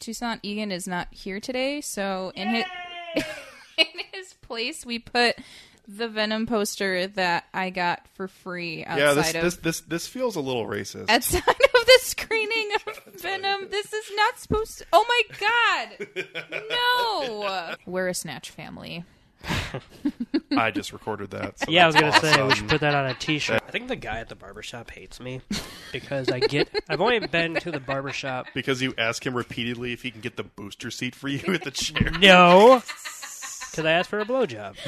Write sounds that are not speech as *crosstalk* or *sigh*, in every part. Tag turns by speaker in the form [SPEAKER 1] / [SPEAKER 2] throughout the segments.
[SPEAKER 1] Toussaint Egan is not here today, so in his, *laughs* in his place we put the Venom poster that I got for free outside
[SPEAKER 2] yeah, this,
[SPEAKER 1] of
[SPEAKER 2] this this this feels a little racist.
[SPEAKER 1] outside of the screening
[SPEAKER 2] *laughs*
[SPEAKER 1] of Venom. This is not supposed to. Oh my god!
[SPEAKER 2] *laughs*
[SPEAKER 1] No, we're a snatch family.
[SPEAKER 2] I just recorded that. so
[SPEAKER 3] *laughs* Yeah, I was
[SPEAKER 2] that's
[SPEAKER 3] gonna say we
[SPEAKER 2] awesome.
[SPEAKER 3] should put that on a T-shirt. I think the guy at the barbershop hates me because I *laughs* get. I've only been to the barbershop.
[SPEAKER 2] because you ask him repeatedly if he can get the booster seat for you at the chair.
[SPEAKER 3] No, because I asked for a blowjob.
[SPEAKER 2] *laughs*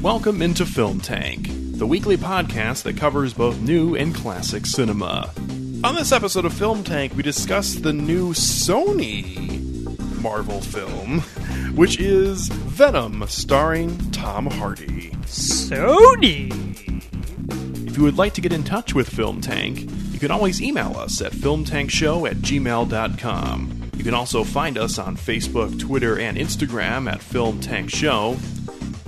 [SPEAKER 2] Welcome into Film Tank, the weekly podcast that covers both new and classic cinema. On this episode of Film Tank, we discuss the new Sony Marvel film, which is Venom, starring Tom Hardy.
[SPEAKER 3] Sony.
[SPEAKER 2] If you would like to get in touch with Film Tank, you can always email us at filmtankshow at gmail.com. You can also find us on Facebook, Twitter, and Instagram at Film Tank Show.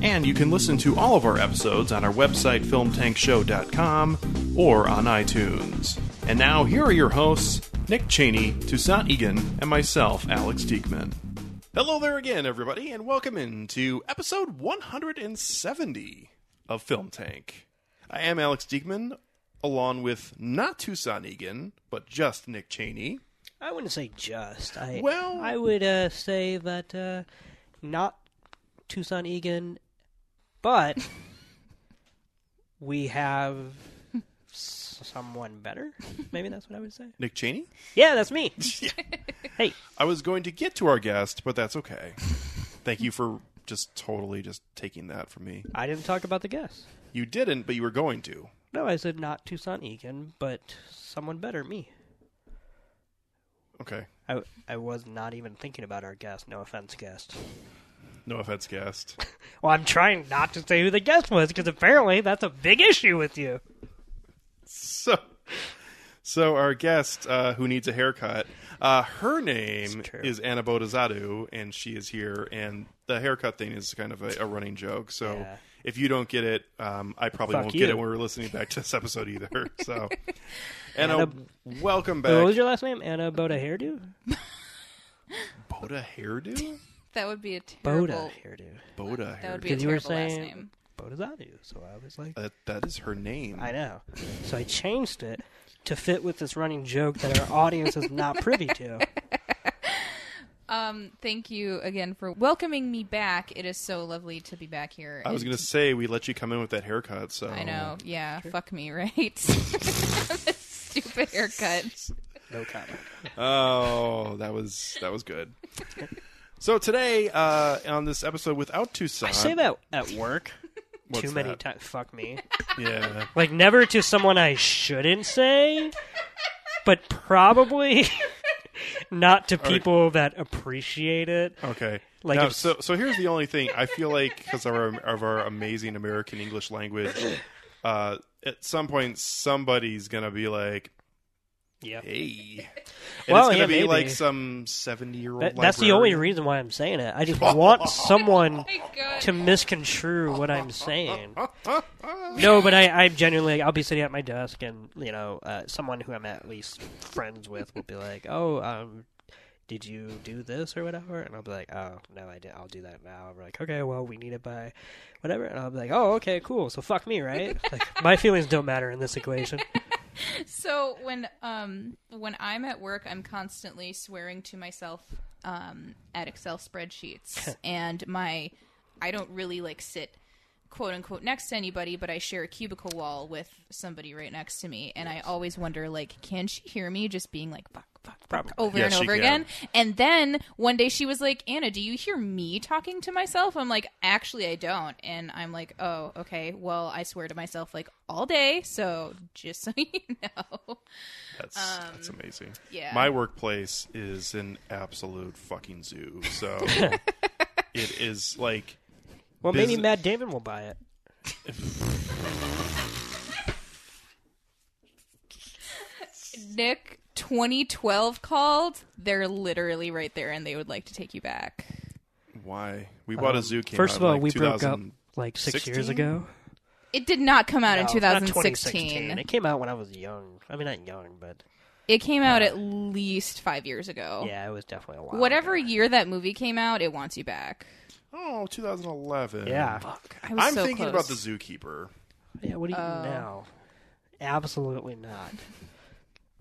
[SPEAKER 2] And you can listen to all of our episodes on our website, filmtankshow.com, or on iTunes. And now, here are your hosts, Nick Cheney, Toussaint Egan, and myself, Alex Diekman. Hello there again, everybody, and welcome into episode 170 of Film Tank. I am Alex Diekman, along with not Tucson Egan, but just Nick Cheney.
[SPEAKER 3] I wouldn't say just. I
[SPEAKER 2] Well-
[SPEAKER 3] I would uh, say that uh, not Tucson Egan, but we have s- someone better. Maybe that's what I would say.
[SPEAKER 2] Nick Cheney?
[SPEAKER 3] Yeah,
[SPEAKER 2] *laughs*
[SPEAKER 3] that's me. Hey,
[SPEAKER 2] I was going to get to our guest, but that's
[SPEAKER 3] *laughs*
[SPEAKER 2] okay. Thank you for just totally just taking that from me.
[SPEAKER 3] I didn't talk about the guest.
[SPEAKER 2] You didn't, but you were going to.
[SPEAKER 3] No, I said not Tucson Egan, but someone better, me.
[SPEAKER 2] Okay.
[SPEAKER 3] I, I was not even thinking about our guest. No offense, guest.
[SPEAKER 2] No offense, guest.
[SPEAKER 3] *laughs* Well, I'm trying not to say who the guest was because apparently that's a big issue with you.
[SPEAKER 2] So, so our guest uh, who needs a haircut, uh, her name
[SPEAKER 3] It's true.
[SPEAKER 2] is Anna Bodazadu, and she is here. And the haircut thing is kind of a, a running joke. So
[SPEAKER 3] Yeah.
[SPEAKER 2] if you don't get it, um, I probably
[SPEAKER 3] Fuck
[SPEAKER 2] won't
[SPEAKER 3] you.
[SPEAKER 2] get it when we're listening back to this episode
[SPEAKER 3] *laughs*
[SPEAKER 2] either. So, Anna,
[SPEAKER 3] Anna-
[SPEAKER 2] welcome back.
[SPEAKER 3] Wait, what was your last name? Anna Boda Hairdo?
[SPEAKER 2] Boda hairdo?
[SPEAKER 1] That would be a terrible.
[SPEAKER 3] Boda Hairdo.
[SPEAKER 2] Boda
[SPEAKER 1] That would
[SPEAKER 2] hairdo.
[SPEAKER 1] be a
[SPEAKER 3] Because you were
[SPEAKER 1] terrible last
[SPEAKER 3] saying-
[SPEAKER 1] name.
[SPEAKER 3] Bodazadu. So I was like,
[SPEAKER 2] That, that is her name.
[SPEAKER 3] I know. So I changed it to fit with this running joke that our audience is not privy to.
[SPEAKER 1] Um, thank you again for welcoming me back. It is so lovely to be back here.
[SPEAKER 2] I was
[SPEAKER 1] And-
[SPEAKER 2] going to say we let you come in with that haircut. So
[SPEAKER 1] I know. Yeah. Fuck me, *laughs* right? This stupid haircut.
[SPEAKER 3] *laughs* No comment.
[SPEAKER 2] Oh, that was that was good. So today uh, on this episode without Tucson,
[SPEAKER 3] I say that at work
[SPEAKER 2] what's
[SPEAKER 3] too many
[SPEAKER 2] that?
[SPEAKER 3] times. Fuck me.
[SPEAKER 2] Yeah,
[SPEAKER 3] Like never to someone I shouldn't say, but probably *laughs* not to people that appreciate it.
[SPEAKER 2] okay.
[SPEAKER 3] Like
[SPEAKER 2] Now,
[SPEAKER 3] if-
[SPEAKER 2] so, so here's the only thing I feel like because of our of our amazing American English language, uh, at some point somebody's gonna be like,
[SPEAKER 3] Yeah.
[SPEAKER 2] "Hey," and
[SPEAKER 3] Well,
[SPEAKER 2] it's gonna
[SPEAKER 3] yeah,
[SPEAKER 2] be
[SPEAKER 3] maybe.
[SPEAKER 2] like some seventy year old.
[SPEAKER 3] That- that's the only reason why I'm saying it. I
[SPEAKER 2] *laughs*
[SPEAKER 3] just want someone to misconstrue what I'm saying. No, but I, I'm genuinely. I'll be sitting at my desk, and you know, uh, someone who I'm at least friends with will be like, "Oh, um, did you do this or whatever?" And I'll be like, "Oh, no, I didn't. I'll do that now." I'm like, "Okay, well, we need it by whatever," and I'll be like, "Oh, okay, cool. So fuck me,
[SPEAKER 1] *laughs*
[SPEAKER 3] right? Like, my feelings don't matter in this equation."
[SPEAKER 1] So when um when I'm at work, I'm constantly swearing to myself um at Excel spreadsheets, and my I don't really like sit quote unquote next to anybody, but I share a cubicle wall with somebody right next to me, and I always wonder like, can she hear me just being like fuck. Fuck, fuck, over
[SPEAKER 2] Yeah,
[SPEAKER 1] and
[SPEAKER 2] she
[SPEAKER 1] over
[SPEAKER 2] can.
[SPEAKER 1] again. And then one day she was like, Anna, do you hear me talking to myself? I'm like, actually, I don't. And I'm like, oh, okay. Well, I swear to myself like all day. So just *laughs* so you know.
[SPEAKER 2] *laughs* That's that's
[SPEAKER 1] Um,
[SPEAKER 2] amazing.
[SPEAKER 1] yeah.
[SPEAKER 2] my workplace is an absolute fucking zoo.
[SPEAKER 1] *laughs*
[SPEAKER 2] So it is like.
[SPEAKER 3] Well, maybe
[SPEAKER 2] Bus-
[SPEAKER 3] Matt Damon will buy it.
[SPEAKER 1] Nick 2012 called, they're literally right there and they would like to take you back.
[SPEAKER 2] Why? We bought a zoo. Came
[SPEAKER 3] Um, First
[SPEAKER 2] out
[SPEAKER 3] of all,
[SPEAKER 2] like
[SPEAKER 3] we broke up
[SPEAKER 2] 2000
[SPEAKER 3] like six
[SPEAKER 2] 16?
[SPEAKER 3] years ago.
[SPEAKER 1] It did not come out in
[SPEAKER 3] No, not
[SPEAKER 1] 2016.
[SPEAKER 3] It came out when I was young. I mean, not young, but
[SPEAKER 1] It came out at least five years ago.
[SPEAKER 3] yeah, it was definitely a while.
[SPEAKER 1] Oh. Whatever
[SPEAKER 3] ago.
[SPEAKER 1] year that movie came out, it wants you back.
[SPEAKER 2] Oh, 2011.
[SPEAKER 3] Yeah.
[SPEAKER 1] I was
[SPEAKER 2] I'm
[SPEAKER 1] so
[SPEAKER 2] thinking
[SPEAKER 1] close.
[SPEAKER 2] about the zookeeper.
[SPEAKER 3] Yeah. What do you
[SPEAKER 1] Oh.
[SPEAKER 3] now? Absolutely not. *laughs*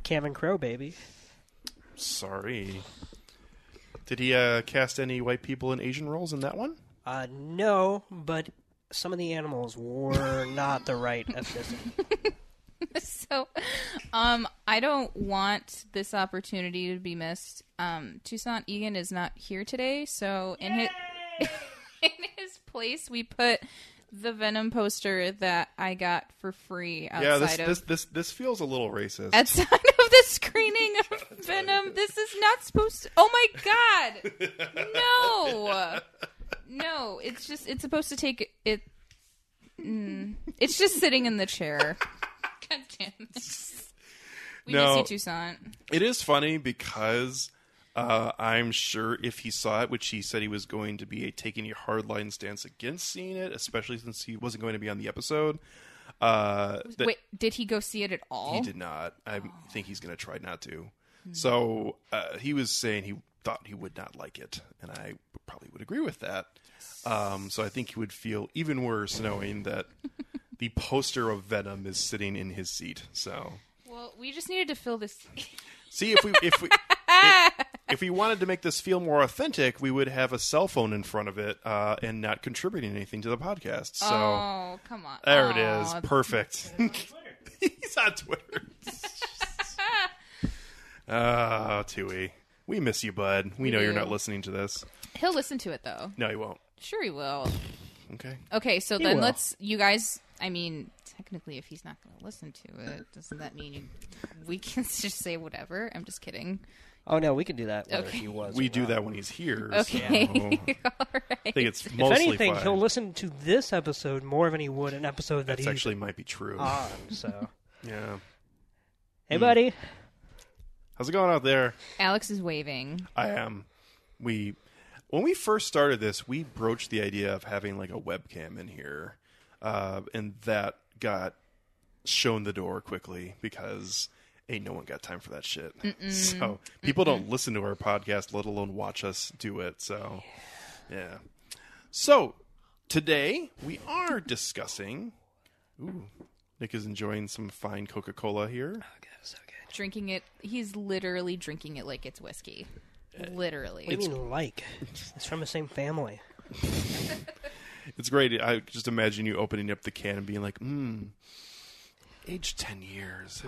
[SPEAKER 3] Cameron Crowe, baby.
[SPEAKER 2] Sorry. Did he uh, cast any white people in Asian roles in that one?
[SPEAKER 3] Uh, no, but some of the animals were *laughs* not the right ethnicity.
[SPEAKER 1] *laughs* so um i don't want this opportunity to be missed um tucson egan is not here today so in his *laughs* in his place we put the venom poster that i got for free outside
[SPEAKER 2] yeah, this,
[SPEAKER 1] of
[SPEAKER 2] this this this feels a little racist.
[SPEAKER 1] outside of the screening of venom this is not supposed to oh my god no no it's just it's supposed to take it mm, it's just sitting in the chair god damn
[SPEAKER 2] *laughs*
[SPEAKER 1] it we
[SPEAKER 2] No.
[SPEAKER 1] miss you toussaint
[SPEAKER 2] It is funny because uh, I'm sure if he saw it, which he said he was going to be taking a hardline stance against seeing it, especially since he wasn't going to be on the episode. Uh, that
[SPEAKER 1] wait did he go see it at all
[SPEAKER 2] he did not. I think he's going to try not to. So uh, he was saying he thought he would not like it, and I probably would agree with that. Um, so I think he would feel even worse knowing that the poster of Venom is sitting in his seat. So
[SPEAKER 1] well we just needed to fill this
[SPEAKER 2] See if we if we if we wanted to make this feel more authentic, we would have a cell phone in front of it uh, and not contributing anything to the podcast. So
[SPEAKER 1] oh come on
[SPEAKER 2] there it
[SPEAKER 1] Aw,
[SPEAKER 2] is, perfect. *laughs* He's
[SPEAKER 1] *laughs*
[SPEAKER 2] on Twitter. Ah, Tui, we miss you, bud. We know you're
[SPEAKER 1] do.
[SPEAKER 2] not listening to this.
[SPEAKER 1] he'll listen to it though
[SPEAKER 2] No, you won't.
[SPEAKER 1] sure he will
[SPEAKER 2] Okay.
[SPEAKER 1] Okay, so then
[SPEAKER 3] will.
[SPEAKER 1] let's you guys. I mean, technically, if he's not going to listen to it, doesn't that mean you, we can *laughs* just say whatever? I'm just kidding. *laughs*
[SPEAKER 3] Oh no, we can do that. Whether
[SPEAKER 1] Okay.
[SPEAKER 3] he was.
[SPEAKER 2] We
[SPEAKER 3] or
[SPEAKER 2] do
[SPEAKER 3] not.
[SPEAKER 2] that when he's here.
[SPEAKER 1] Okay,
[SPEAKER 2] So
[SPEAKER 1] all
[SPEAKER 2] I think
[SPEAKER 1] right. *laughs*
[SPEAKER 2] it's
[SPEAKER 3] If
[SPEAKER 2] mostly
[SPEAKER 3] anything,
[SPEAKER 2] fine.
[SPEAKER 3] he'll listen to this episode more than he would an episode that Ah.
[SPEAKER 2] That's
[SPEAKER 3] he's
[SPEAKER 2] actually might be true.
[SPEAKER 3] on.
[SPEAKER 2] *laughs*
[SPEAKER 3] So,
[SPEAKER 2] yeah.
[SPEAKER 3] hey,
[SPEAKER 2] Mm.
[SPEAKER 3] buddy.
[SPEAKER 2] How's it going out there?
[SPEAKER 1] Alex is waving.
[SPEAKER 2] I am. We when we first started this, we broached the idea of having like a webcam in here, uh, and that got shown the door quickly because ain't no one got time for that shit. *laughs* So people don't listen to our podcast, let alone watch us do it. So yeah. So today we are discussing. Ooh, Nick is enjoying some fine Coca Cola here.
[SPEAKER 3] Okay, so good.
[SPEAKER 1] Drinking it, he's literally drinking it like it's whiskey. Literally,
[SPEAKER 3] What do you mean like? It's from the same family.
[SPEAKER 2] It's great. I just imagine you opening up the can and being like, "Hmm, age ten years."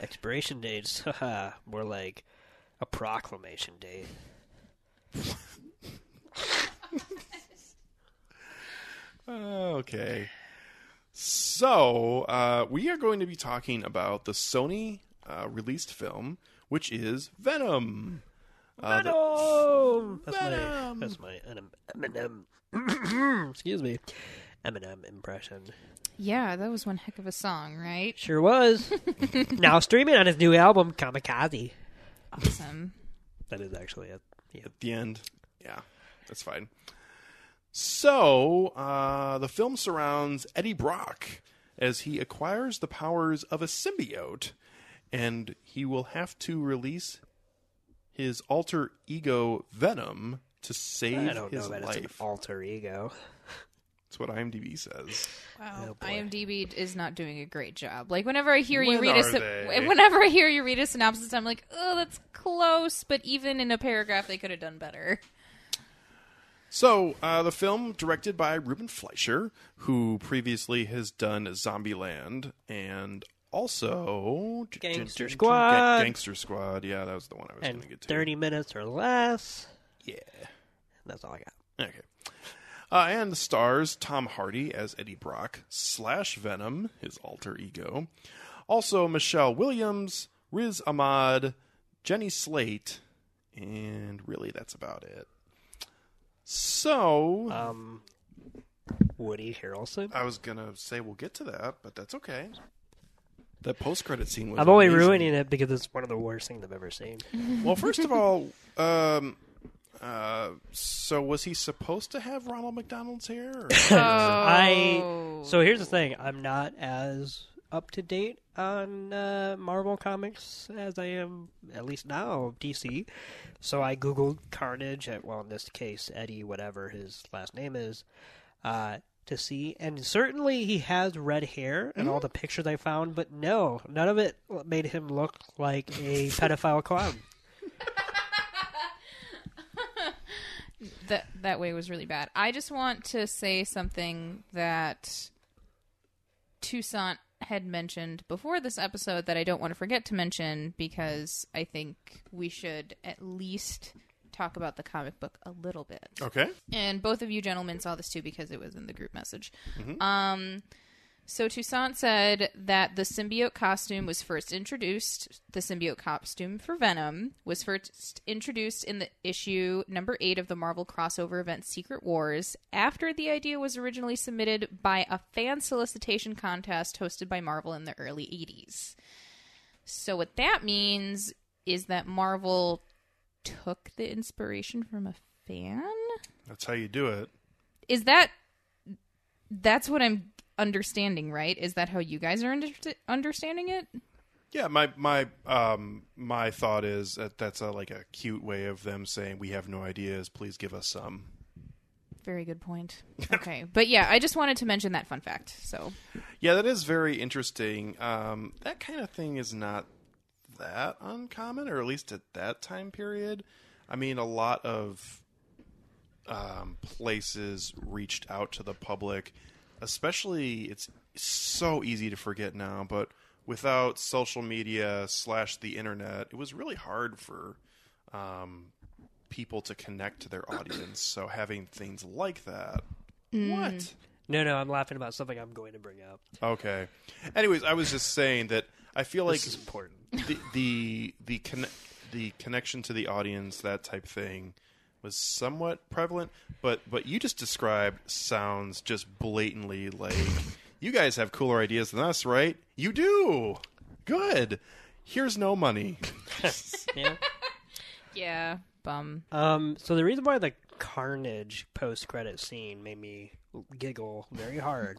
[SPEAKER 3] Expiration dates, *laughs* haha, more like a proclamation date.
[SPEAKER 2] Oh, okay. So uh, we are going to be talking about the Sony uh, released film, which is Venom. Uh, the-
[SPEAKER 3] Venom! That's
[SPEAKER 2] Venom!
[SPEAKER 3] my that's my Enem- Eminem. *clears throat* Excuse me, Eminem impression.
[SPEAKER 1] yeah, that was one heck of a song, right?
[SPEAKER 2] *laughs*
[SPEAKER 3] Sure was. now streaming on his new album Kamikaze.
[SPEAKER 1] Awesome.
[SPEAKER 3] That is actually it. Yeah.
[SPEAKER 2] the end. Yeah, that's fine. So, uh, the film surrounds Eddie Brock as he acquires the powers of a symbiote, and he will have to release his alter ego Venom to save
[SPEAKER 3] I don't know
[SPEAKER 2] his
[SPEAKER 3] that it's an
[SPEAKER 2] life.
[SPEAKER 3] alter ego.
[SPEAKER 2] That's what IMDb says.
[SPEAKER 1] Wow,
[SPEAKER 3] Oh, boy.
[SPEAKER 1] IMDb is not doing a great job. Like whenever I hear you
[SPEAKER 2] When
[SPEAKER 1] read a
[SPEAKER 2] are
[SPEAKER 1] syn-
[SPEAKER 2] they?
[SPEAKER 1] whenever I hear you read a synopsis, I'm like, oh, that's close, but even in a paragraph, they could have done better.
[SPEAKER 2] So, uh, the film directed by Ruben Fleischer, who previously has done Zombieland and also
[SPEAKER 3] Gangster
[SPEAKER 2] Ga-
[SPEAKER 3] Squad.
[SPEAKER 2] Gangster Squad. Yeah, that was the one I was going
[SPEAKER 3] And
[SPEAKER 2] to get to.
[SPEAKER 3] thirty minutes or less.
[SPEAKER 2] Yeah.
[SPEAKER 3] That's all I got.
[SPEAKER 2] Okay. Uh, and stars Tom Hardy as Eddie Brock slash Venom, his alter ego. Also Michelle Williams, Riz Ahmad, Jenny Slate, and really that's about it. So
[SPEAKER 3] Um, Woody Harrelson.
[SPEAKER 2] I was gonna say we'll get to that, but that's okay. That post credit scene was.
[SPEAKER 3] I'm only
[SPEAKER 2] amazing.
[SPEAKER 3] ruining it because it's one of the worst things I've ever seen.
[SPEAKER 2] Well, first of all, um, uh, so was he supposed to have Ronald McDonald's hair? Or-
[SPEAKER 3] *laughs* I so here's the thing: I'm not as up to date on uh, Marvel comics as I am, at least now DC. So I googled Carnage, at, well, in this case Eddie, whatever his last name is, uh, to see, and certainly he has red hair in all the pictures I found, but no, none of it made him look like a pedophile clown.
[SPEAKER 1] that that way was really bad. I just want to say something that Toussaint had mentioned before this episode that I don't want to forget to mention because I think we should at least talk about the comic book a little bit.
[SPEAKER 2] okay.
[SPEAKER 1] And both of you gentlemen saw this too because it was in the group message. Um, so Toussaint said that the symbiote costume was first introduced. The symbiote costume for Venom was first introduced in the issue number eight of the Marvel crossover event Secret Wars. After the idea was originally submitted by a fan solicitation contest hosted by Marvel in the early '80s. So what that means is that Marvel took the inspiration from a fan
[SPEAKER 2] That's how you do it.
[SPEAKER 1] is that that's what i'm understanding right is that how you guys are under- understanding it
[SPEAKER 2] Yeah, my my um my thought is that that's a, like a cute way of them saying we have no ideas. Please give us some.
[SPEAKER 1] very good point *laughs* okay but yeah i just wanted to mention that fun fact so
[SPEAKER 2] Yeah, that is very interesting. Um, that kind of thing is not that uncommon, or at least at that time period. I mean, a lot of um, places reached out to the public, especially it's so easy to forget now, but without social media slash the internet, it was really hard for um, people to connect to their audience. So having things like that. What?
[SPEAKER 3] *laughs* No, no, I'm laughing about something I'm going to bring up.
[SPEAKER 2] Okay. Anyways, I was just saying that I feel like
[SPEAKER 3] This is important.
[SPEAKER 2] the the the, conne- the connection to the audience, that type thing, was somewhat prevalent. But what you just described sounds just blatantly like you guys have cooler ideas than us, right? You do. Good. Here's no money.
[SPEAKER 3] Yeah.
[SPEAKER 1] yeah bum
[SPEAKER 3] Um, so the reason why the Carnage post-credit scene made me giggle very hard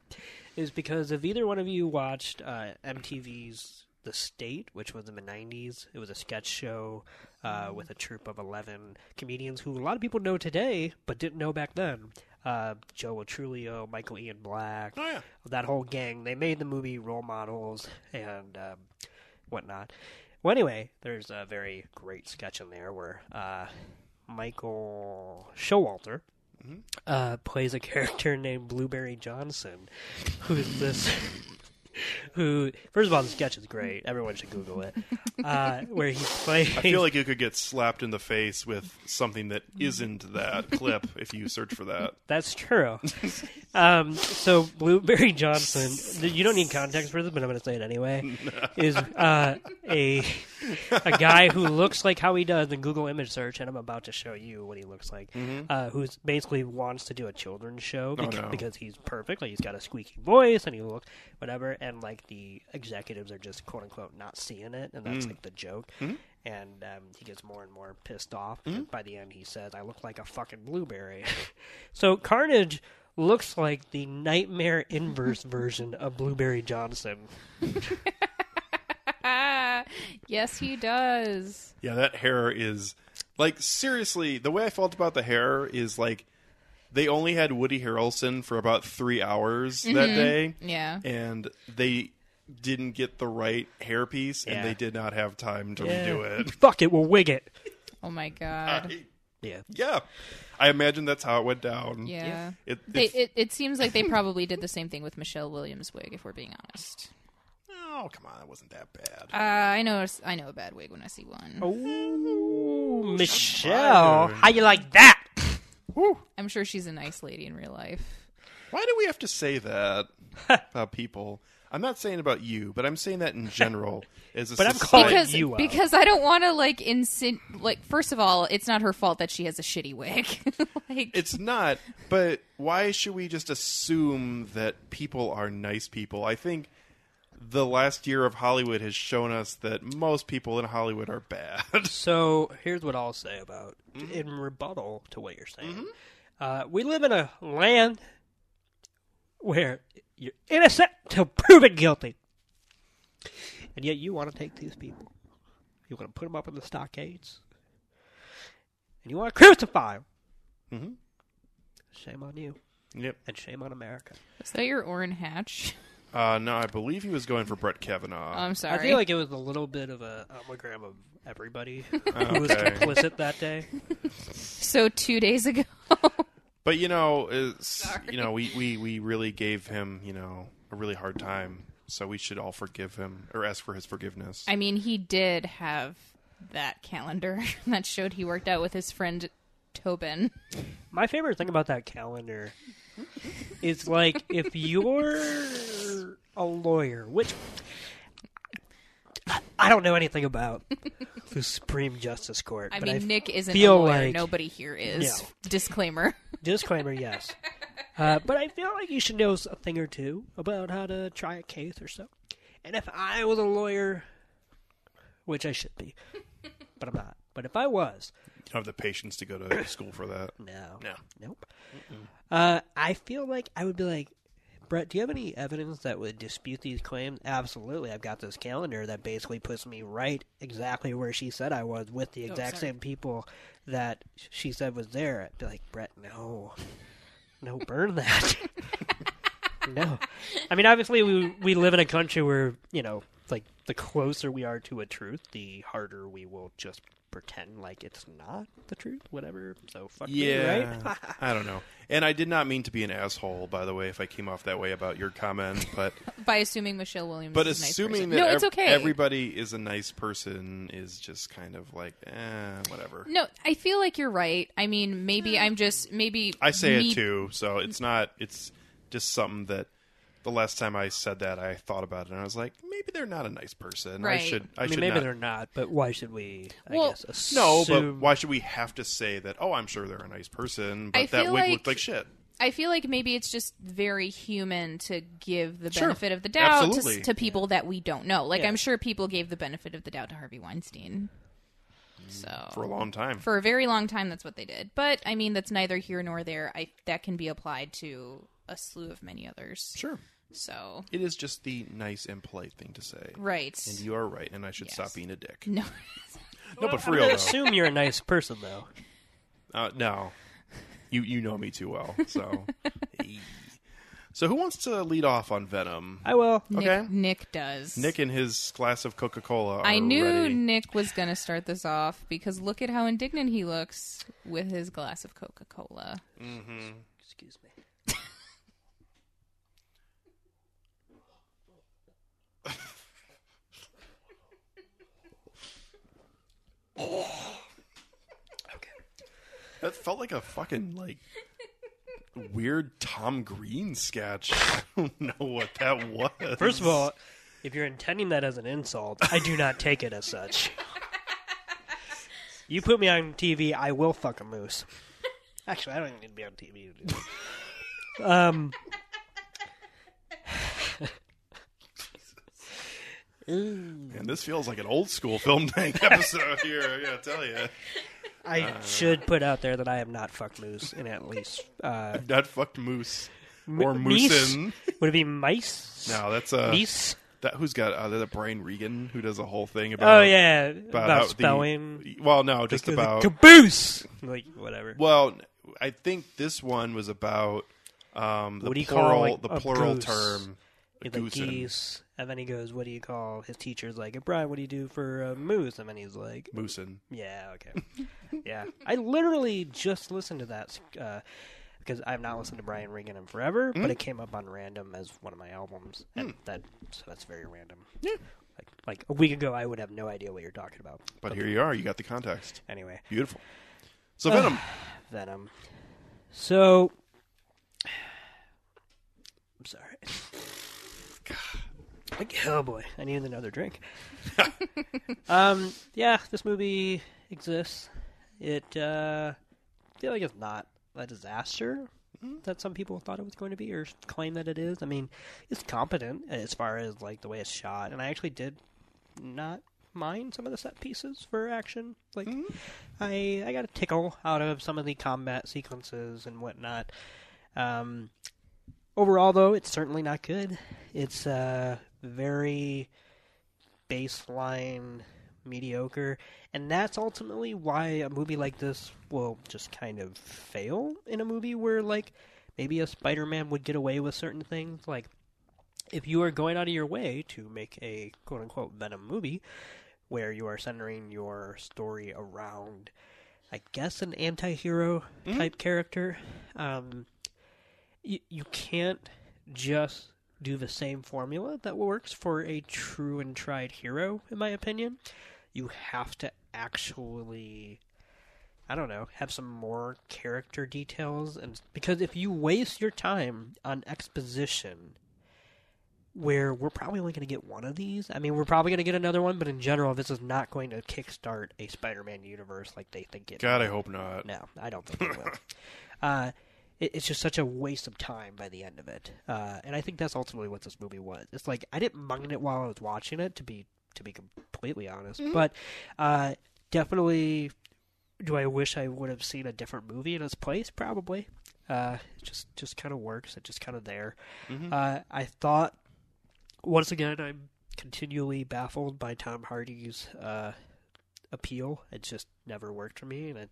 [SPEAKER 3] is because if either one of you watched uh, MTV's The State, which was in the '90s, it was a sketch show uh, with a troupe of eleven comedians who a lot of people know today but didn't know back then. Uh, Joe Latrulio, Michael Ian Black,
[SPEAKER 2] Oh, yeah.
[SPEAKER 3] that whole gang. They made the movie Role Models and um, whatnot. Well, anyway, there's a very great sketch in there where uh, Michael Showalter
[SPEAKER 2] Mm-hmm.
[SPEAKER 3] uh, plays a character named Blueberry Johnson, who's this. Who first of all the sketch is great. Everyone should Google it. Uh, where he plays
[SPEAKER 2] I feel like you could get slapped in the face with something that isn't that clip if you search for that.
[SPEAKER 3] That's true. um, so Blueberry Johnson, you don't need context for this, but I'm going to say it anyway. Is uh, a a guy who looks like how he does in Google image search, and I'm about to show you what he looks like. Uh, who's basically wants to do a children's show
[SPEAKER 2] Mm-hmm. Oh,
[SPEAKER 3] beca-
[SPEAKER 2] no.
[SPEAKER 3] because he's perfect. Like he's got a squeaky voice and he looks whatever, and like the executives are just quote unquote not seeing it, and
[SPEAKER 2] Mm.
[SPEAKER 3] that's like the joke.
[SPEAKER 2] Mm-hmm.
[SPEAKER 3] And um, he gets more and more pissed off. And by the end, he says, "I look like a fucking blueberry." *laughs* so Carnage looks like the nightmare inverse version of Blueberry Johnson.
[SPEAKER 1] ah yes he does
[SPEAKER 2] Yeah, that hair is like seriously. The way I felt about the hair is like they only had Woody Harrelson for about three hours that day,
[SPEAKER 1] yeah
[SPEAKER 2] and they didn't get the right hairpiece,
[SPEAKER 3] Yeah.
[SPEAKER 2] and they did not have time to redo it.
[SPEAKER 3] Fuck it, we'll wig it.
[SPEAKER 1] oh my
[SPEAKER 2] Uh,
[SPEAKER 1] god
[SPEAKER 3] Yeah.
[SPEAKER 2] *laughs* Yeah, I imagine that's how it went down.
[SPEAKER 1] yeah,
[SPEAKER 2] It, it,
[SPEAKER 1] They, it, it seems like they probably did the same thing with Michelle Williams' wig, if we're being honest.
[SPEAKER 2] oh come on, that wasn't that bad.
[SPEAKER 1] Uh, I know, I know a bad wig when I see one.
[SPEAKER 3] Oh, Michelle, how you like that?
[SPEAKER 2] Whew.
[SPEAKER 1] I'm sure she's a nice lady in real life.
[SPEAKER 2] Why do we have to say that about people? I'm not saying about you, but I'm saying that in general. As a
[SPEAKER 3] But I'm
[SPEAKER 2] society-
[SPEAKER 3] calling-
[SPEAKER 1] because
[SPEAKER 3] you uh, out.
[SPEAKER 1] because I don't want to like insin like first of all, it's not her fault that she has a shitty wig. *laughs* like
[SPEAKER 2] It's not, but why should we just assume that people are nice people? I think the last year of Hollywood has shown us that most people in Hollywood are bad. *laughs*
[SPEAKER 3] So here's what I'll say about in rebuttal to what you're saying. Uh, we live in a land where you're innocent till proven guilty, and yet you want to take these people. You want to put them up in the stockades, and you want to crucify them. Mm-hmm.
[SPEAKER 2] Mhm.
[SPEAKER 3] Shame on you,
[SPEAKER 2] yep.
[SPEAKER 3] and shame on America.
[SPEAKER 1] Is that your Orrin Hatch?
[SPEAKER 2] Uh, no, I believe he was going for Brett Kavanaugh.
[SPEAKER 1] I'm sorry.
[SPEAKER 3] I feel like it was a little bit of a homogram of *laughs* everybody who was
[SPEAKER 2] Okay.
[SPEAKER 3] complicit that day.
[SPEAKER 1] so two days
[SPEAKER 3] *laughs*
[SPEAKER 1] ago.
[SPEAKER 2] But you know, it's, you know, we, we we really gave him you know a really hard time, so we should all forgive him or ask for his forgiveness.
[SPEAKER 1] I mean, he did have that calendar *laughs* that showed he worked out with his friend Tobin.
[SPEAKER 3] My favorite thing about that calendar is like if you're a lawyer, which I- I don't know anything about the Supreme Justice Court.
[SPEAKER 1] I
[SPEAKER 3] but
[SPEAKER 1] mean,
[SPEAKER 3] f-
[SPEAKER 1] Nick isn't a
[SPEAKER 3] feel
[SPEAKER 1] lawyer.
[SPEAKER 3] like-
[SPEAKER 1] Nobody here is.
[SPEAKER 3] No.
[SPEAKER 1] Disclaimer. *laughs*
[SPEAKER 3] disclaimer, yes, uh, but I feel like you should know a thing or two about how to try a case or so. And if I was a lawyer, which I should be, but I'm not. But if I was,
[SPEAKER 2] don't have the patience to go to school for that.
[SPEAKER 3] No.
[SPEAKER 2] No.
[SPEAKER 3] Nope. Uh, I feel like I would be like, Brett, do you have any evidence that would dispute these claims? Absolutely. I've got this calendar that basically puts me right exactly where she said I was with
[SPEAKER 2] Oh,
[SPEAKER 3] the exact
[SPEAKER 1] sorry.
[SPEAKER 3] same people that she said was there. I'd be like, Brett, no. No, burn that. *laughs* no. I mean, obviously, we, we live in a country where, you know, like the closer we are to a truth, the harder we will just pretend like it's not the truth, whatever. So fuck me, right?
[SPEAKER 2] Yeah,
[SPEAKER 3] *laughs*
[SPEAKER 2] I don't know. And I did not mean to be an asshole, by the way, if I came off that way about your
[SPEAKER 3] *laughs*
[SPEAKER 2] comment, but
[SPEAKER 1] By assuming Michelle Williams.
[SPEAKER 2] but
[SPEAKER 1] is a nice
[SPEAKER 2] assuming
[SPEAKER 1] person.
[SPEAKER 2] that
[SPEAKER 1] no, it's
[SPEAKER 2] ev-
[SPEAKER 1] okay.
[SPEAKER 2] everybody is a nice person is just kind of like, eh, whatever.
[SPEAKER 1] No, I feel like you're right. I mean, maybe I'm just maybe
[SPEAKER 2] I say
[SPEAKER 1] me-
[SPEAKER 2] it too, so it's not. It's just something that the last time I said that, I thought about it, and I was like, maybe they're not a nice person.
[SPEAKER 1] Right.
[SPEAKER 2] I should. I,
[SPEAKER 3] I, mean,
[SPEAKER 2] should
[SPEAKER 3] maybe
[SPEAKER 2] not.
[SPEAKER 3] they're not, but why should we? I
[SPEAKER 1] Well,
[SPEAKER 3] guess assume...
[SPEAKER 2] no, but why should we have to say that? Oh, I'm sure they're a nice person, but
[SPEAKER 1] I
[SPEAKER 2] that
[SPEAKER 1] feel
[SPEAKER 2] wig
[SPEAKER 1] like-
[SPEAKER 2] looked like shit.
[SPEAKER 1] I feel like maybe it's just very human to give the
[SPEAKER 2] Sure.
[SPEAKER 1] benefit of the doubt to,
[SPEAKER 2] Absolutely.
[SPEAKER 1] to people that we don't know. Like
[SPEAKER 3] Yeah.
[SPEAKER 1] I'm sure people gave the benefit of the doubt to Harvey Weinstein. So
[SPEAKER 2] Mm. for a long time.
[SPEAKER 1] for a very long time that's what they did. But I mean that's neither here nor there. I that can be applied to a slew of many others.
[SPEAKER 2] sure,
[SPEAKER 1] So
[SPEAKER 2] it is just the nice and polite thing to say.
[SPEAKER 1] right.
[SPEAKER 2] And you are right, and I should stop being a dick.
[SPEAKER 1] *laughs* no.
[SPEAKER 2] No, but for
[SPEAKER 3] I
[SPEAKER 2] real though,
[SPEAKER 3] assume you're a nice person, though.
[SPEAKER 2] uh, no, you you know me too well.
[SPEAKER 1] *laughs*
[SPEAKER 2] So, so who wants to lead off on Venom?
[SPEAKER 3] I will.
[SPEAKER 1] Nick,
[SPEAKER 2] Okay.
[SPEAKER 1] Nick does.
[SPEAKER 2] Nick and his glass of Coca Cola.
[SPEAKER 1] I knew
[SPEAKER 2] Ready.
[SPEAKER 1] Nick was going to start this off because look at how indignant he looks with his glass of Coca Cola.
[SPEAKER 3] Excuse me.
[SPEAKER 2] That felt like a fucking like weird Tom Green sketch. *laughs* I don't know what that was.
[SPEAKER 3] First of all, if you're intending that as an insult, I do not take it as such. You put me on TV, I will fuck a moose. Actually, I don't even need to be on TV to do that. Um.
[SPEAKER 2] and this feels like an old school film tank episode here. I gotta tell you,
[SPEAKER 3] I
[SPEAKER 2] Uh.
[SPEAKER 3] should put out there that I have not fucked moose in at least uh,
[SPEAKER 2] not fucked moose
[SPEAKER 3] m-
[SPEAKER 2] or
[SPEAKER 3] mice?
[SPEAKER 2] moosin.
[SPEAKER 3] Would it be mice?
[SPEAKER 2] No, that's uh,
[SPEAKER 3] Mice?
[SPEAKER 2] that who's got uh, that Brian Regan who does a whole thing about
[SPEAKER 3] Oh yeah, about,
[SPEAKER 2] about, how the-
[SPEAKER 3] spelling.
[SPEAKER 2] well, no, just
[SPEAKER 3] The
[SPEAKER 2] about
[SPEAKER 3] caboose. Like whatever.
[SPEAKER 2] Well, I think this one was about um, the
[SPEAKER 3] What do you call,
[SPEAKER 2] plural,
[SPEAKER 3] like,
[SPEAKER 2] the
[SPEAKER 3] a
[SPEAKER 2] plural
[SPEAKER 3] goose?
[SPEAKER 2] term,
[SPEAKER 3] He's like
[SPEAKER 2] goose and-
[SPEAKER 3] geese, and then he goes, "What do you call?" His teacher's like, "Brian, what do you do for a moose?" And then he's like,
[SPEAKER 2] moosin.
[SPEAKER 3] "Yeah, okay,
[SPEAKER 2] *laughs*
[SPEAKER 3] yeah." I literally just listened to that uh, because I've not listened to Brian Regan in forever,
[SPEAKER 2] Mm-hmm.
[SPEAKER 3] but it came up on random as one of my albums,
[SPEAKER 2] Hmm.
[SPEAKER 3] and that so that's very random. Yeah. Like, like a week ago, I would have no idea what you're talking about.
[SPEAKER 2] But here you are. You got the context.
[SPEAKER 3] Anyway,
[SPEAKER 2] Beautiful. So Venom.
[SPEAKER 3] Venom. So, *sighs* I'm sorry. Like, oh boy, I need another drink. um, yeah, this movie exists. It uh, I feel like it's not a disaster. that some people thought it was going to be or claim that it is. I mean, it's competent as far as like the way it's shot, and I actually did not mind some of the set pieces for action. Like, I I got a tickle out of some of the combat sequences and whatnot. Um, overall, though, it's certainly not good. It's uh, very baseline mediocre and that's ultimately why a movie like this will just kind of fail in a movie where like maybe a spider-man would get away with certain things like if you are going out of your way to make a quote-unquote venom movie where you are centering your story around i guess an anti-hero type character um, you, you can't just do the same formula that works for a true and tried hero, in my opinion. You have to actually, I don't know, have some more character details, and because if you waste your time on exposition, where we're probably only going to get one of these. I mean, we're probably going to get another one, but in general, this is not going to kickstart a Spider-Man universe like they think it
[SPEAKER 2] God, I hope not.
[SPEAKER 3] no, I don't think it will. uh, it, it's just such a waste of time by the end of it, uh, and I think that's ultimately what this movie was. It's like I didn't mind it while I was watching it, to be to be completely honest, but uh, definitely, do I wish I would have seen a different movie in its place? Probably. Uh, it just just kind of works. It's just kind of there. Uh, I thought once again, I'm continually baffled by Tom Hardy's uh, appeal. It just never worked for me, and it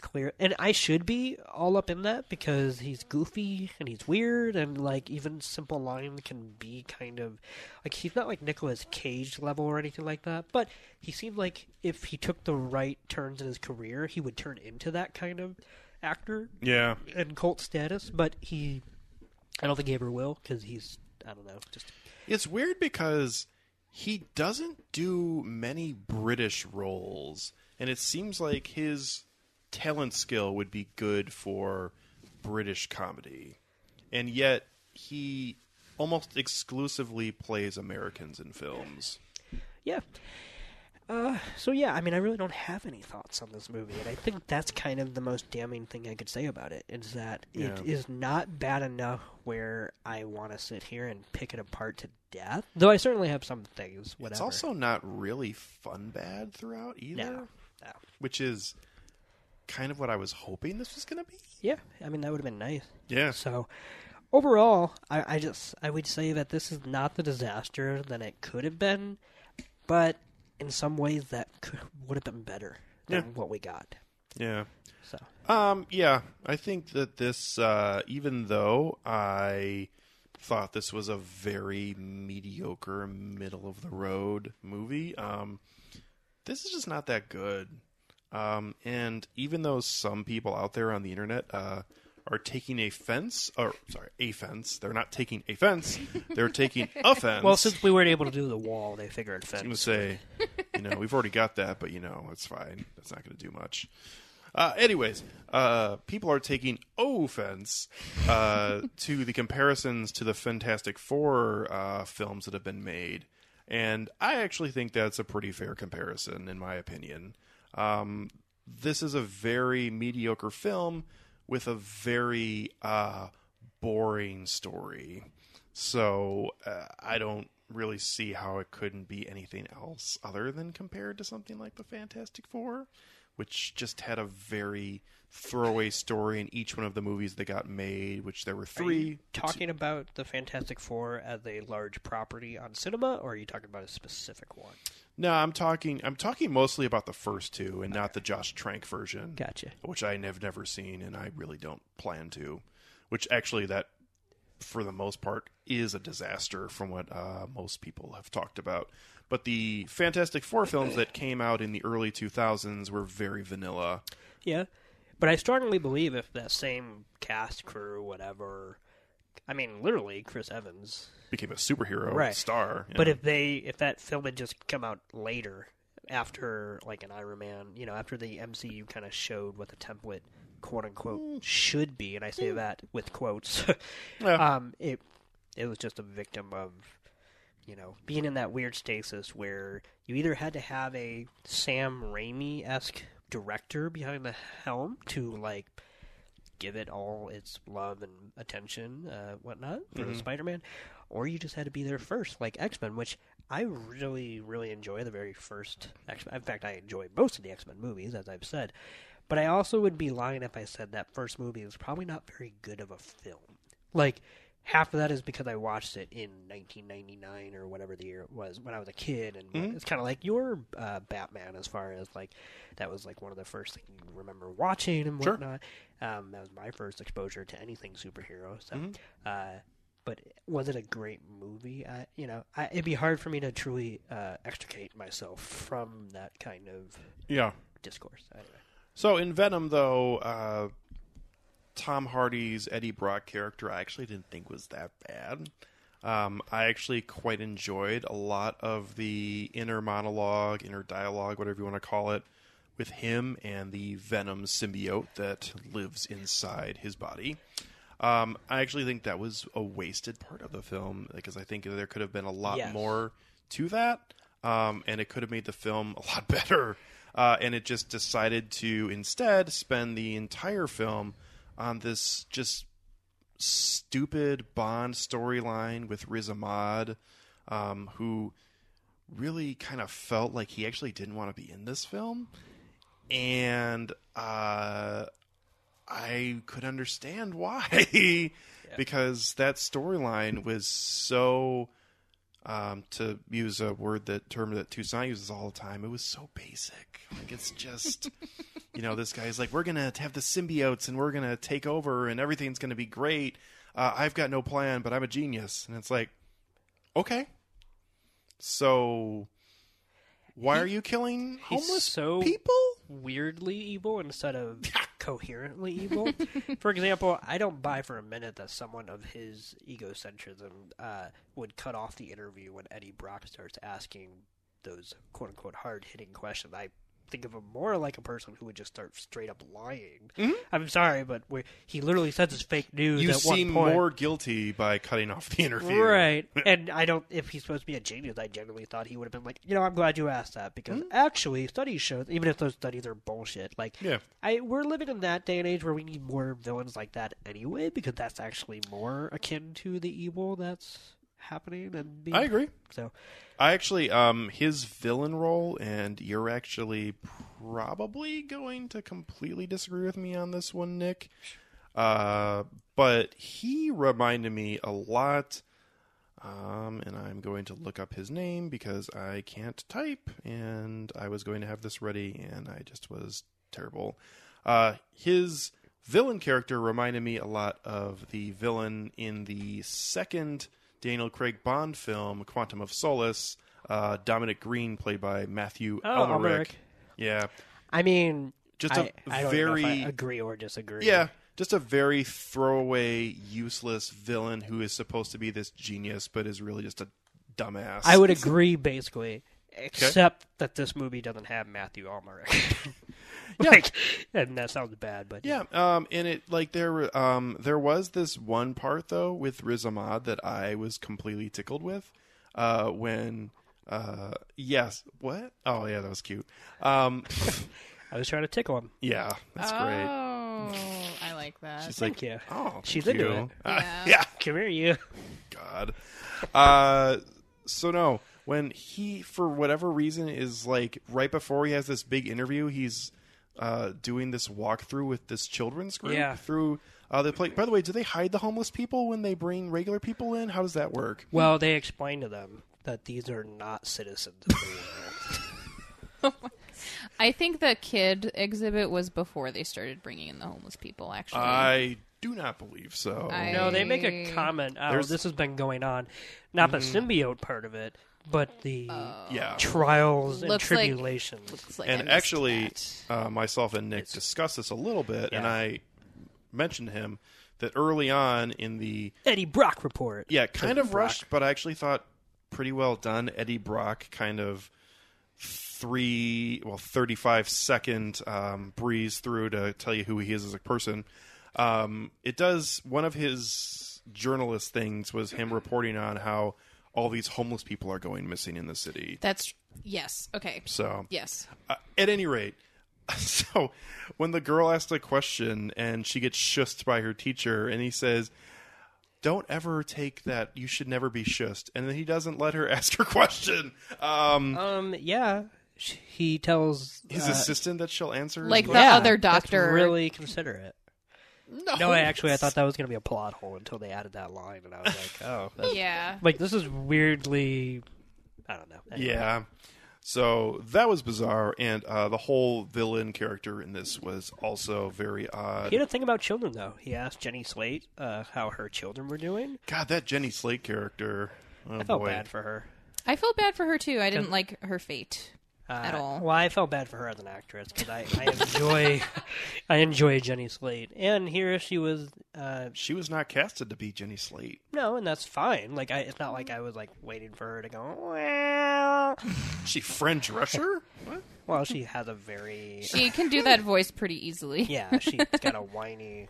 [SPEAKER 3] clear. And I should be all up in that because he's goofy and he's weird, and like even simple line can be kind of like he's not like Nicolas Cage level or anything like that. But he seemed like if he took the right turns in his career, he would turn into that kind of actor
[SPEAKER 2] Yeah.
[SPEAKER 3] and cult status. But he, I don't think he ever will because he's. I don't know. Just
[SPEAKER 2] It's weird because he doesn't do many British roles, and it seems like his talent skill would be good for British comedy. And yet, he almost exclusively plays Americans in films.
[SPEAKER 3] yeah. Uh, so yeah, I mean, I really don't have any thoughts on this movie, and I think that's kind of the most damning thing I could say about it is that
[SPEAKER 2] Yeah.
[SPEAKER 3] it is not bad enough where I want to sit here and pick it apart to death. Though I certainly have some things. Whatever.
[SPEAKER 2] It's also not really fun bad throughout either,
[SPEAKER 3] no, no.
[SPEAKER 2] which is kind of what I was hoping this was going to be.
[SPEAKER 3] Yeah, I mean that would have been nice.
[SPEAKER 2] Yeah.
[SPEAKER 3] So overall, I, I just I would say that this is not the disaster that it could have been, but in some ways that could, would have been better than
[SPEAKER 2] Yeah.
[SPEAKER 3] what we got.
[SPEAKER 2] Yeah.
[SPEAKER 3] So
[SPEAKER 2] Um, yeah, I think that this, uh, even though I thought this was a very mediocre, middle of the road movie, um, this is just not that good. Um, and even though some people out there on the internet uh, are taking a fence, or sorry, a fence, they're not taking a fence, they're taking offense.
[SPEAKER 3] well, since we weren't able to do the wall, they figured
[SPEAKER 2] I'm gonna
[SPEAKER 3] fence.
[SPEAKER 2] say, you know, we've already got that, but you know, it's fine. That's not gonna do much. Uh, anyways, uh, people are taking offense uh, *laughs* to the comparisons to the Fantastic Four uh, films that have been made, and I actually think that's a pretty fair comparison, in my opinion. Um, this is a very mediocre film with a very uh, boring story. So uh, I don't really see how it couldn't be anything else other than compared to something like the Fantastic Four, which just had a very throwaway story in each one of the movies that got made, which there were three.
[SPEAKER 3] Talking about the Fantastic Four as a large property on cinema, or are you talking about a specific one?
[SPEAKER 2] No, I'm talking. I'm talking mostly about the first two, and not the Josh Trank version.
[SPEAKER 3] Gotcha.
[SPEAKER 2] which I have never seen and I really don't plan to. Which actually, that for the most part is a disaster from what uh, most people have talked about. But the Fantastic Four films that came out in the early 2000s were very vanilla.
[SPEAKER 3] Yeah. But I strongly believe if that same cast, crew, whatever, I mean, literally Chris Evans.
[SPEAKER 2] Became a superhero
[SPEAKER 3] Right.
[SPEAKER 2] star. you
[SPEAKER 3] But
[SPEAKER 2] know.
[SPEAKER 3] if they, if that film had just come out later, after like an Iron Man, you know, after the MCU kind of showed what the template, quote unquote, should be, and I say that with quotes, *laughs*
[SPEAKER 2] Yeah.
[SPEAKER 3] um, it it was just a victim of, you know, being in that weird stasis where you either had to have a Sam Raimi esque director behind the helm to like give it all its love and attention, uh, whatnot, for Spider Man, or you just had to be there first, like X Men, which I really, really enjoy the very first X Men. In fact, I enjoy most of the X Men movies, as I've said. But I also would be lying if I said that first movie was probably not very good of a film. Like, half of that is because I watched it in 1999 or whatever the year it was when I was a kid, and it's kind of like your uh, Batman as far as like that was like one of the first things you remember watching and
[SPEAKER 2] Sure.
[SPEAKER 3] whatnot. Um, that was my first exposure to anything superhero. So, uh, but was it a great movie? I, you know, I, it'd be hard for me to truly uh, extricate myself from that kind of
[SPEAKER 2] Yeah.
[SPEAKER 3] discourse. Anyway.
[SPEAKER 2] So in Venom, though, uh, Tom Hardy's Eddie Brock character, I actually didn't think was that bad. Um, I actually quite enjoyed a lot of the inner monologue, inner dialogue, whatever you want to call it, with him and the Venom symbiote that lives inside his body. Um, I actually think that was a wasted part of the film because I think there could have been a lot
[SPEAKER 3] Yes.
[SPEAKER 2] more more to that, um, and it could have made the film a lot *laughs* better. Uh, and it just decided to instead spend the entire film on this just stupid Bond storyline with Riz Ahmad, um, who really kind of felt like he actually didn't want to be in this film. And uh, I could understand why, *laughs* because that storyline was so um, to use a word that term that Toussaint uses all the time, it was so basic. Like it's just, you know, this guy's like, we're gonna have the symbiotes and we're gonna take over and everything's gonna be great. Uh, I've got no plan, but I'm a genius, and it's like, okay, so why are you killing homeless
[SPEAKER 3] so-
[SPEAKER 2] people?
[SPEAKER 3] weirdly evil instead of coherently evil. for example, I don't buy for a minute that someone of his egocentrism uh, would cut off the interview when Eddie Brock starts asking those quote unquote hard hitting questions. I think of him more like a person who would just start straight up lying. I'm sorry, but we he literally says it's fake news
[SPEAKER 2] You
[SPEAKER 3] at
[SPEAKER 2] seem
[SPEAKER 3] one point.
[SPEAKER 2] more guilty by cutting off the interview,
[SPEAKER 3] Right. and I don't, if he's supposed to be a genius, I genuinely thought he would have been like, you know, I'm glad you asked that because actually studies show, even if those studies are bullshit, like,
[SPEAKER 2] Yeah.
[SPEAKER 3] I, we're living in that day and age where we need more villains like that anyway because that's actually more akin to the evil that's happening. And being,
[SPEAKER 2] I agree.
[SPEAKER 3] So,
[SPEAKER 2] I actually, um, his villain role, and you're actually probably going to completely disagree with me on this one, Nick. Uh, but he reminded me a lot. Um, and I'm going to look up his name because I can't type, and I was going to have this ready, and I just was terrible. Uh, his villain character reminded me a lot of the villain in the second Daniel Craig Bond film, Quantum of Solace. Uh, Dominic Green, played by Matthew
[SPEAKER 3] Oh,
[SPEAKER 2] Elmerich.
[SPEAKER 3] Elmerich.
[SPEAKER 2] Yeah,
[SPEAKER 3] I mean,
[SPEAKER 2] Just
[SPEAKER 3] I-
[SPEAKER 2] a
[SPEAKER 3] I don't even know if I
[SPEAKER 2] very-
[SPEAKER 3] agree or disagree.
[SPEAKER 2] yeah, just a very throwaway, useless villain who is supposed to be this genius, but is really just a dumbass.
[SPEAKER 3] I would agree basically, except that this movie doesn't have Matthew *laughs* Almeric. like, and that sounds bad, but
[SPEAKER 2] Yeah, um, and it like there were- um there was this one part though with Riz Ahmad that I was completely tickled with, uh, when uh yes what oh yeah that was cute, um *laughs*
[SPEAKER 3] I was trying to tickle him.
[SPEAKER 2] yeah that's great
[SPEAKER 1] oh, I
[SPEAKER 2] *laughs*
[SPEAKER 1] like that.
[SPEAKER 2] she's
[SPEAKER 3] Ah, Thank
[SPEAKER 2] like
[SPEAKER 3] you.
[SPEAKER 2] oh
[SPEAKER 3] She's
[SPEAKER 2] cute.
[SPEAKER 3] into it.
[SPEAKER 2] Uh,
[SPEAKER 1] Yeah.
[SPEAKER 2] *laughs* yeah
[SPEAKER 3] Come here, you.
[SPEAKER 2] God. Uh, so no, when he for whatever reason is like right before he has this big interview, he's uh, doing this walkthrough with this children's group
[SPEAKER 3] Yeah.
[SPEAKER 2] through uh, the play. By the way, do they hide the homeless people when they bring regular people in? How does that work?
[SPEAKER 3] Well, they explained to them that these are not citizens of the world.
[SPEAKER 1] I think the kid exhibit was before they started bringing in the homeless people. Actually,
[SPEAKER 2] I do not believe so.
[SPEAKER 1] I-
[SPEAKER 3] no, they make
[SPEAKER 1] Mm.
[SPEAKER 3] a comment. Oh,
[SPEAKER 2] There's- Mm-hmm.
[SPEAKER 3] this has been going on. Not the symbiote part of it, but the
[SPEAKER 2] yeah.
[SPEAKER 3] trials and
[SPEAKER 1] Oh. Looks like-
[SPEAKER 3] tribulations.
[SPEAKER 1] Looks like I
[SPEAKER 2] and
[SPEAKER 1] missed
[SPEAKER 2] actually,
[SPEAKER 1] that.
[SPEAKER 2] uh, myself and Nick discussed this a little bit, and
[SPEAKER 3] Yeah.
[SPEAKER 2] I mentioned to him that early on in the
[SPEAKER 3] Eddie Brock report.
[SPEAKER 2] Yeah, kind of
[SPEAKER 3] Brock.
[SPEAKER 2] rushed, but I actually thought pretty well done. Eddie Brock kind of three, well, 35 second um, breeze through to tell you who he is as a person. Um, it does, one of his journalist things was him reporting on how all these homeless people are going missing in the city.
[SPEAKER 1] that's yes. Okay,
[SPEAKER 2] So,
[SPEAKER 1] yes.
[SPEAKER 2] uh, at any rate, *laughs* so when the girl asks a question and she gets shushed by her teacher and he says don't ever take that you should never be shushed and then he doesn't let her *laughs* ask her question um
[SPEAKER 3] Um, yeah, sh- he tells
[SPEAKER 2] his
[SPEAKER 3] uh,
[SPEAKER 2] assistant that she'll answer his
[SPEAKER 1] like the
[SPEAKER 2] question?
[SPEAKER 3] yeah,
[SPEAKER 1] other
[SPEAKER 3] that's
[SPEAKER 1] doctor-
[SPEAKER 3] really considerate.
[SPEAKER 2] no,
[SPEAKER 3] No, I actually I thought that was going to be a plot hole until they added that line, and I was
[SPEAKER 1] *laughs*
[SPEAKER 3] like, oh, that's-
[SPEAKER 1] Yeah.
[SPEAKER 3] like this is weirdly, I don't know. Anyway.
[SPEAKER 2] yeah so that was bizarre and uh the whole villain character in this was also very odd
[SPEAKER 3] He had a thing about children, though. He asked Jenny Slate uh, how her children were doing.
[SPEAKER 2] god that jenny slate character oh
[SPEAKER 3] I felt
[SPEAKER 2] boy
[SPEAKER 3] bad for her.
[SPEAKER 1] I felt bad for her too. I didn't like her fate
[SPEAKER 3] Uh,
[SPEAKER 1] at all.
[SPEAKER 3] Well, I felt bad for her as an actress because I, I enjoy, *laughs* I enjoy Jenny Slate, and here she was. Uh,
[SPEAKER 2] she was not casted to be jenny slate
[SPEAKER 3] no, and that's fine. Like I, it's not like I was like waiting for her to go. Well,
[SPEAKER 2] she french rusher what?
[SPEAKER 3] well, she has a very
[SPEAKER 1] She can do that voice pretty easily.
[SPEAKER 3] yeah. She's got a whiny.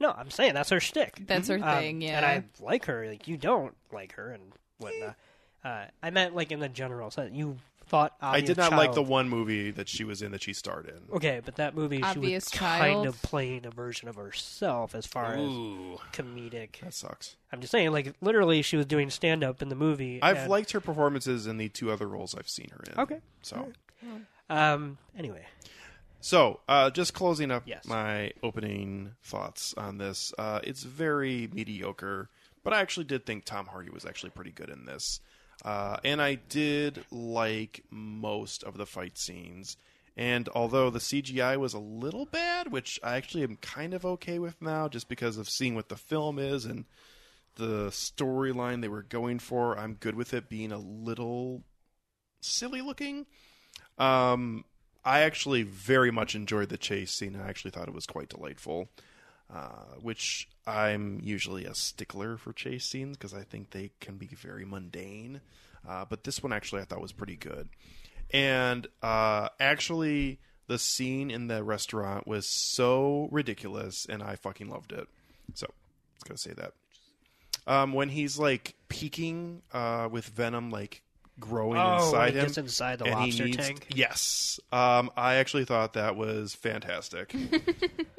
[SPEAKER 3] No, I'm saying that's her shtick.
[SPEAKER 1] *laughs* That's her
[SPEAKER 2] Mm-hmm.
[SPEAKER 3] Um,
[SPEAKER 1] thing. Yeah.
[SPEAKER 3] And I like her. Like you don't like her and whatnot. Uh, I meant like in the general sense. You thought
[SPEAKER 2] I did
[SPEAKER 3] Obvious
[SPEAKER 2] not like the
[SPEAKER 3] Child-
[SPEAKER 2] one movie that she was in that she starred in.
[SPEAKER 3] Okay, but that movie she was
[SPEAKER 1] Obvious
[SPEAKER 3] kind
[SPEAKER 1] Child.
[SPEAKER 3] of playing a version of herself as far
[SPEAKER 2] Ooh,
[SPEAKER 3] as comedic.
[SPEAKER 2] that sucks.
[SPEAKER 3] I'm just saying, like literally, she was doing stand up in the movie.
[SPEAKER 2] I've
[SPEAKER 3] and-
[SPEAKER 2] liked her performances in the two other roles I've seen her in.
[SPEAKER 3] Okay.
[SPEAKER 2] so
[SPEAKER 3] Um. Anyway,
[SPEAKER 2] so uh, just closing up
[SPEAKER 3] Yes.
[SPEAKER 2] my opening thoughts on this. Uh, it's very mediocre, but I actually did think Tom Hardy was actually pretty good in this, uh, and I did like most of the fight scenes. And although the CGI was a little bad, which I actually am kind of okay with now, just because of seeing what the film is and the storyline they were going for. I'm good with it being a little silly looking. Um, I actually very much enjoyed the chase scene. I actually thought it was quite delightful, uh, which I'm usually a stickler for chase scenes because I think they can be very mundane. Uh, but this one actually I thought was pretty good. And uh, actually, the scene in the restaurant was so ridiculous, and I fucking loved it. So, just gonna say that um, when he's like peeking uh, with venom like growing
[SPEAKER 3] Oh, when
[SPEAKER 2] inside
[SPEAKER 3] he
[SPEAKER 2] him
[SPEAKER 3] gets inside the
[SPEAKER 2] and he
[SPEAKER 3] lobster
[SPEAKER 2] needs-
[SPEAKER 3] tank?
[SPEAKER 2] yes um, i actually thought that was fantastic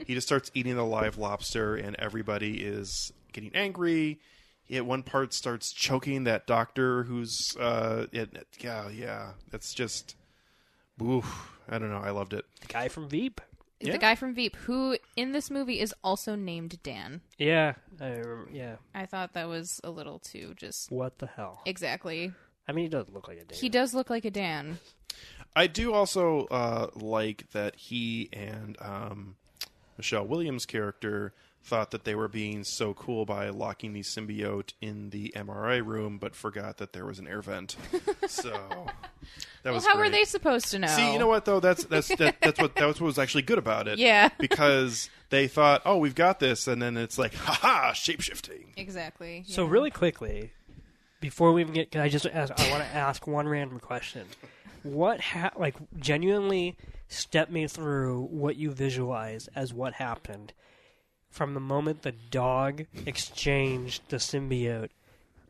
[SPEAKER 2] he just starts eating the live lobster and everybody is getting angry he at one part starts choking that doctor who's uh, it, it- yeah yeah that's just oof, i don't know i loved it
[SPEAKER 3] the guy from Veep.
[SPEAKER 2] Yeah.
[SPEAKER 1] The guy from Veep, who in this movie is also named Dan.
[SPEAKER 3] Yeah. I remember, yeah.
[SPEAKER 1] I thought that was a little too just
[SPEAKER 3] What the hell?
[SPEAKER 1] exactly.
[SPEAKER 3] I mean, he does look like a dude.
[SPEAKER 1] He does look like a Dan.
[SPEAKER 2] I do also uh, like that he and um, Michelle Williams' character thought that they were being so cool by locking the symbiote in the MRI room, but forgot that there was an air vent.
[SPEAKER 1] *laughs*
[SPEAKER 2] So that
[SPEAKER 1] Well,
[SPEAKER 2] was
[SPEAKER 1] how were
[SPEAKER 2] great.
[SPEAKER 1] they supposed to know?
[SPEAKER 2] See, you know what though? That's that's that,
[SPEAKER 1] *laughs*
[SPEAKER 2] that's what that was what was actually good about it.
[SPEAKER 1] Yeah.
[SPEAKER 2] because they thought, oh, we've got this, and then it's like, haha, shape shifting.
[SPEAKER 1] Exactly.
[SPEAKER 3] So
[SPEAKER 1] yeah.
[SPEAKER 3] really quickly, before we even get, can I just ask, I want to ask one random question. What ha- like genuinely step me through what you visualize as what happened from the moment the dog exchanged the symbiote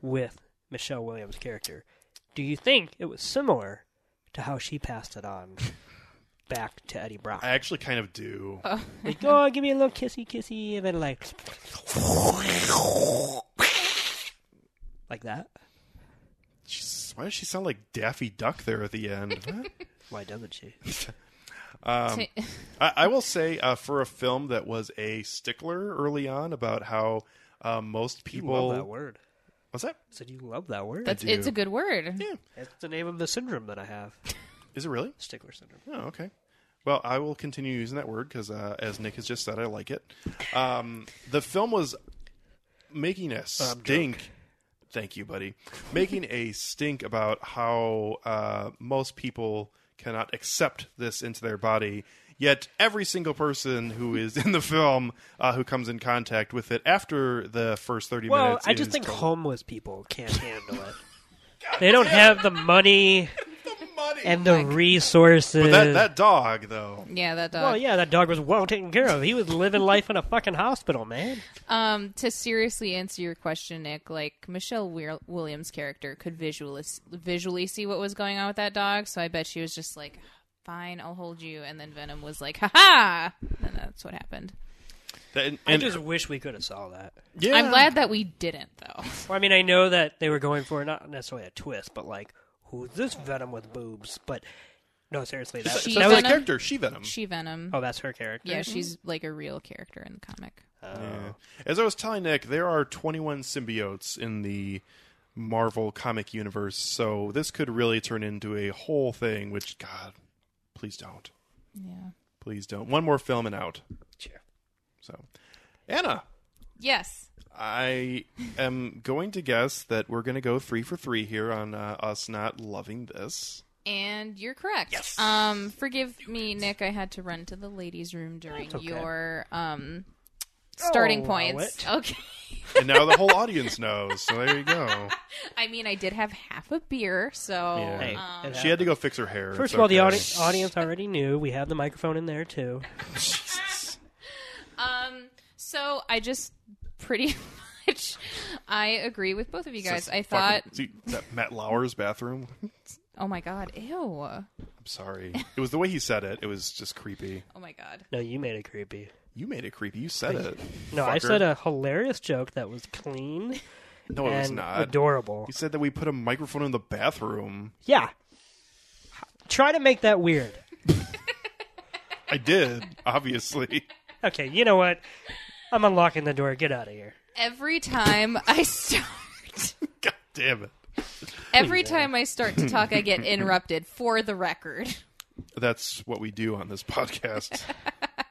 [SPEAKER 3] with Michelle Williams' character. Do you think it was similar to how she passed it on back to Eddie Brock?
[SPEAKER 2] I actually kind of do.
[SPEAKER 3] Like, oh, give me a little kissy kissy, and then like, like that.
[SPEAKER 2] Jeez, why does she sound like Daffy Duck there at the end? Huh?
[SPEAKER 1] *laughs*
[SPEAKER 3] Why doesn't *laughs* she?
[SPEAKER 1] T-
[SPEAKER 2] I, I will say uh, for a film that was a stickler early on about how uh, most
[SPEAKER 3] You love that
[SPEAKER 2] people
[SPEAKER 3] word.
[SPEAKER 2] what's that?
[SPEAKER 3] I said you love that word.
[SPEAKER 1] that's
[SPEAKER 2] do.
[SPEAKER 1] it's a good word.
[SPEAKER 2] Yeah,
[SPEAKER 3] That's the name of the syndrome that I have.
[SPEAKER 2] is it really?
[SPEAKER 3] Stickler syndrome.
[SPEAKER 2] Oh, okay. Well, I will continue using that word because, uh, as Nick has just said, I like it. Um, the film was making a stink. Thank you, buddy. Making a stink about how uh, most people cannot accept this into their body. Yet every single person who is in the film uh, who comes in contact with it after the first thirty
[SPEAKER 3] Well,
[SPEAKER 2] minutes,
[SPEAKER 3] I just
[SPEAKER 2] is
[SPEAKER 3] think
[SPEAKER 2] told-
[SPEAKER 3] homeless people *laughs* can't handle it. They don't have the money and the resources.
[SPEAKER 2] But that that dog though.
[SPEAKER 1] Yeah, that dog.
[SPEAKER 3] well, yeah, that dog was well taken care of. He was living life in a fucking hospital, man.
[SPEAKER 1] Um, to seriously answer your question, Nick, like Michelle Weir- Williams' character could visually visually see what was going on with that dog, so I bet she was just like, fine, I'll hold you. And then Venom was like, ha ha! And that's what happened.
[SPEAKER 2] That- and,
[SPEAKER 3] I just wish we could have saw that.
[SPEAKER 2] yeah.
[SPEAKER 1] I'm glad that we didn't, though. *laughs*
[SPEAKER 3] Well, I mean, I know that they were going for not necessarily a twist, but like, who's this Venom with boobs? But no, seriously, that,
[SPEAKER 1] She
[SPEAKER 2] That's that
[SPEAKER 3] that was.
[SPEAKER 1] Venom.
[SPEAKER 2] was character. She Venom.
[SPEAKER 1] She Venom.
[SPEAKER 3] Oh, that's her character.
[SPEAKER 1] yeah, she's like a real character in the comic.
[SPEAKER 2] Yeah. As I was telling Nick, there are 21 symbiotes in the Marvel comic universe, so this could really turn into a whole thing. Which, God, please don't,
[SPEAKER 1] Yeah.
[SPEAKER 2] please don't. One more film and out.
[SPEAKER 3] Sure.
[SPEAKER 2] So, Anna,
[SPEAKER 1] Yes.
[SPEAKER 2] I am going to guess that we're going to go three for three here on uh, us not loving this.
[SPEAKER 1] And you're correct. Yes. Um, forgive me, Nick. I had to run to the ladies' room during
[SPEAKER 3] okay.
[SPEAKER 1] your um starting
[SPEAKER 3] allow
[SPEAKER 1] points.
[SPEAKER 3] it.
[SPEAKER 1] Okay. *laughs*
[SPEAKER 2] And now the whole audience knows. So there you go.
[SPEAKER 1] I mean, I did have half a beer, so
[SPEAKER 2] Yeah.
[SPEAKER 3] Hey,
[SPEAKER 1] um,
[SPEAKER 3] it
[SPEAKER 2] She had to go fix her hair.
[SPEAKER 3] First
[SPEAKER 2] It's
[SPEAKER 3] of all, the
[SPEAKER 2] okay.
[SPEAKER 3] audi- audience already knew. We have the microphone in there too.
[SPEAKER 1] um, so I just pretty *laughs* much I agree with both of you guys. I thought,
[SPEAKER 2] Fucking- see, that Matt Lauer's bathroom.
[SPEAKER 1] oh my god, ew, oh
[SPEAKER 2] I'm sorry. It was the way he said it. It was just creepy.
[SPEAKER 1] my god.
[SPEAKER 3] No, you made it creepy.
[SPEAKER 2] You made it creepy. You said it.
[SPEAKER 3] No, I
[SPEAKER 2] fucker.
[SPEAKER 3] said uh, a hilarious joke that was clean
[SPEAKER 2] *laughs* No, it was
[SPEAKER 3] and
[SPEAKER 2] not.
[SPEAKER 3] adorable.
[SPEAKER 2] you said that we put a microphone in the bathroom.
[SPEAKER 3] Yeah. Try to make that weird.
[SPEAKER 2] I did,
[SPEAKER 3] *laughs*
[SPEAKER 2] obviously.
[SPEAKER 3] Okay, you know what? I'm unlocking the door. Get out of here.
[SPEAKER 1] Every time I *laughs* start,
[SPEAKER 2] God damn it.
[SPEAKER 1] every time I start to talk, I get interrupted. For the record,
[SPEAKER 2] That's what we do on this
[SPEAKER 3] *laughs*
[SPEAKER 2] podcast.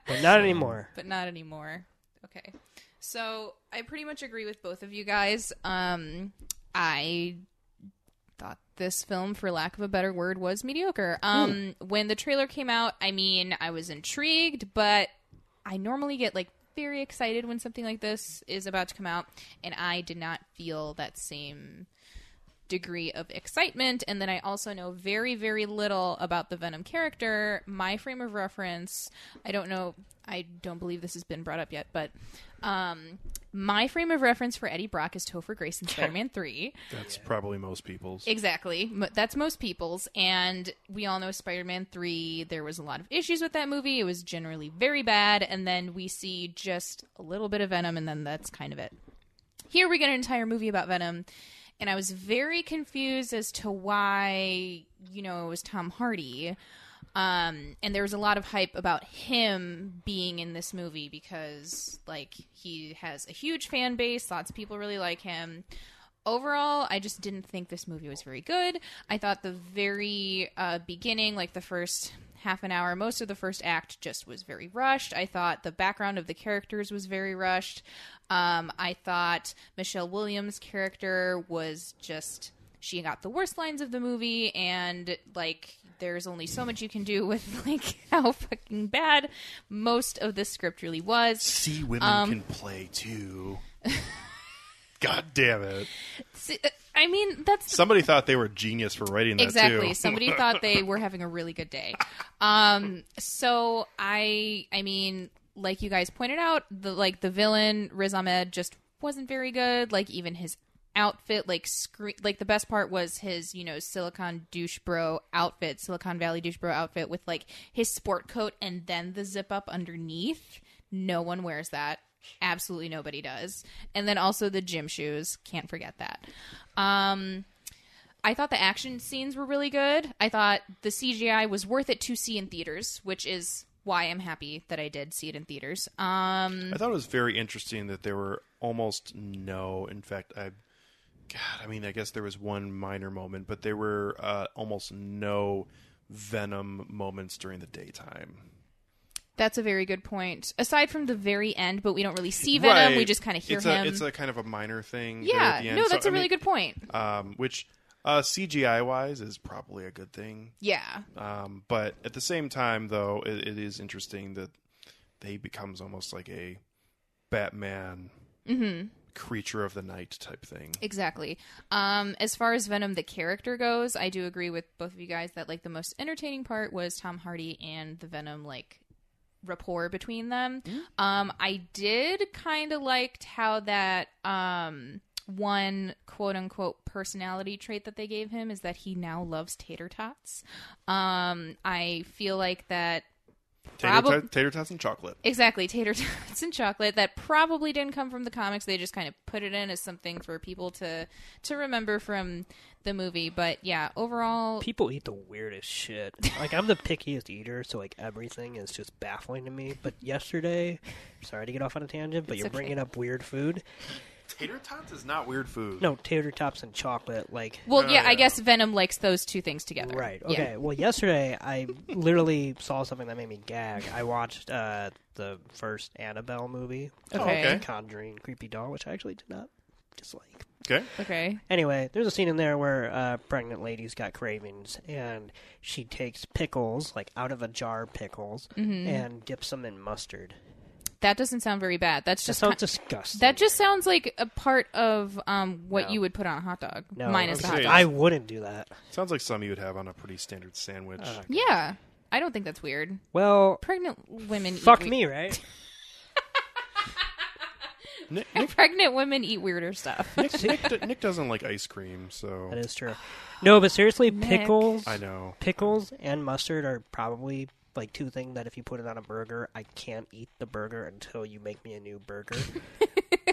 [SPEAKER 3] But not anymore.
[SPEAKER 1] but not anymore. Okay. So I pretty much agree with both of you guys. Um, I thought this film, for lack of a better word, was mediocre. Um, When the trailer came out, I mean, I was intrigued, but I normally get like very excited when something like this is about to come out, and I did not feel that same degree of excitement and then i also know very very little about the venom character my frame of reference i don't know i don't believe this has been brought up yet but um my frame of reference for eddie brock is topher grace in spider-man 3
[SPEAKER 2] That's probably most people's.
[SPEAKER 1] Exactly. M- That's most people's. And we all know Spider Man 3, there was a lot of issues with that movie. It was generally very bad. And then we see just a little bit of Venom, and then that's kind of it. Here we get an entire movie about Venom. And I was very confused as to why, you know, it was Tom Hardy. Um, and there was a lot of hype about him being in this movie because, like, he has a huge fan base. Lots of people really like him overall i just didn't think this movie was very good i thought the very uh, beginning like the first half an hour most of the first act just was very rushed i thought the background of the characters was very rushed um, i thought michelle williams character was just she got the worst lines of the movie and like there's only so much you can do with *laughs* like how fucking bad most of this script really was
[SPEAKER 2] See, women
[SPEAKER 3] um,
[SPEAKER 2] can play
[SPEAKER 3] *laughs*
[SPEAKER 2] too. God damn it.
[SPEAKER 1] See, uh, i mean that's
[SPEAKER 2] Somebody thought they were genius for writing that
[SPEAKER 1] exactly
[SPEAKER 2] too.
[SPEAKER 1] somebody thought they were having a really good day um so i i mean like you guys pointed out the like the villain riz ahmed just wasn't very good like even his outfit like scre- like the best part was his you know silicon douche bro outfit silicon valley douche bro outfit with like his sport coat and then the zip up underneath no one wears that absolutely nobody does and then also the gym shoes can't forget that um I thought the action scenes were really good. I thought the CGI was worth it to see in theaters, which is why I'm happy that I did see it in theaters. Um,
[SPEAKER 2] I thought it was very interesting that there were almost no. In fact, I, God, I mean, I guess there was one minor moment, but there were uh, almost no Venom moments during the daytime.
[SPEAKER 1] that's a very good point. Aside from the very end, but we don't really see Venom; we
[SPEAKER 2] Right.
[SPEAKER 1] just kind of hear
[SPEAKER 2] it's
[SPEAKER 1] him.
[SPEAKER 2] A, it's a kind of a minor thing. there
[SPEAKER 1] yeah,
[SPEAKER 2] at the end.
[SPEAKER 1] no,
[SPEAKER 2] So,
[SPEAKER 1] that's
[SPEAKER 2] I
[SPEAKER 1] a really
[SPEAKER 2] mean,
[SPEAKER 1] good point.
[SPEAKER 2] Um, which uh, CGI wise is probably a good thing.
[SPEAKER 1] Yeah,
[SPEAKER 2] Um, but at the same time, though, it, it is interesting that they becomes almost like a Batman
[SPEAKER 1] Mm-hmm.
[SPEAKER 2] creature of the night type thing.
[SPEAKER 1] Exactly. Um, as far as Venom the character goes, I do agree with both of you guys that like the most entertaining part was Tom Hardy and the Venom like rapport between them. Um, I did kind of liked how that um one quote unquote personality trait that they gave him is that he now loves tater tots. Um, I feel like that
[SPEAKER 2] Tater,
[SPEAKER 1] Probab-
[SPEAKER 2] tot- tater tots and chocolate.
[SPEAKER 1] Exactly, tater *laughs* tots and chocolate. That probably didn't come from the comics. They just kind of put it in as something for people to to remember from the movie. But yeah, overall,
[SPEAKER 3] People eat the weirdest shit. Like I'm the pickiest eater, so like everything is just baffling to me. But yesterday, sorry to get off on a tangent, but
[SPEAKER 1] It's
[SPEAKER 3] you're
[SPEAKER 1] okay.
[SPEAKER 3] bringing up weird food.
[SPEAKER 2] Tater tots is not weird food.
[SPEAKER 3] No, tater tots and chocolate. Like
[SPEAKER 1] well,
[SPEAKER 2] Oh,
[SPEAKER 1] yeah, I
[SPEAKER 2] yeah.
[SPEAKER 1] guess Venom likes those two things together.
[SPEAKER 3] Right.
[SPEAKER 1] Yeah.
[SPEAKER 3] Okay. Well, yesterday I literally saw something that made me gag. I watched uh, the first Annabelle movie.
[SPEAKER 1] Oh, okay.
[SPEAKER 3] called Conjuring Creepy Doll, which I actually did not dislike.
[SPEAKER 2] Okay.
[SPEAKER 1] Okay.
[SPEAKER 3] Anyway, there's a scene in there where uh, pregnant lady's got cravings, and she takes pickles, like out of a jar of pickles,
[SPEAKER 1] Mm-hmm.
[SPEAKER 3] and dips them in mustard.
[SPEAKER 1] That doesn't sound very bad. That's
[SPEAKER 3] That
[SPEAKER 1] just
[SPEAKER 3] sounds
[SPEAKER 1] ki-
[SPEAKER 3] disgusting.
[SPEAKER 1] that just sounds like a part of um, what
[SPEAKER 3] No.
[SPEAKER 1] you would put on a hot dog,
[SPEAKER 3] no,
[SPEAKER 1] minus the
[SPEAKER 2] I'm
[SPEAKER 1] hot
[SPEAKER 2] serious.
[SPEAKER 1] dog.
[SPEAKER 3] I wouldn't do that.
[SPEAKER 2] Sounds like something you would have on a pretty standard sandwich.
[SPEAKER 3] Uh,
[SPEAKER 1] Yeah, I don't think that's weird.
[SPEAKER 3] Well,
[SPEAKER 1] Pregnant women
[SPEAKER 3] fuck
[SPEAKER 1] eat *sighs*
[SPEAKER 3] me, right?
[SPEAKER 2] Nick,
[SPEAKER 1] we-
[SPEAKER 2] Nick,
[SPEAKER 1] *laughs* Pregnant women eat weirder stuff.
[SPEAKER 3] *laughs*
[SPEAKER 2] Nick, Nick, do- Nick doesn't like ice cream, so
[SPEAKER 3] That is true. No, but seriously,
[SPEAKER 1] Nick.
[SPEAKER 3] pickles.
[SPEAKER 2] I know.
[SPEAKER 3] pickles and mustard are probably like two things that if you put it on a burger, I can't eat the burger until you make me a new burger.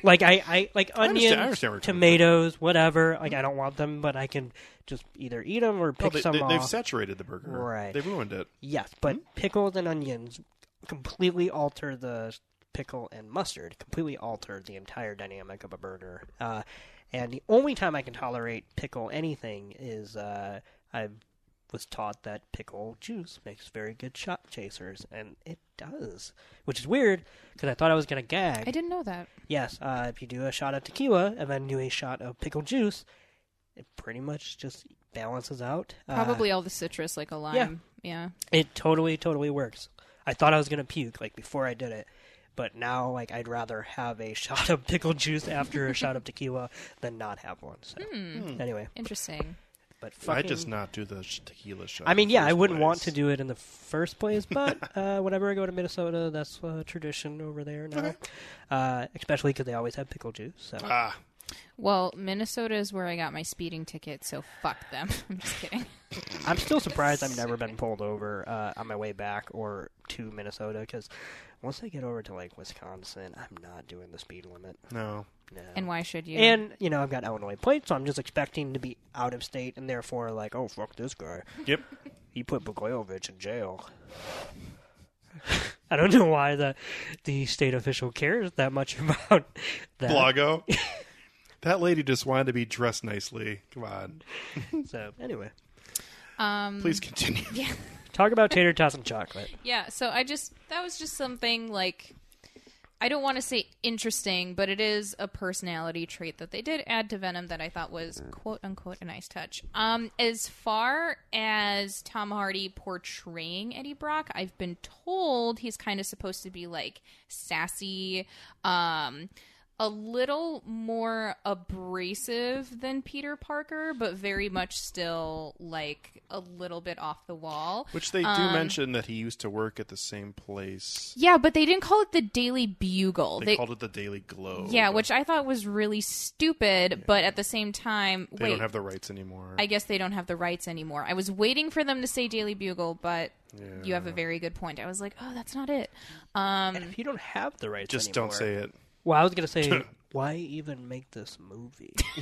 [SPEAKER 3] like I, I like
[SPEAKER 2] understand- I
[SPEAKER 3] onions,
[SPEAKER 2] understand where you're coming from.
[SPEAKER 3] tomatoes, whatever. Like I don't want them, but I can just either eat them or
[SPEAKER 2] No,
[SPEAKER 3] pick
[SPEAKER 2] they,
[SPEAKER 3] some
[SPEAKER 2] they, have
[SPEAKER 3] off.
[SPEAKER 2] saturated the burger.
[SPEAKER 3] Right.
[SPEAKER 2] They ruined it.
[SPEAKER 3] yes, but
[SPEAKER 1] Hmm?
[SPEAKER 3] pickles and onions completely alter the pickle and mustard. Completely alter the entire dynamic of a burger. Uh, and the only time I can tolerate pickle anything is uh, I was taught that pickle juice makes very good shot chasers, and it does, which is weird because I thought I was gonna gag.
[SPEAKER 1] I didn't know that.
[SPEAKER 3] Yes, uh, if you do a shot of tequila and then do a shot of pickle juice, it pretty much just balances out. Uh,
[SPEAKER 1] Probably all the citrus, like a lime. yeah.
[SPEAKER 3] it totally, totally works. I thought I was gonna puke like before I did it, but now like I'd rather have a *laughs* shot of pickle juice after a shot of tequila than not have one. So anyway,
[SPEAKER 1] Interesting.
[SPEAKER 3] but
[SPEAKER 2] Hmm. I
[SPEAKER 3] fucking,
[SPEAKER 2] just not do the sh- tequila shot.
[SPEAKER 3] I mean,
[SPEAKER 2] in the
[SPEAKER 3] yeah, I
[SPEAKER 2] first
[SPEAKER 3] wouldn't want to
[SPEAKER 2] place.
[SPEAKER 3] do it in the first
[SPEAKER 2] *laughs*
[SPEAKER 3] place, but uh, whenever I go to Minnesota, that's uh, tradition over there now. Uh, especially because they always have pickle juice. So.
[SPEAKER 2] Ah,
[SPEAKER 1] Well, Minnesota is where I got my speeding ticket, so fuck them. *laughs* I'm just kidding.
[SPEAKER 3] I'm still surprised I've never been pulled over uh, on my way back or to Minnesota because once I get over to like Wisconsin, I'm not doing the speed limit. *laughs*
[SPEAKER 2] no.
[SPEAKER 3] No.
[SPEAKER 1] And why should you?
[SPEAKER 3] And, you know, I've got Illinois plates, so I'm just expecting to be out of state and therefore like, oh fuck this guy,
[SPEAKER 2] Yep.
[SPEAKER 3] he put Bogoyovich in jail. *laughs* I don't know why the the state official cares that much *laughs* about that. *laughs*
[SPEAKER 2] Blago. that lady just wanted to be dressed nicely. Come on.
[SPEAKER 3] So anyway,
[SPEAKER 1] um,
[SPEAKER 2] Please continue.
[SPEAKER 3] talk about tater tots and chocolate.
[SPEAKER 1] yeah. So I just that was just something like I don't want to say interesting, but it is a personality trait that they did add to Venom that I thought was quote unquote a nice touch. Um, as far as Tom Hardy portraying Eddie Brock, I've been told he's kind of supposed to be like sassy, um, a little more abrasive than Peter Parker, but very much still like a little bit off the wall.
[SPEAKER 2] Which they do
[SPEAKER 1] um,
[SPEAKER 2] mention that he used to work at the same place.
[SPEAKER 1] Yeah, but they didn't call it the Daily Bugle.
[SPEAKER 2] They,
[SPEAKER 1] They,
[SPEAKER 2] called it the Daily Globe.
[SPEAKER 1] yeah, which I thought was really stupid, but at the same time,
[SPEAKER 2] they
[SPEAKER 1] wait,
[SPEAKER 2] don't have the rights anymore.
[SPEAKER 1] I guess they don't have the rights anymore. I was waiting for them to say Daily Bugle, but you have a very good point. I was like, oh, that's not it. Um,
[SPEAKER 3] And if you don't have the rights,
[SPEAKER 2] just
[SPEAKER 3] anymore,
[SPEAKER 2] don't say it.
[SPEAKER 3] Well, I was
[SPEAKER 2] *laughs*
[SPEAKER 3] gonna say, why even make this movie? *laughs*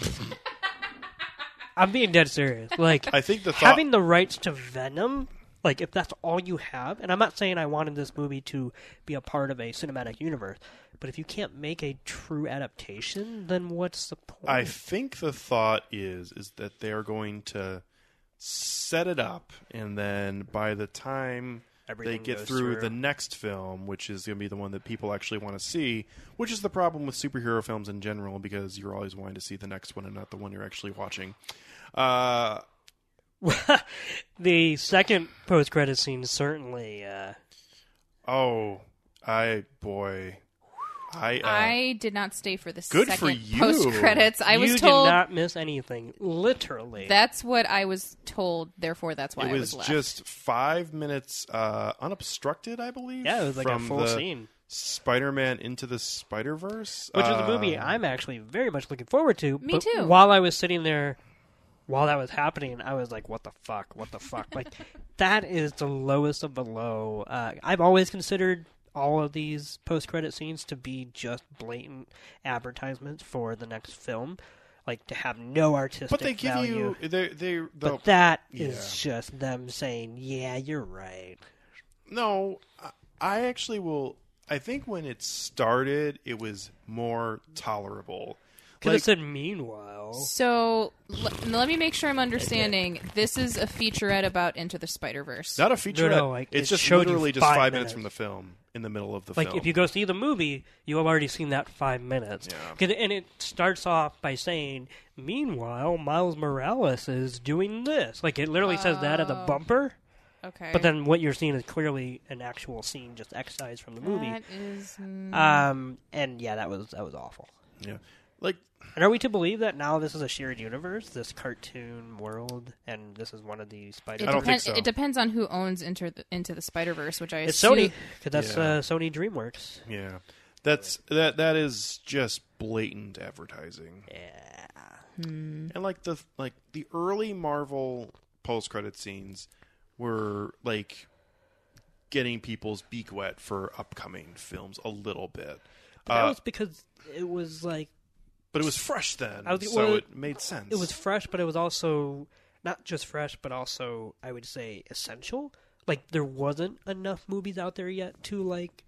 [SPEAKER 3] I'm being dead serious. Like
[SPEAKER 2] I think the thought.
[SPEAKER 3] having the rights to Venom, like if that's all you have, and I'm not saying I wanted this movie to be a part of a cinematic universe, but if you can't make a true adaptation, then what's the point?
[SPEAKER 2] I think the thought is is that they are going to set it up, and then by the time
[SPEAKER 3] Everything
[SPEAKER 2] they get
[SPEAKER 3] goes
[SPEAKER 2] through,
[SPEAKER 3] through.
[SPEAKER 2] the next film, which is going to be the one that people actually want to see, which is the problem with superhero films in general, because you're always wanting to see the next one and not the one you're actually watching. Uh,
[SPEAKER 3] *laughs* the second post credit scene certainly. Uh,
[SPEAKER 2] oh, I boy, I. Uh,
[SPEAKER 1] I did not stay for the
[SPEAKER 2] Good for
[SPEAKER 1] second
[SPEAKER 2] you.
[SPEAKER 1] post credits. I
[SPEAKER 3] you
[SPEAKER 1] was
[SPEAKER 3] did
[SPEAKER 1] told
[SPEAKER 3] not miss anything. Literally,
[SPEAKER 1] that's what I was told. Therefore, that's why
[SPEAKER 2] it
[SPEAKER 1] I
[SPEAKER 2] was
[SPEAKER 1] was left.
[SPEAKER 2] just five minutes uh, unobstructed, I believe.
[SPEAKER 3] yeah, it was like a
[SPEAKER 2] from
[SPEAKER 3] full
[SPEAKER 2] the
[SPEAKER 3] scene.
[SPEAKER 2] Spider-Man Into the Spider-Verse,
[SPEAKER 3] which is
[SPEAKER 2] Uh,
[SPEAKER 3] a movie I'm actually very much looking forward to.
[SPEAKER 1] Me
[SPEAKER 3] but
[SPEAKER 1] too.
[SPEAKER 3] While I was sitting there, while that was happening, I was like, "What the fuck? What the fuck?"
[SPEAKER 1] *laughs*
[SPEAKER 3] like that is the lowest of the low. Uh, I've always considered all of these post-credit scenes to be just blatant advertisements for the next film, like to have no artistic
[SPEAKER 2] But they give
[SPEAKER 3] value.
[SPEAKER 2] you they they the,
[SPEAKER 3] but that is
[SPEAKER 2] Yeah.
[SPEAKER 3] just them saying, "Yeah, you're right."
[SPEAKER 2] no. I- I actually will. I think when it started, it was more tolerable.
[SPEAKER 3] Because
[SPEAKER 2] Like,
[SPEAKER 3] it said, "Meanwhile."
[SPEAKER 1] So l- let me make sure I'm understanding. This is a featurette about Into the Spider Verse.
[SPEAKER 2] not a featurette.
[SPEAKER 3] No, no, like,
[SPEAKER 2] it's
[SPEAKER 3] it
[SPEAKER 2] just
[SPEAKER 3] showed you
[SPEAKER 2] literally just
[SPEAKER 3] five
[SPEAKER 2] five minutes
[SPEAKER 3] minutes.
[SPEAKER 2] from the film in the middle of the
[SPEAKER 3] Like
[SPEAKER 2] film.
[SPEAKER 3] if you go see the movie, you have already seen that five minutes.
[SPEAKER 2] Yeah.
[SPEAKER 3] 'Cause- And it starts off by saying, "Meanwhile, Miles Morales is doing this." Like it literally says that at the bumper,
[SPEAKER 1] Oh, Okay.
[SPEAKER 3] but then what you're seeing is clearly an actual scene just excised from the movie.
[SPEAKER 1] That is. mm,
[SPEAKER 3] Um, and yeah, that was that was awful.
[SPEAKER 2] yeah, like
[SPEAKER 3] And are we to believe that now this is a shared universe, this cartoon world, and this is one of the
[SPEAKER 1] It
[SPEAKER 3] Spider?
[SPEAKER 2] I don't think
[SPEAKER 1] depends-
[SPEAKER 2] so.
[SPEAKER 1] It depends on who owns Into the, into the Spider Verse, which I
[SPEAKER 3] It's
[SPEAKER 1] assume.
[SPEAKER 3] Sony because that's
[SPEAKER 2] Yeah.
[SPEAKER 3] uh, Sony DreamWorks.
[SPEAKER 2] yeah, that's that that is just blatant advertising.
[SPEAKER 3] Yeah. Hmm.
[SPEAKER 2] And like the like the early Marvel post credit scenes were like getting people's beak wet for upcoming films a little bit.
[SPEAKER 3] But that
[SPEAKER 2] Uh,
[SPEAKER 3] was because it was like
[SPEAKER 2] But it was fresh then,
[SPEAKER 3] I was-
[SPEAKER 2] so
[SPEAKER 3] well,
[SPEAKER 2] it made sense.
[SPEAKER 3] it was fresh, but it was also not just fresh, but also I would say essential. Like there wasn't enough movies out there yet to like,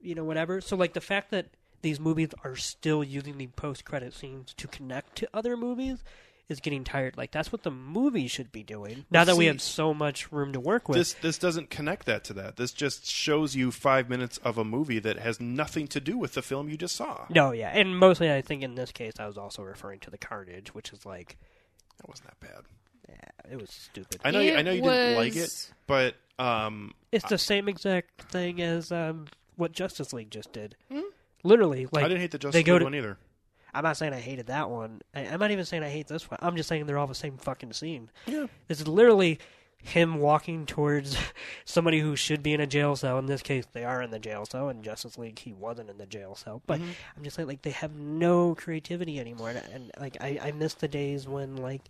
[SPEAKER 3] you know, whatever. So like the fact that these movies are still using the post-credit scenes to connect to other movies is getting tired. Like that's what the movie should be doing. Now that we
[SPEAKER 2] see,
[SPEAKER 3] have so much room to work with,
[SPEAKER 2] this this doesn't connect that to that. This just shows you five minutes of a movie that has nothing to do with the film you just saw.
[SPEAKER 3] no, Oh, yeah, and mostly I think in this case I was also referring to the Carnage, which is like
[SPEAKER 2] That wasn't that bad.
[SPEAKER 3] it was stupid.
[SPEAKER 2] I know you, I know you
[SPEAKER 1] It
[SPEAKER 2] didn't like it,
[SPEAKER 1] was-
[SPEAKER 2] but um,
[SPEAKER 3] It's the same exact thing as um, what Justice League just did. Literally, like
[SPEAKER 2] I didn't hate the Justice
[SPEAKER 3] they go
[SPEAKER 2] League
[SPEAKER 3] to-
[SPEAKER 2] one either.
[SPEAKER 3] I'm not saying I hated that one. I, I'm not even saying I hate this one. I'm just saying they're all the same fucking scene.
[SPEAKER 2] Yeah.
[SPEAKER 3] This is literally him walking towards *laughs* somebody who should be in a jail cell. In this case, they are in the jail cell. In Justice League, he wasn't in the jail cell. But I'm just saying, like, they have no creativity anymore. And, and like, I, I miss the days when, like,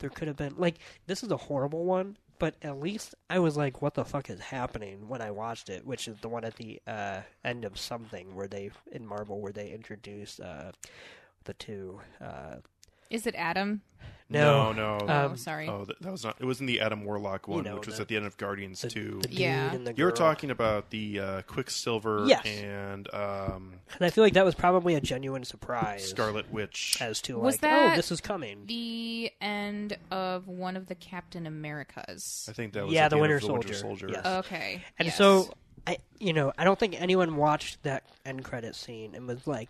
[SPEAKER 3] there could have been, like, this is a horrible one, but at least I was like, what the fuck is happening when I watched it, which is the one at the uh, end of something where they, in Marvel, where they introduce uh, the two. Uh,
[SPEAKER 1] Is it Adam?
[SPEAKER 3] no,
[SPEAKER 2] no. no.
[SPEAKER 1] oh,
[SPEAKER 3] Um,
[SPEAKER 1] sorry.
[SPEAKER 2] Oh, that, that was not. It was in the Adam Warlock one,
[SPEAKER 3] know,
[SPEAKER 2] which was
[SPEAKER 3] the-
[SPEAKER 2] at the end of Guardians
[SPEAKER 3] the,
[SPEAKER 2] two.
[SPEAKER 3] the dude
[SPEAKER 1] Yeah.
[SPEAKER 3] and the
[SPEAKER 2] You're
[SPEAKER 3] girl.
[SPEAKER 2] talking about the uh, Quicksilver
[SPEAKER 3] Yes.
[SPEAKER 2] and um,
[SPEAKER 3] And I feel like that was probably a genuine surprise.
[SPEAKER 2] Scarlet Witch.
[SPEAKER 3] As to
[SPEAKER 1] Was
[SPEAKER 3] like,
[SPEAKER 1] that-
[SPEAKER 3] oh, this is coming.
[SPEAKER 1] The end of one of the Captain Americas.
[SPEAKER 2] I think that was
[SPEAKER 3] Yeah,
[SPEAKER 2] at
[SPEAKER 3] the
[SPEAKER 2] end
[SPEAKER 3] Winter
[SPEAKER 2] of the Winter
[SPEAKER 3] Soldier.
[SPEAKER 2] Soldier.
[SPEAKER 3] Yes.
[SPEAKER 1] Okay.
[SPEAKER 3] and
[SPEAKER 1] yes.
[SPEAKER 3] so, I, you know, I don't think anyone watched that end credit scene and was like,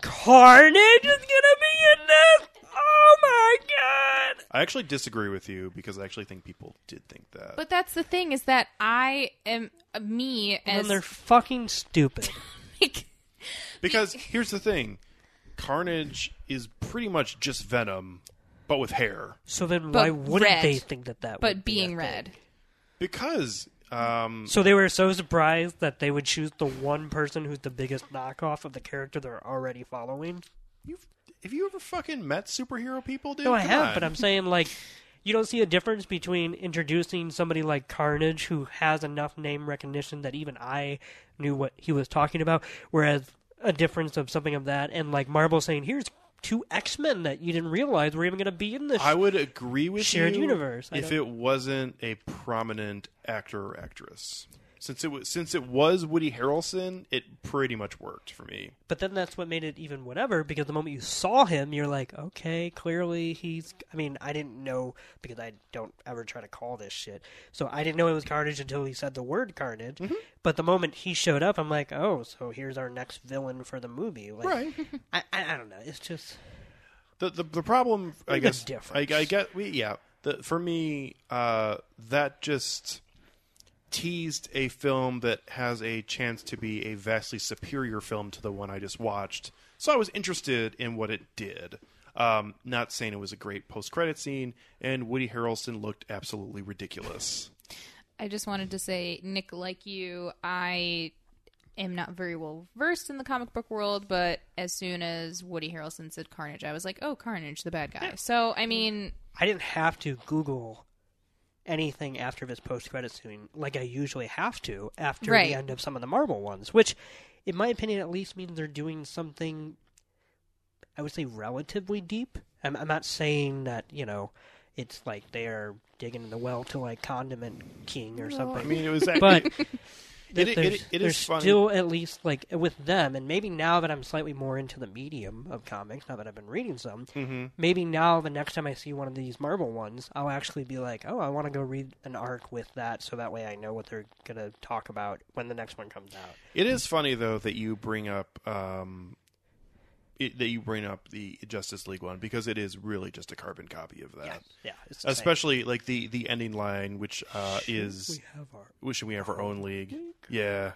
[SPEAKER 3] Carnage is gonna be in this. Oh my god!
[SPEAKER 2] I actually disagree with you because I actually think people did think that.
[SPEAKER 1] But that's the thing is that I am uh, me
[SPEAKER 3] And
[SPEAKER 1] as *laughs*
[SPEAKER 3] they're fucking stupid. *laughs*
[SPEAKER 2] because here's the thing, Carnage is pretty much just Venom, but with hair.
[SPEAKER 1] *laughs*
[SPEAKER 3] So then,
[SPEAKER 1] But
[SPEAKER 3] why wouldn't
[SPEAKER 1] red.
[SPEAKER 3] they think that that?
[SPEAKER 1] but
[SPEAKER 3] *laughs* would be a
[SPEAKER 1] being
[SPEAKER 3] thing?
[SPEAKER 1] red.
[SPEAKER 2] Because um,
[SPEAKER 3] So they were so surprised that they would choose the one person who's the biggest knockoff of the character they're already following.
[SPEAKER 2] you've have you ever fucking met superhero people, dude?
[SPEAKER 3] No, I
[SPEAKER 2] Oh, Come
[SPEAKER 3] have,
[SPEAKER 2] on.
[SPEAKER 3] but I'm saying like you don't see a difference between introducing somebody like Carnage who has enough name recognition that even I knew what he was talking about, whereas a difference of something of that and like Marvel saying, Here's two X Men that you didn't realize were even gonna be in this
[SPEAKER 2] I would agree with
[SPEAKER 3] Shared
[SPEAKER 2] you
[SPEAKER 3] universe, I
[SPEAKER 2] if
[SPEAKER 3] don't-
[SPEAKER 2] it wasn't a prominent actor or actress. Since it was since it was Woody Harrelson, it pretty much worked for me.
[SPEAKER 3] but then that's what made it even whatever because the moment you saw him you're like okay clearly he's i mean i didn't know because i don't ever try to call this shit so i didn't know it was carnage until he said the word carnage but the moment he showed up i'm like oh so here's our next villain for the movie like *laughs* I, I, I don't know it's just
[SPEAKER 2] The the, the problem, I
[SPEAKER 3] The
[SPEAKER 2] guess, I,
[SPEAKER 3] difference.
[SPEAKER 2] I get, we, yeah. The, for me, uh, that just teased a film that has a chance to be a vastly superior film to the one I just watched. So I was interested in what it did. Um, not saying it was a great post-credit scene, and Woody Harrelson looked absolutely ridiculous.
[SPEAKER 1] I just wanted to say, Nick, like you, I am not very well versed in the comic book world, but as soon as Woody Harrelson said Carnage, I was like, oh, Carnage, the bad guy. So, I mean,
[SPEAKER 3] I didn't have to Google anything after this post credit scene like I usually have to after
[SPEAKER 1] Right.
[SPEAKER 3] the end of some of the Marvel ones, which, in my opinion, at least means they're doing something. I would say relatively deep. I'm, I'm not saying that you know it's like they are digging in the well to like Condiment King or something
[SPEAKER 2] I mean, it was that.
[SPEAKER 3] but
[SPEAKER 2] It-
[SPEAKER 3] if
[SPEAKER 2] it-
[SPEAKER 3] there's-
[SPEAKER 2] it is
[SPEAKER 3] there's
[SPEAKER 2] funny.
[SPEAKER 3] still at least like with them, and maybe now that I'm slightly more into the medium of comics, now that I've been reading some,
[SPEAKER 2] Mm-hmm.
[SPEAKER 3] maybe now the next time I see one of these Marvel ones, I'll actually be like, oh, I want to go read an arc with that, so that way I know what they're gonna talk about when the next one comes out.
[SPEAKER 2] *laughs* It is funny though that you bring up um, it, that you bring up the Justice League one because it is really just a carbon copy of that.
[SPEAKER 3] Yeah, it's the same.
[SPEAKER 2] Especially like the the ending line, which uh, is
[SPEAKER 3] we have our
[SPEAKER 2] wishing we have our own league. Yeah,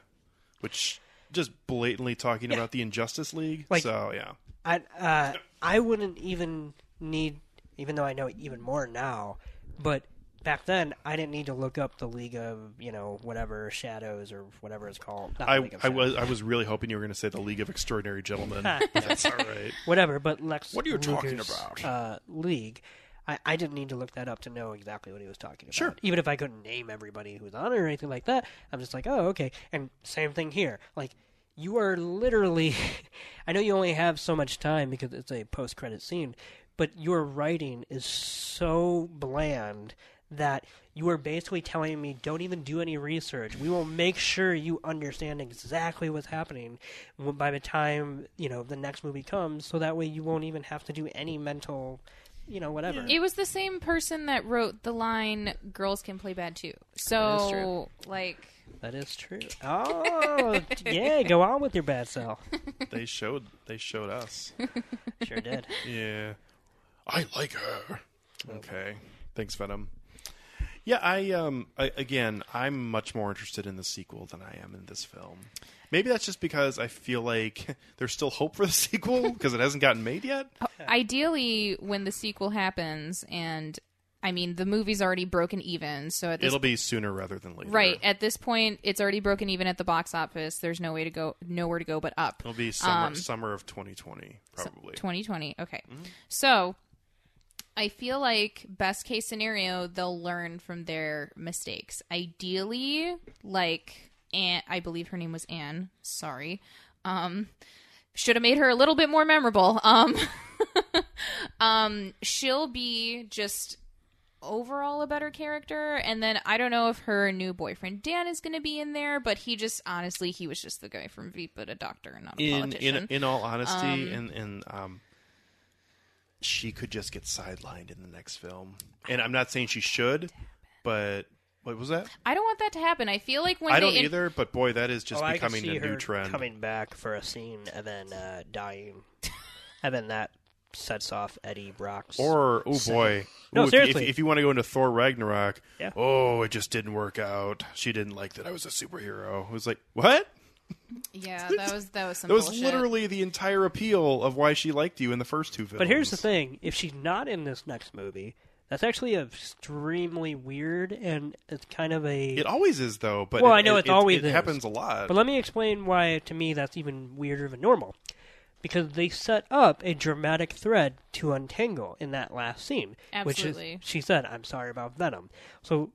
[SPEAKER 2] which just blatantly talking about the Injustice League.
[SPEAKER 3] Like-
[SPEAKER 2] so yeah,
[SPEAKER 3] I uh, I wouldn't even need, even though I know even more now, but back then I didn't need to look up the League of you know whatever Shadows or whatever it's called. Not
[SPEAKER 2] I
[SPEAKER 3] League of
[SPEAKER 2] I
[SPEAKER 3] Shadows.
[SPEAKER 2] was I was really hoping you were going to say the League of Extraordinary Gentlemen. *laughs* That's all right.
[SPEAKER 3] whatever, but Lex.
[SPEAKER 2] What are you talking
[SPEAKER 3] Luthor's,
[SPEAKER 2] about?
[SPEAKER 3] Uh, league. I, I didn't need to look that up to know exactly what he was talking about.
[SPEAKER 2] Sure.
[SPEAKER 3] Even if I couldn't name everybody who's on it or anything like that, I'm just like, oh, okay. And same thing here. Like, you are literally. *laughs* I know you only have so much time because it's a post credit scene, but your writing is so bland that you are basically telling me don't even do any research. We will make sure you understand exactly what's happening w- by the time, you know, the next movie comes so that way you won't even have to do any mental, you know, whatever.
[SPEAKER 1] it was the same person that wrote the line, girls can play bad too.
[SPEAKER 3] is
[SPEAKER 1] So,
[SPEAKER 3] true. *laughs*
[SPEAKER 1] like,
[SPEAKER 3] That is true. Oh, *laughs* yeah, go on with your bad self.
[SPEAKER 2] They showed they showed us.
[SPEAKER 3] *laughs* Sure did.
[SPEAKER 2] Yeah. I like her. Okay. Thanks, Venom. Yeah, I um I, again, I'm much more interested in the sequel than I am in this film. Maybe that's just because I feel like *laughs* there's still hope for the sequel because it hasn't gotten made yet.
[SPEAKER 1] Oh, ideally, when the sequel happens, and I mean, the movie's already broken even, so at this
[SPEAKER 2] It'll be sooner rather than later.
[SPEAKER 1] Right. At this point, it's already broken even at the box office. There's no way to go, nowhere to go but up. Um,
[SPEAKER 2] It'll be summer summer of 2020 probably. Mm-hmm.
[SPEAKER 1] 2020. Okay. So I feel like best case scenario, they'll learn from their mistakes. Ideally, like Anne, I believe her name was Anne. Sorry. Um, should have made her a little bit more memorable. Um, *laughs* um, she'll be just overall a better character and then i don't know if her new boyfriend dan is going to be in there but he just honestly he was just the guy from veep but a doctor and not a
[SPEAKER 2] in
[SPEAKER 1] politician
[SPEAKER 2] in in all honesty and and um she could just get sidelined in the next film. And I'm not saying she should, but what was that?
[SPEAKER 1] I don't want that to happen. I feel like when
[SPEAKER 2] I
[SPEAKER 1] they
[SPEAKER 2] don't
[SPEAKER 1] in-
[SPEAKER 2] either, but boy, that is just
[SPEAKER 3] Oh, I can
[SPEAKER 2] becoming
[SPEAKER 3] see
[SPEAKER 2] a new
[SPEAKER 3] her
[SPEAKER 2] trend.
[SPEAKER 3] Coming back for a scene and then uh, *laughs* dying, and then that sets off Eddie Brock's.
[SPEAKER 2] Or oh boy,
[SPEAKER 3] No,
[SPEAKER 2] Ooh, if-
[SPEAKER 3] seriously.
[SPEAKER 2] If, if you want to go into Thor Ragnarok,
[SPEAKER 3] Yeah.
[SPEAKER 2] oh, it just didn't work out. She didn't like that I was a superhero. It was like what? *laughs*
[SPEAKER 1] Yeah, that was that was some
[SPEAKER 2] That was
[SPEAKER 1] bullshit.
[SPEAKER 2] literally the entire appeal of why she liked you in the first two films.
[SPEAKER 3] but here's the thing: if she's not in this next movie, that's actually extremely weird, and it's kind of a.
[SPEAKER 2] It always is though. But
[SPEAKER 3] Well,
[SPEAKER 2] it-
[SPEAKER 3] I know
[SPEAKER 2] it,
[SPEAKER 3] it's always
[SPEAKER 2] it
[SPEAKER 3] is.
[SPEAKER 2] happens a lot.
[SPEAKER 3] But let me explain why, to me, that's even weirder than normal. Because they set up a dramatic thread to untangle in that last scene.
[SPEAKER 1] Absolutely.
[SPEAKER 3] Which is, she said, I'm sorry about Venom. So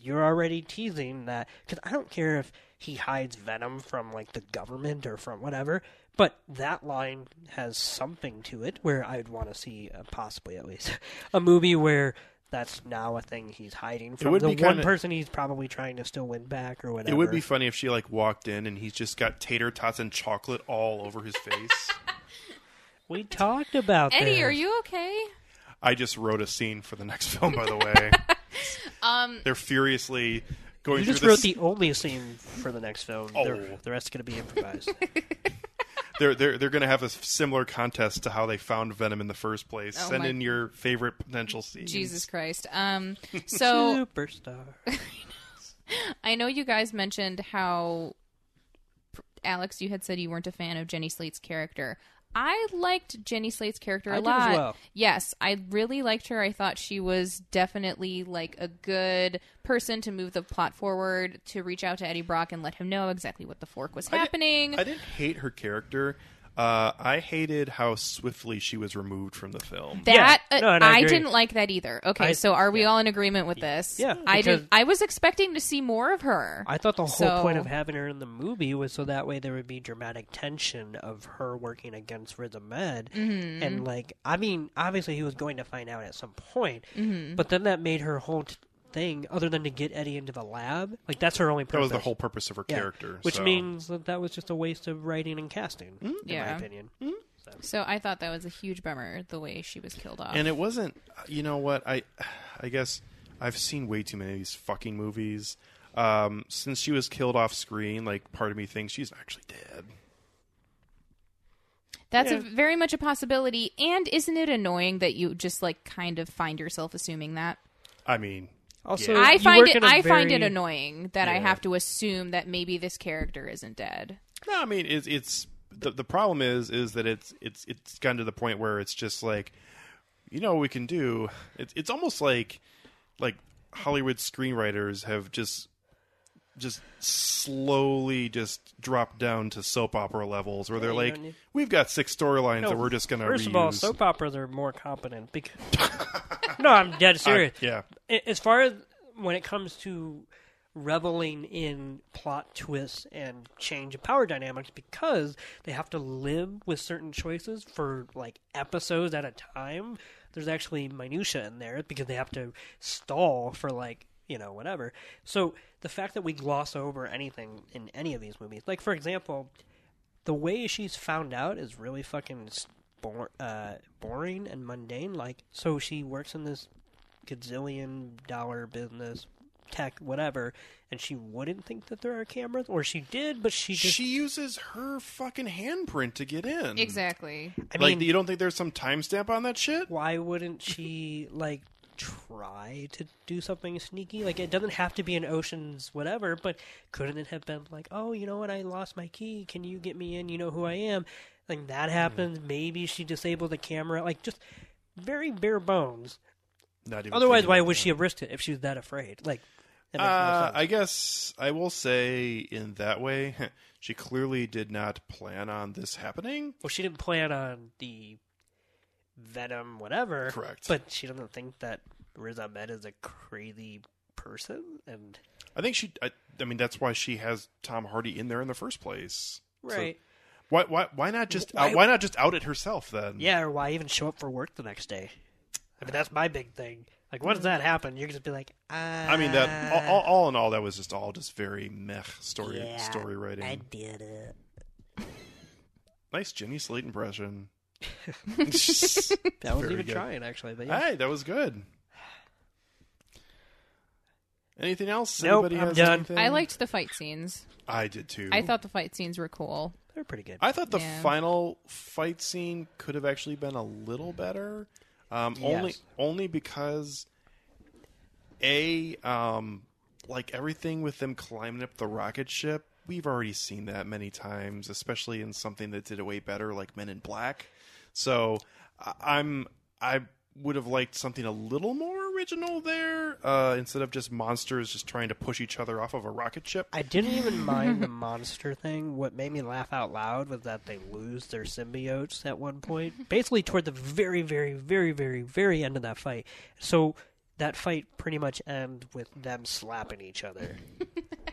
[SPEAKER 3] you're already teasing that. Because I don't care if he hides Venom from, like, the government or from whatever. But that line has something to it where I'd want to see, uh, possibly at least, *laughs* a movie where. That's now a thing he's hiding from
[SPEAKER 2] would
[SPEAKER 3] the
[SPEAKER 2] be
[SPEAKER 3] one
[SPEAKER 2] kinda-
[SPEAKER 3] person he's probably trying to still win back or whatever.
[SPEAKER 2] it would be funny if she like walked in and he's just got tater tots and chocolate all over his
[SPEAKER 3] *laughs*
[SPEAKER 2] face.
[SPEAKER 3] We talked about
[SPEAKER 1] Eddie,
[SPEAKER 3] this.
[SPEAKER 1] are you okay?
[SPEAKER 2] I just wrote a scene for the next film, by the way. um,
[SPEAKER 3] *laughs*
[SPEAKER 2] They're furiously going
[SPEAKER 3] You
[SPEAKER 2] through
[SPEAKER 3] just
[SPEAKER 2] this.
[SPEAKER 3] wrote the only scene for the next film.
[SPEAKER 2] Oh.
[SPEAKER 3] The, the rest is going to
[SPEAKER 1] *laughs*
[SPEAKER 3] be improvised.
[SPEAKER 2] they're they're they're going to have a similar contest to how they found Venom in the first place.
[SPEAKER 1] Oh
[SPEAKER 2] Send
[SPEAKER 1] my-
[SPEAKER 2] in your favorite potential scene.
[SPEAKER 1] Jesus Christ.
[SPEAKER 2] *laughs*
[SPEAKER 1] Um so
[SPEAKER 3] Superstar.
[SPEAKER 1] I know you guys mentioned how Alex you had said you weren't a fan of Jenny Slate's character. I liked Jenny Slate's character a
[SPEAKER 3] I did as
[SPEAKER 1] lot.
[SPEAKER 3] well.
[SPEAKER 1] Yes, I really liked her. I thought she was definitely like a good person to move the plot forward, to reach out to Eddie Brock and let him know exactly what the fork was happening.
[SPEAKER 2] I didn't hate her character. Uh, I hated how swiftly she was removed from the film.
[SPEAKER 1] that
[SPEAKER 3] Yeah.
[SPEAKER 1] uh,
[SPEAKER 3] No, and I
[SPEAKER 1] I,
[SPEAKER 3] agree.
[SPEAKER 1] didn't like that either. Okay,
[SPEAKER 3] I-
[SPEAKER 1] so are we all in agreement with this?
[SPEAKER 3] Yeah,
[SPEAKER 1] I
[SPEAKER 3] because-
[SPEAKER 1] did. I was expecting to see more of her.
[SPEAKER 3] I thought the whole
[SPEAKER 1] So-
[SPEAKER 3] point of having her in the movie was so that way there would be dramatic tension of her working against Riz Ahmed.
[SPEAKER 1] Mm-hmm.
[SPEAKER 3] And, like, I mean, obviously he was going to find out at some point,
[SPEAKER 1] Mm-hmm.
[SPEAKER 3] but then that made her whole t- thing, other than to get Eddie into the lab, like, that's her only purpose.
[SPEAKER 2] That was the whole purpose of her
[SPEAKER 3] Yeah.
[SPEAKER 2] character.
[SPEAKER 3] Which
[SPEAKER 2] so-
[SPEAKER 3] means that that was just a waste of writing and casting, in my
[SPEAKER 1] Mm-hmm. Yeah.
[SPEAKER 3] opinion.
[SPEAKER 2] Mm-hmm.
[SPEAKER 1] so I thought that was a huge bummer the way she was killed off.
[SPEAKER 2] and it wasn't. You know what? I, I guess I've seen way too many of these fucking movies. Um, since she was killed off screen, like part of me thinks she's actually dead.
[SPEAKER 1] That's a,
[SPEAKER 3] Yeah.
[SPEAKER 1] very much a possibility. And isn't it annoying that you just like kind of find yourself assuming that?
[SPEAKER 2] I mean,
[SPEAKER 3] Also,
[SPEAKER 2] Yeah.
[SPEAKER 1] I
[SPEAKER 3] you
[SPEAKER 1] find
[SPEAKER 3] work
[SPEAKER 1] it.
[SPEAKER 3] in a
[SPEAKER 1] I find it
[SPEAKER 3] very-
[SPEAKER 1] annoying that I
[SPEAKER 2] Yeah.
[SPEAKER 1] have to assume that maybe this character isn't dead.
[SPEAKER 2] No, I mean it's it's the the problem is is that it's it's it's gotten to the point where it's just like, you know, what we can do. It's it's almost like like Hollywood screenwriters have just just slowly just dropped down to soap opera levels where they're
[SPEAKER 3] you
[SPEAKER 2] like,
[SPEAKER 3] don't need-
[SPEAKER 2] we've got six storylines that
[SPEAKER 3] No,
[SPEAKER 2] we're just gonna
[SPEAKER 3] First
[SPEAKER 2] reuse.
[SPEAKER 3] of all, soap operas are more competent because. *laughs* no, I'm
[SPEAKER 2] *laughs*
[SPEAKER 3] dead serious.
[SPEAKER 2] yeah.
[SPEAKER 3] A- As far as when it comes to reveling in plot twists and change of power dynamics, because they have to live with certain choices for like episodes at a time. There's actually minutia in there because they have to stall for like you know whatever. So the fact that we gloss over anything in any of these movies, like for example, the way she's found out is really fucking s- bor- uh, boring and mundane. Like, so she works in this gazillion dollar business, tech, whatever, and she wouldn't think that there are cameras, or she did, but she just.
[SPEAKER 2] she uses her fucking handprint to get in.
[SPEAKER 1] Exactly.
[SPEAKER 3] I
[SPEAKER 2] like
[SPEAKER 3] mean,
[SPEAKER 2] you don't think there's some timestamp on that shit?
[SPEAKER 3] why wouldn't she like try to do something sneaky? Like, it doesn't have to be an ocean's whatever, but couldn't it have been like, oh, you know what? I lost my key. Can you get me in? You know who I am. Like that
[SPEAKER 2] Mm-hmm.
[SPEAKER 3] happens. Maybe she disabled the camera. Like just very bare bones.
[SPEAKER 2] Not even
[SPEAKER 3] Otherwise,
[SPEAKER 2] thinking
[SPEAKER 3] why
[SPEAKER 2] about
[SPEAKER 3] would
[SPEAKER 2] that.
[SPEAKER 3] she have risked it if she was that afraid? Like, that makes no
[SPEAKER 2] Uh,
[SPEAKER 3] sense.
[SPEAKER 2] I guess I will say in that way, *laughs* she clearly did not plan on this happening.
[SPEAKER 3] well, she didn't plan on the venom, whatever.
[SPEAKER 2] Correct.
[SPEAKER 3] But she doesn't think that Riz Ahmed is a crazy person, and
[SPEAKER 2] I think she. I, I mean, that's why she has Tom Hardy in there in the first place. So
[SPEAKER 3] right.
[SPEAKER 2] why? Why? Why not just? Why,
[SPEAKER 3] Why-
[SPEAKER 2] uh, why not just out it herself then?
[SPEAKER 3] Yeah, or why even show up for work the next day? I mean, that's my big thing. Like, once that happen, you're going to be like, uh,
[SPEAKER 2] I mean that. All, all, all in all, that was just all just very meh story
[SPEAKER 3] yeah,
[SPEAKER 2] story writing.
[SPEAKER 3] I did it.
[SPEAKER 2] *laughs* Nice Jenny Slate
[SPEAKER 3] *laughs*
[SPEAKER 2] impression. *laughs*
[SPEAKER 3] That was
[SPEAKER 2] Very
[SPEAKER 3] even
[SPEAKER 2] good.
[SPEAKER 3] trying, actually. But yeah.
[SPEAKER 2] Hey, that was good. Anything else?
[SPEAKER 3] Nope,
[SPEAKER 2] Anybody
[SPEAKER 3] I'm
[SPEAKER 2] has
[SPEAKER 3] done.
[SPEAKER 2] anything?
[SPEAKER 1] I liked the fight scenes.
[SPEAKER 2] I did too.
[SPEAKER 1] I thought the fight scenes were cool.
[SPEAKER 3] They're pretty good.
[SPEAKER 2] I thought the
[SPEAKER 1] Yeah.
[SPEAKER 2] final fight scene could have actually been a little better. Um, Only
[SPEAKER 3] Yes.
[SPEAKER 2] only because a um, like everything with them climbing up the rocket ship, we've already seen that many times, especially in something that did it way better, like Men in Black. So I- I'm I would have liked something a little more original there uh, instead of just monsters just trying to push each other off of a rocket ship.
[SPEAKER 3] I didn't
[SPEAKER 2] *laughs*
[SPEAKER 3] even mind the monster thing. What made me laugh out loud was that they lose their symbiotes at one point. Basically, toward the very, very, very, very, very end of that fight. So that fight pretty much ends with them slapping each other.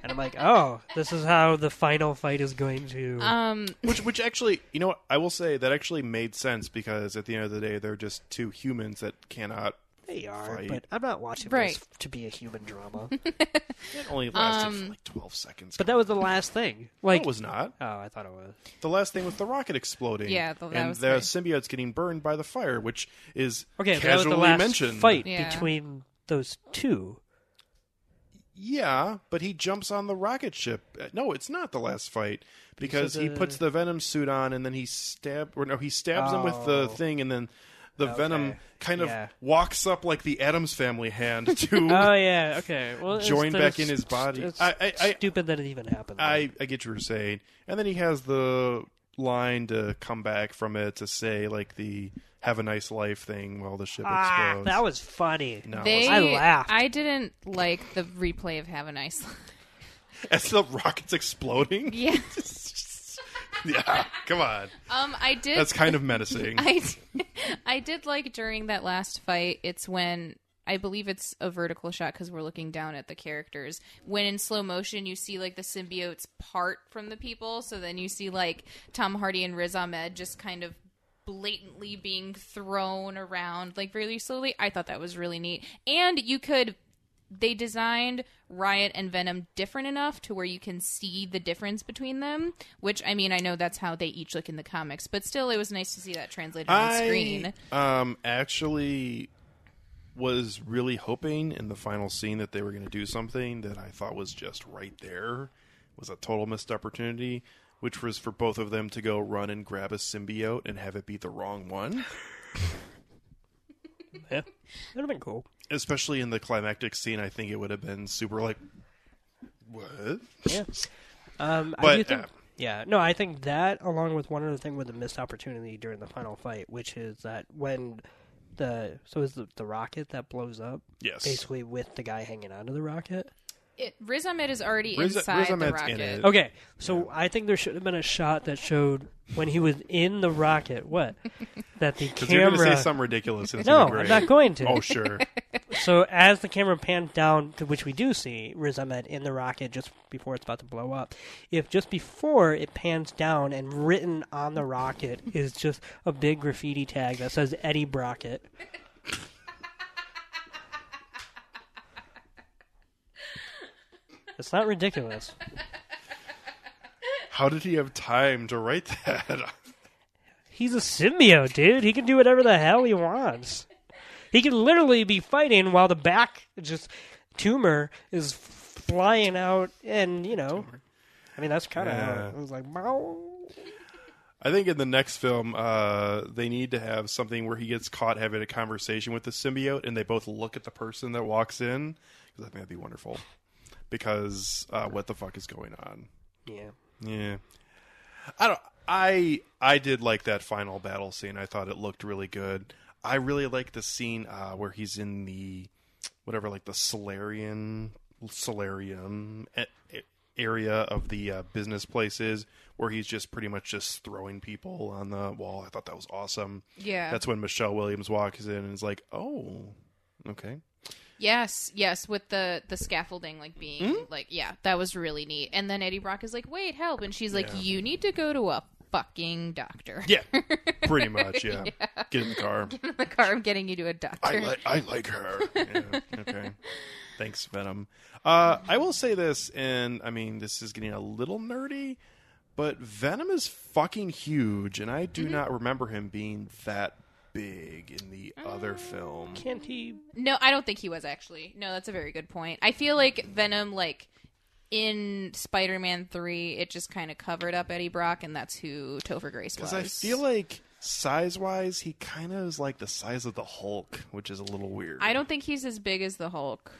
[SPEAKER 3] and
[SPEAKER 2] *laughs*
[SPEAKER 3] I'm like, oh, this is how the final fight is going to.
[SPEAKER 1] Um,
[SPEAKER 2] Which, which actually, you know, what I will say that actually made sense because at the end of the day, they're just two humans that cannot.
[SPEAKER 3] they are,
[SPEAKER 2] fight.
[SPEAKER 3] but I'm not watching
[SPEAKER 1] Right.
[SPEAKER 3] this to be a human drama.
[SPEAKER 2] It only lasted for like twelve seconds.
[SPEAKER 3] Um, but that was the last thing.
[SPEAKER 2] No,
[SPEAKER 3] *laughs* Like,
[SPEAKER 2] it was not.
[SPEAKER 3] oh, I thought it was.
[SPEAKER 2] The last thing was the rocket exploding.
[SPEAKER 1] Yeah, th- that
[SPEAKER 2] and
[SPEAKER 1] was
[SPEAKER 2] the
[SPEAKER 1] great.
[SPEAKER 2] symbiote's getting burned by the fire, which is
[SPEAKER 3] Okay, but that was
[SPEAKER 2] casually
[SPEAKER 3] the last
[SPEAKER 2] mentioned.
[SPEAKER 3] fight
[SPEAKER 1] Yeah.
[SPEAKER 3] between those two.
[SPEAKER 2] Yeah, but he jumps on the rocket ship. Uh, No, it's not the last fight because he
[SPEAKER 3] the-
[SPEAKER 2] puts the venom suit on and then he stab or no, he stabs him with the
[SPEAKER 3] Oh.
[SPEAKER 2] thing and then the venom kind of
[SPEAKER 3] Yeah.
[SPEAKER 2] walks up like the Adams family
[SPEAKER 3] *laughs*
[SPEAKER 2] hand to
[SPEAKER 3] Oh yeah, okay. Well, it's-
[SPEAKER 2] Joined
[SPEAKER 3] it's-
[SPEAKER 2] back in his body.
[SPEAKER 3] It's
[SPEAKER 2] I- I- I-
[SPEAKER 3] stupid that it even happened.
[SPEAKER 2] I, I get what you're saying. And then he has the line to come back from it to say like the "Have a nice life" thing while the ship
[SPEAKER 3] Ah,
[SPEAKER 2] explodes.
[SPEAKER 3] that was funny.
[SPEAKER 2] no,
[SPEAKER 1] They,
[SPEAKER 3] I laughed.
[SPEAKER 1] I didn't like the replay of "Have a Nice Life."
[SPEAKER 2] *laughs* as the rockets exploding.
[SPEAKER 1] *laughs* Yeah,
[SPEAKER 2] *laughs* yeah, come on,
[SPEAKER 1] um, I did.
[SPEAKER 2] that's kind of menacing.
[SPEAKER 1] *laughs* I, d- I did like during that last fight. It's when I believe it's a vertical shot because we're looking down at the characters. When in slow motion, you see like the symbiotes part from the people. So then you see like Tom Hardy and Riz Ahmed just kind of blatantly being thrown around like really slowly. I thought that was really neat, and you could. They designed Riot and Venom different enough to where you can see the difference between them, which I mean, I know that's how they each look in the comics, but still, it was nice to see that translated on screen.
[SPEAKER 2] I um, actually was really hoping in the final scene that they were going to do something that I thought was just right there. It was a total missed opportunity, which was for both of them to go run and grab a symbiote and have it be the wrong one.
[SPEAKER 3] *laughs* Yeah. Would have been cool.
[SPEAKER 2] Especially in the climactic scene, I think it would have been super like, what?
[SPEAKER 3] Yeah. Um, I
[SPEAKER 2] But,
[SPEAKER 3] do think,
[SPEAKER 2] uh,
[SPEAKER 3] yeah, no, I think that along with one other thing with a missed opportunity during the final fight, which is that when the so is the, the rocket that blows up
[SPEAKER 2] Yes.
[SPEAKER 3] basically with the guy hanging onto the rocket.
[SPEAKER 1] It, Riz Ahmed is already
[SPEAKER 2] Riz-
[SPEAKER 1] inside
[SPEAKER 2] Riz
[SPEAKER 1] the
[SPEAKER 2] Ahmed's in
[SPEAKER 1] rocket.
[SPEAKER 2] it.
[SPEAKER 3] Okay, so I think there should have been a shot that showed when he was in the rocket. What? that the
[SPEAKER 2] Because you're going to
[SPEAKER 3] camera.
[SPEAKER 2] say something ridiculous. And it's gonna
[SPEAKER 3] no,
[SPEAKER 2] be
[SPEAKER 3] I'm
[SPEAKER 2] great.
[SPEAKER 3] not going to.
[SPEAKER 2] Oh, sure.
[SPEAKER 3] So as the camera pans down, to which we do see Riz Ahmed in the rocket just before it's about to blow up, if just before it pans down and written on the rocket is just a big graffiti tag that says Eddie Brockett, it's not ridiculous.
[SPEAKER 2] How did he have time to write that? *laughs*
[SPEAKER 3] He's a symbiote, dude. He can do whatever the hell he wants. He can literally be fighting while the back just tumor is flying out, and you know, I mean that's kind of how
[SPEAKER 2] Yeah.
[SPEAKER 3] it, it was like. Wow.
[SPEAKER 2] I think in the next film, uh, they need to have something where he gets caught having a conversation with the symbiote, and they both look at the person that walks in. 'Cause I think that'd be wonderful. Because uh, what the fuck is going on?
[SPEAKER 3] Yeah,
[SPEAKER 2] Yeah, I don't. I I did like that final battle scene. I thought it looked really good. I really like the scene uh, where he's in the whatever, like the Solarian Solarium a- a- area of the uh, business places, where he's just pretty much just throwing people on the wall. I thought that was awesome.
[SPEAKER 1] Yeah.
[SPEAKER 2] That's when Michelle Williams walks in and is like, "Oh, okay."
[SPEAKER 1] Yes, yes, with the the scaffolding like being
[SPEAKER 2] Hmm?
[SPEAKER 1] like yeah, that was really neat. And then Eddie Brock is like, "Wait, help." And she's like,
[SPEAKER 2] Yeah.
[SPEAKER 1] "You need to go to a fucking doctor."
[SPEAKER 2] Yeah, pretty much. Yeah, get in the car.
[SPEAKER 1] *laughs* the car I'm getting you to a
[SPEAKER 2] I
[SPEAKER 1] doctor.
[SPEAKER 2] like I
[SPEAKER 1] *laughs*
[SPEAKER 2] like her. Yeah, okay. Thanks, Venom. Uh, I will say this, and I mean this is getting a little nerdy, but Venom is fucking huge, and I do
[SPEAKER 1] Mm-hmm.
[SPEAKER 2] not remember him being that big in the other film.
[SPEAKER 3] can't he?
[SPEAKER 1] No, I don't think he was actually. No, that's a very good point. I feel like Venom like in Spider-Man 3, it just kind of covered up Eddie Brock and that's who Topher Grace was.
[SPEAKER 2] Because I feel like size wise, he kind of is like the size of the Hulk, which is a little weird.
[SPEAKER 1] I don't think he's as big as the Hulk.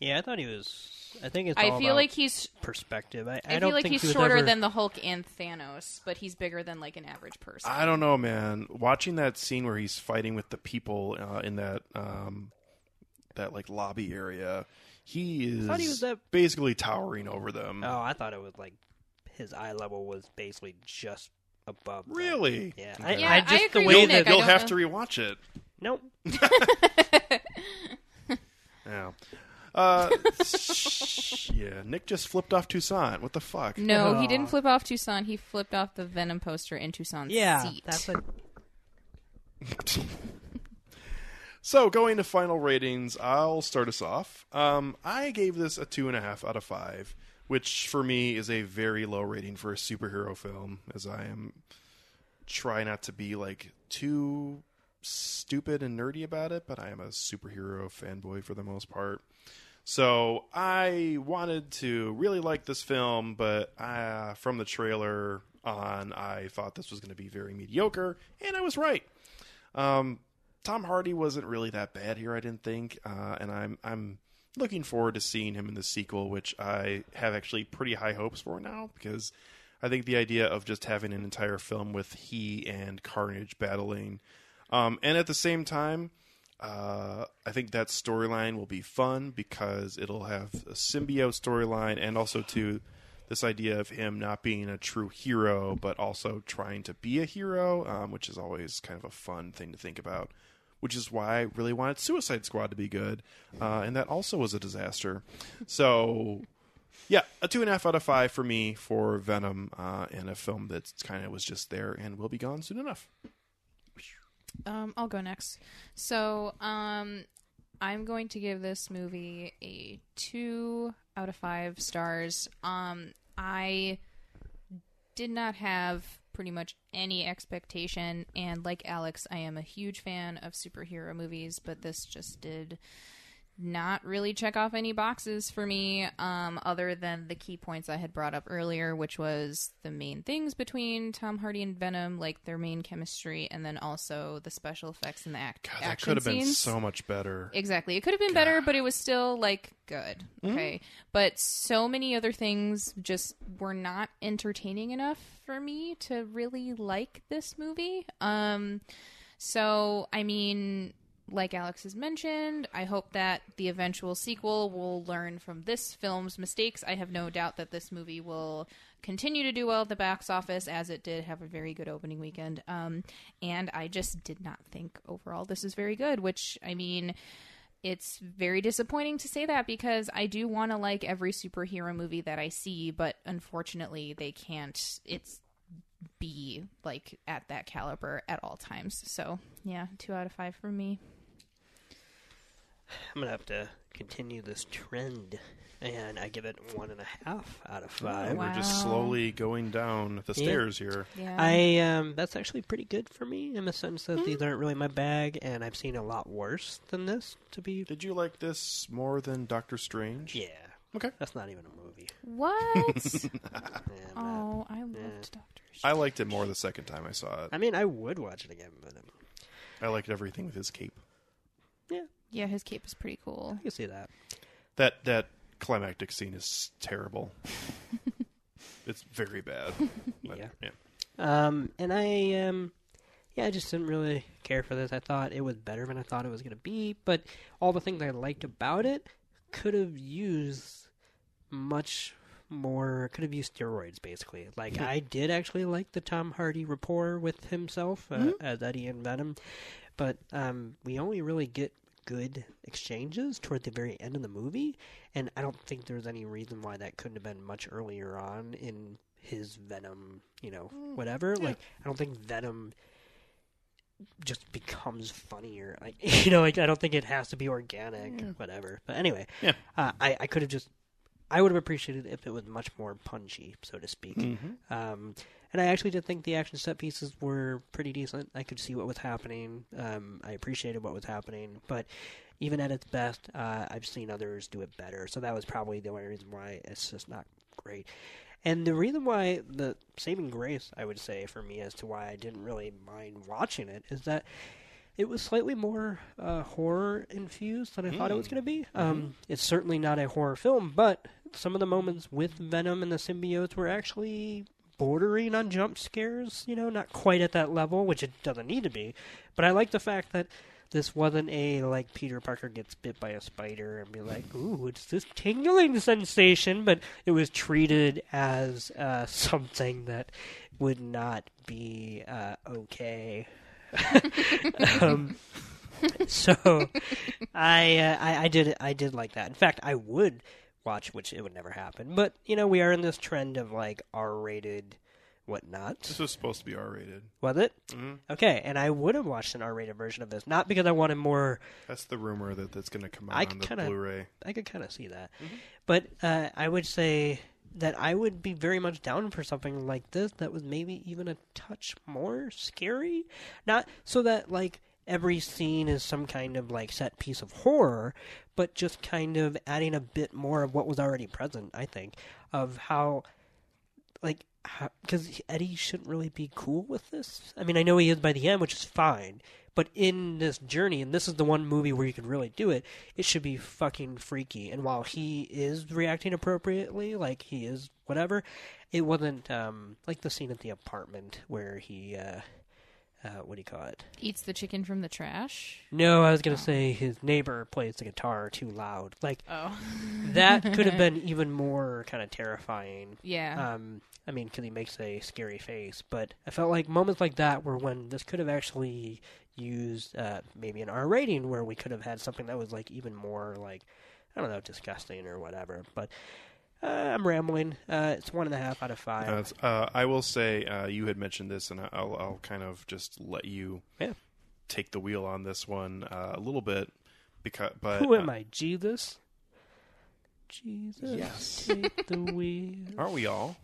[SPEAKER 3] Yeah, I thought he was. I think it's.
[SPEAKER 1] I
[SPEAKER 3] all
[SPEAKER 1] feel
[SPEAKER 3] about
[SPEAKER 1] like he's
[SPEAKER 3] perspective. I,
[SPEAKER 1] I,
[SPEAKER 3] I,
[SPEAKER 1] feel
[SPEAKER 3] don't
[SPEAKER 1] like
[SPEAKER 3] think
[SPEAKER 1] he's
[SPEAKER 3] he was
[SPEAKER 1] shorter
[SPEAKER 3] ever-
[SPEAKER 1] than the Hulk and Thanos, but he's bigger than like an average person.
[SPEAKER 2] I don't know, man. Watching that scene where he's fighting with the people uh, in that um, that like lobby area, he is
[SPEAKER 3] thought he was that-
[SPEAKER 2] basically towering over them.
[SPEAKER 3] Oh, I thought it was like his eye level was basically just above. that.
[SPEAKER 2] Really?
[SPEAKER 3] Yeah.
[SPEAKER 2] Okay.
[SPEAKER 3] I,
[SPEAKER 1] Yeah,
[SPEAKER 3] I
[SPEAKER 1] I
[SPEAKER 3] just the
[SPEAKER 1] agree
[SPEAKER 3] way
[SPEAKER 1] with
[SPEAKER 3] that
[SPEAKER 1] Nick. I
[SPEAKER 2] You'll
[SPEAKER 1] don't
[SPEAKER 2] have
[SPEAKER 1] know.
[SPEAKER 2] to rewatch it.
[SPEAKER 3] nope.
[SPEAKER 2] Yeah. Uh, *laughs* yeah. Nick just flipped off Toussaint. What the fuck?
[SPEAKER 1] no, he
[SPEAKER 3] Aw.
[SPEAKER 1] didn't flip off Tucson. He flipped off the Venom poster in Tucson's
[SPEAKER 3] Yeah,
[SPEAKER 1] seat. *laughs*
[SPEAKER 3] that's a
[SPEAKER 2] *laughs* So going to final ratings, I'll start us off. Um, I gave this a two and a half out of five, which for me is a very low rating for a superhero film, as I am try not to be like too stupid and nerdy about it, but I am a superhero fanboy for the most part. So I wanted to really like this film, but uh, from the trailer on, I thought this was going to be very mediocre, and I was right. Um, Tom Hardy wasn't really that bad here, I didn't think, uh, and I'm I'm looking forward to seeing him in the sequel, which I have actually pretty high hopes for now because I think the idea of just having an entire film with he and Carnage battling, um, and at the same time, uh, I think that storyline will be fun because it'll have a symbiote storyline and also to this idea of him not being a true hero but also trying to be a hero, um, which is always kind of a fun thing to think about. Which is why I really wanted Suicide Squad to be good, uh, and that also was a disaster. So yeah, a two and a half out of five for me for Venom uh, and a film that kind of was just there and will be gone soon enough.
[SPEAKER 1] Um, I'll go next. So, um, I'm going to give this movie a two out of five stars. Um, I did not have pretty much any expectation, and like Alex, I am a huge fan of superhero movies, but this just did not really check off any boxes for me um, other than the key points i had brought up earlier which was the main things between tom hardy and venom like their main chemistry and then also the special effects and the act
[SPEAKER 2] God, that
[SPEAKER 1] action
[SPEAKER 2] could have been
[SPEAKER 1] scenes.
[SPEAKER 2] so much better.
[SPEAKER 1] Exactly. It could have been better, but it was still like good. Okay. But so many other things just were not entertaining enough for me to really like this movie. Um so I mean, like Alex has mentioned, I hope that the eventual sequel will learn from this film's mistakes. I have no doubt that this movie will continue to do well at the box office as it did have a very good opening weekend. Um, and I just did not think overall this is very good, which I mean, it's very disappointing to say that because I do want to like every superhero movie that I see, but unfortunately, they can't. It's be like at that caliber at all times. So, yeah, 2 out of 5 for me.
[SPEAKER 3] I'm gonna have to continue this trend, and I give it one and a half out of five.
[SPEAKER 2] We're just
[SPEAKER 1] Oh, Wow.
[SPEAKER 2] slowly going down the
[SPEAKER 3] Oh, Yeah.
[SPEAKER 2] stairs here.
[SPEAKER 1] Yeah.
[SPEAKER 3] I um, that's actually pretty good for me in the sense that
[SPEAKER 1] Hmm.
[SPEAKER 3] these aren't really my bag, and I've seen a lot worse than this. To be
[SPEAKER 2] Did you like this more than Doctor Strange?
[SPEAKER 3] yeah,
[SPEAKER 2] Okay. Ah.
[SPEAKER 3] that's not even a movie. *laughs*
[SPEAKER 1] what?
[SPEAKER 3] And, uh,
[SPEAKER 1] oh, I loved Doctor
[SPEAKER 2] I liked it more the second time I saw it.
[SPEAKER 3] I mean, I would watch it again, but um,
[SPEAKER 2] I liked everything with his cape.
[SPEAKER 3] yeah,
[SPEAKER 1] Yeah, his cape is pretty cool.
[SPEAKER 3] I can see that.
[SPEAKER 2] That that climactic scene is
[SPEAKER 3] *laughs*
[SPEAKER 2] terrible. it's very bad. But,
[SPEAKER 3] Yeah.
[SPEAKER 2] yeah.
[SPEAKER 3] Um, and I um, yeah, I just didn't really care for this. I thought it was better than I thought it was gonna be, but all the things I liked about it could have used much more. Could have used steroids, basically. Like I did actually like the Tom Hardy rapport with himself uh, as Eddie and Venom, but um, we only really get good exchanges toward the very end of the movie, and I don't think there's any reason why that couldn't have been much earlier on in his Venom, you know, whatever. Like I don't think Venom just becomes funnier. Like *laughs* you know, like I don't think it has to be organic, whatever. But anyway,
[SPEAKER 2] Yeah.
[SPEAKER 3] uh, I I could have just I would have appreciated it if it was much more punchy, so to speak. Um, and I actually did think the action set pieces were pretty decent. I could see what was happening. Um, I appreciated what was happening, but even at its best, uh, I've seen others do it better. So that was probably the only reason why it's just not great. And the reason why the saving grace, I would say, for me as to why I didn't really mind watching it is that it was slightly more uh, horror infused than I thought it was going to be. Um, it's certainly not a horror film, but some of the moments with Venom and the symbiotes were actually bordering on jump scares. You know, not quite at that level, which it doesn't need to be. But I like the fact that this wasn't a like Peter Parker gets bit by a spider and be like, "Ooh, it's this tingling sensation," but it was treated as uh, *laughs* something that would not be uh, okay um, so I, uh, I I did I did like that. In fact, I would watch, which it would never happen. But you know, we are in this trend of like R-rated
[SPEAKER 2] This
[SPEAKER 3] whatnot.
[SPEAKER 2] was supposed to be Mm-hmm. R rated.
[SPEAKER 3] Was it okay? And I would have watched an R-rated version of this, not because I wanted more.
[SPEAKER 2] That's the rumor that that's going to come out
[SPEAKER 3] I
[SPEAKER 2] on the
[SPEAKER 3] kinda-
[SPEAKER 2] Blu-ray.
[SPEAKER 3] I could kind of see that, but uh, I would say that I would be very much down for something like this that was maybe even a touch more scary, not so that like every scene is some kind of like set piece of horror, but just kind of adding a bit more of what was already present. I think of how like because Eddie shouldn't really be cool with this. I mean, I know he is by the end, which is fine, But in this journey, and this is the one movie where you can really do it, it should be fucking freaky. And while he is reacting appropriately, like he is whatever, it wasn't um, like the scene at the apartment where he, uh, uh, what do you call it?
[SPEAKER 1] Eats the chicken from the trash.
[SPEAKER 3] No, I was gonna say his neighbor plays the guitar too loud. Like
[SPEAKER 1] Oh,
[SPEAKER 3] that could have been even more kind of terrifying.
[SPEAKER 1] *laughs* yeah.
[SPEAKER 3] Um, I mean, because he makes a scary face, but I felt like moments like that were when this could have actually used uh, maybe an R rating, where we could have had something that was like even more like I don't know, disgusting or whatever. But uh, I'm rambling. Uh, it's one and a half out of five.
[SPEAKER 2] Uh, it's- uh, I will say uh, you had mentioned this, and I'll, I'll kind of just let you
[SPEAKER 3] yeah.
[SPEAKER 2] take the wheel on this one uh, a little bit because. But
[SPEAKER 3] *laughs* Who am
[SPEAKER 2] uh,
[SPEAKER 3] I, Jesus? Jesus,
[SPEAKER 2] Yes.
[SPEAKER 3] take *laughs* the wheel.
[SPEAKER 2] Aren't we all?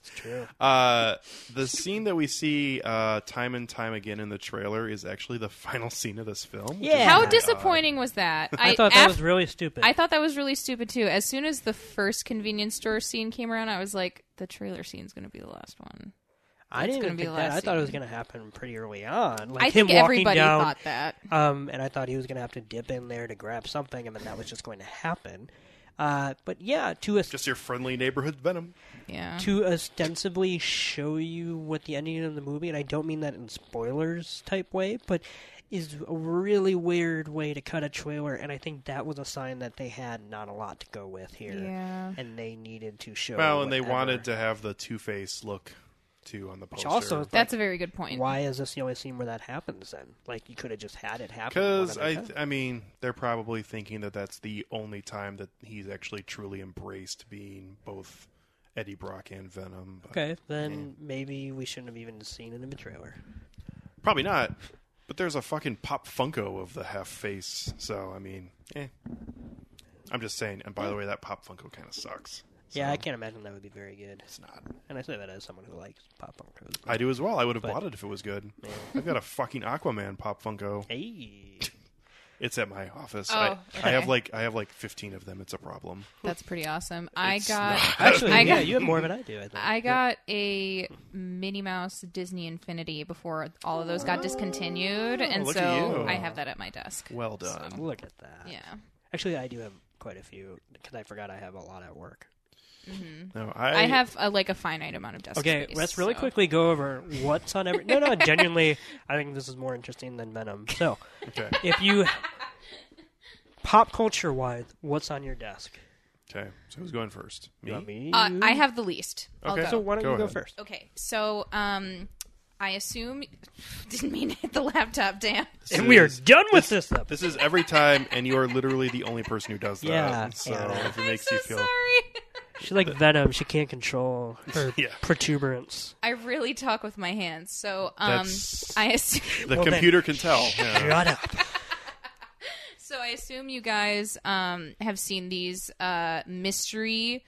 [SPEAKER 3] It's true.
[SPEAKER 2] Uh, the scene that we see uh, time and time again in the trailer is actually the *laughs* final scene of this film. which is
[SPEAKER 3] Uh, Yeah.
[SPEAKER 1] How
[SPEAKER 2] very
[SPEAKER 1] disappointing was that?
[SPEAKER 3] I, thought that
[SPEAKER 1] af-
[SPEAKER 3] was really stupid.
[SPEAKER 1] I thought that was really stupid too. As soon as the first convenience store scene came around, I was like, the trailer scene's going to be the last one.
[SPEAKER 3] I didn't
[SPEAKER 1] gonna
[SPEAKER 3] even
[SPEAKER 1] be
[SPEAKER 3] think
[SPEAKER 1] the
[SPEAKER 3] that.
[SPEAKER 1] last
[SPEAKER 3] I thought it was
[SPEAKER 1] season.
[SPEAKER 3] going to happen pretty early on. Like
[SPEAKER 1] I
[SPEAKER 3] him
[SPEAKER 1] think
[SPEAKER 3] walking
[SPEAKER 1] everybody
[SPEAKER 3] down,
[SPEAKER 1] thought that.
[SPEAKER 3] um, and I thought he was going to have to dip in there to grab something, and then that was just going to happen. Uh, but yeah, to os-
[SPEAKER 2] Just your friendly neighborhood Venom.
[SPEAKER 1] Yeah.
[SPEAKER 3] to ostensibly show you what the ending of the movie, and I don't mean that in spoilers type way, but is a really weird way to cut a trailer, and I think that was a sign that they had not a lot to go with here,
[SPEAKER 1] Yeah.
[SPEAKER 3] and they needed to show.
[SPEAKER 2] Well, and they
[SPEAKER 3] whatever.
[SPEAKER 2] wanted to have the Two Face look too on the poster.
[SPEAKER 3] also is
[SPEAKER 1] That's a very good point.
[SPEAKER 3] Why is this the only scene where that happens? Then, like, you could have just had it happen. one
[SPEAKER 2] Because
[SPEAKER 3] at a
[SPEAKER 2] I,
[SPEAKER 3] time.
[SPEAKER 2] I mean, they're probably thinking that that's the only time that he's actually truly embraced being both Eddie Brock and Venom. but-
[SPEAKER 3] Okay, then maybe we shouldn't have even seen it in the trailer.
[SPEAKER 2] probably not. But there's a fucking pop Funko of the half face, so I mean, eh. I'm just saying. And by the way, that pop Funko kind of sucks.
[SPEAKER 3] Yeah, I can't imagine that would be very good.
[SPEAKER 2] It's not.
[SPEAKER 3] And I say that as someone who likes pop punk.
[SPEAKER 2] I do as well. I would have bought it if it was good. I've got a fucking Aquaman pop Funko.
[SPEAKER 3] Eh. Hey,
[SPEAKER 2] It's at my office.
[SPEAKER 1] Oh,
[SPEAKER 2] I, I have
[SPEAKER 1] okay.
[SPEAKER 2] like I have like 15 of them. It's a problem.
[SPEAKER 1] That's pretty awesome. I
[SPEAKER 2] It's
[SPEAKER 1] got
[SPEAKER 3] *laughs* actually,
[SPEAKER 1] I
[SPEAKER 3] yeah,
[SPEAKER 1] got-
[SPEAKER 3] you have more than I do. I
[SPEAKER 1] *laughs*
[SPEAKER 3] think.
[SPEAKER 1] I got a Minnie Mouse Disney Infinity before all of those got
[SPEAKER 3] Oh,
[SPEAKER 1] discontinued, and
[SPEAKER 2] look
[SPEAKER 1] so
[SPEAKER 2] at you.
[SPEAKER 1] I have that at my desk.
[SPEAKER 2] Well done.
[SPEAKER 3] Look at that.
[SPEAKER 1] Yeah.
[SPEAKER 3] Actually, I do have quite a few because I forgot I have a lot at work.
[SPEAKER 2] No, I,
[SPEAKER 1] I, have a, like a finite amount of desk
[SPEAKER 3] Okay,
[SPEAKER 1] space,
[SPEAKER 3] let's really
[SPEAKER 1] so-
[SPEAKER 3] quickly go over what's on every. No, no, genuinely, *laughs* I think this is more interesting than Venom. So,
[SPEAKER 2] Okay.
[SPEAKER 3] if you
[SPEAKER 1] *laughs*
[SPEAKER 3] pop culture wise, what's on your desk?
[SPEAKER 2] Okay. So who's going first? Me.
[SPEAKER 3] Not me.
[SPEAKER 1] Uh, I have the least. I'll
[SPEAKER 2] Okay.
[SPEAKER 1] go.
[SPEAKER 3] so why don't
[SPEAKER 2] Go
[SPEAKER 3] you go
[SPEAKER 2] ahead.
[SPEAKER 3] first?
[SPEAKER 1] Okay, so um, I assume *laughs* didn't mean to hit the laptop. Damn.
[SPEAKER 2] This
[SPEAKER 3] And we are
[SPEAKER 2] is-
[SPEAKER 3] done with this. though.
[SPEAKER 2] This is every time, and you are literally the only person who does that.
[SPEAKER 3] Yeah,
[SPEAKER 2] So
[SPEAKER 3] yeah.
[SPEAKER 2] if it *laughs* makes
[SPEAKER 1] so
[SPEAKER 2] you feel
[SPEAKER 1] sorry. *laughs*
[SPEAKER 3] She's *laughs* like Venom. She can't control her
[SPEAKER 2] *laughs* Yeah.
[SPEAKER 3] protuberance.
[SPEAKER 1] I really talk with my hands, so um,
[SPEAKER 2] That's-
[SPEAKER 1] I assume.
[SPEAKER 2] the
[SPEAKER 3] Well, then-
[SPEAKER 2] computer can tell. Yeah.
[SPEAKER 3] Shut up.
[SPEAKER 1] *laughs* So I assume you guys um have seen these uh mystery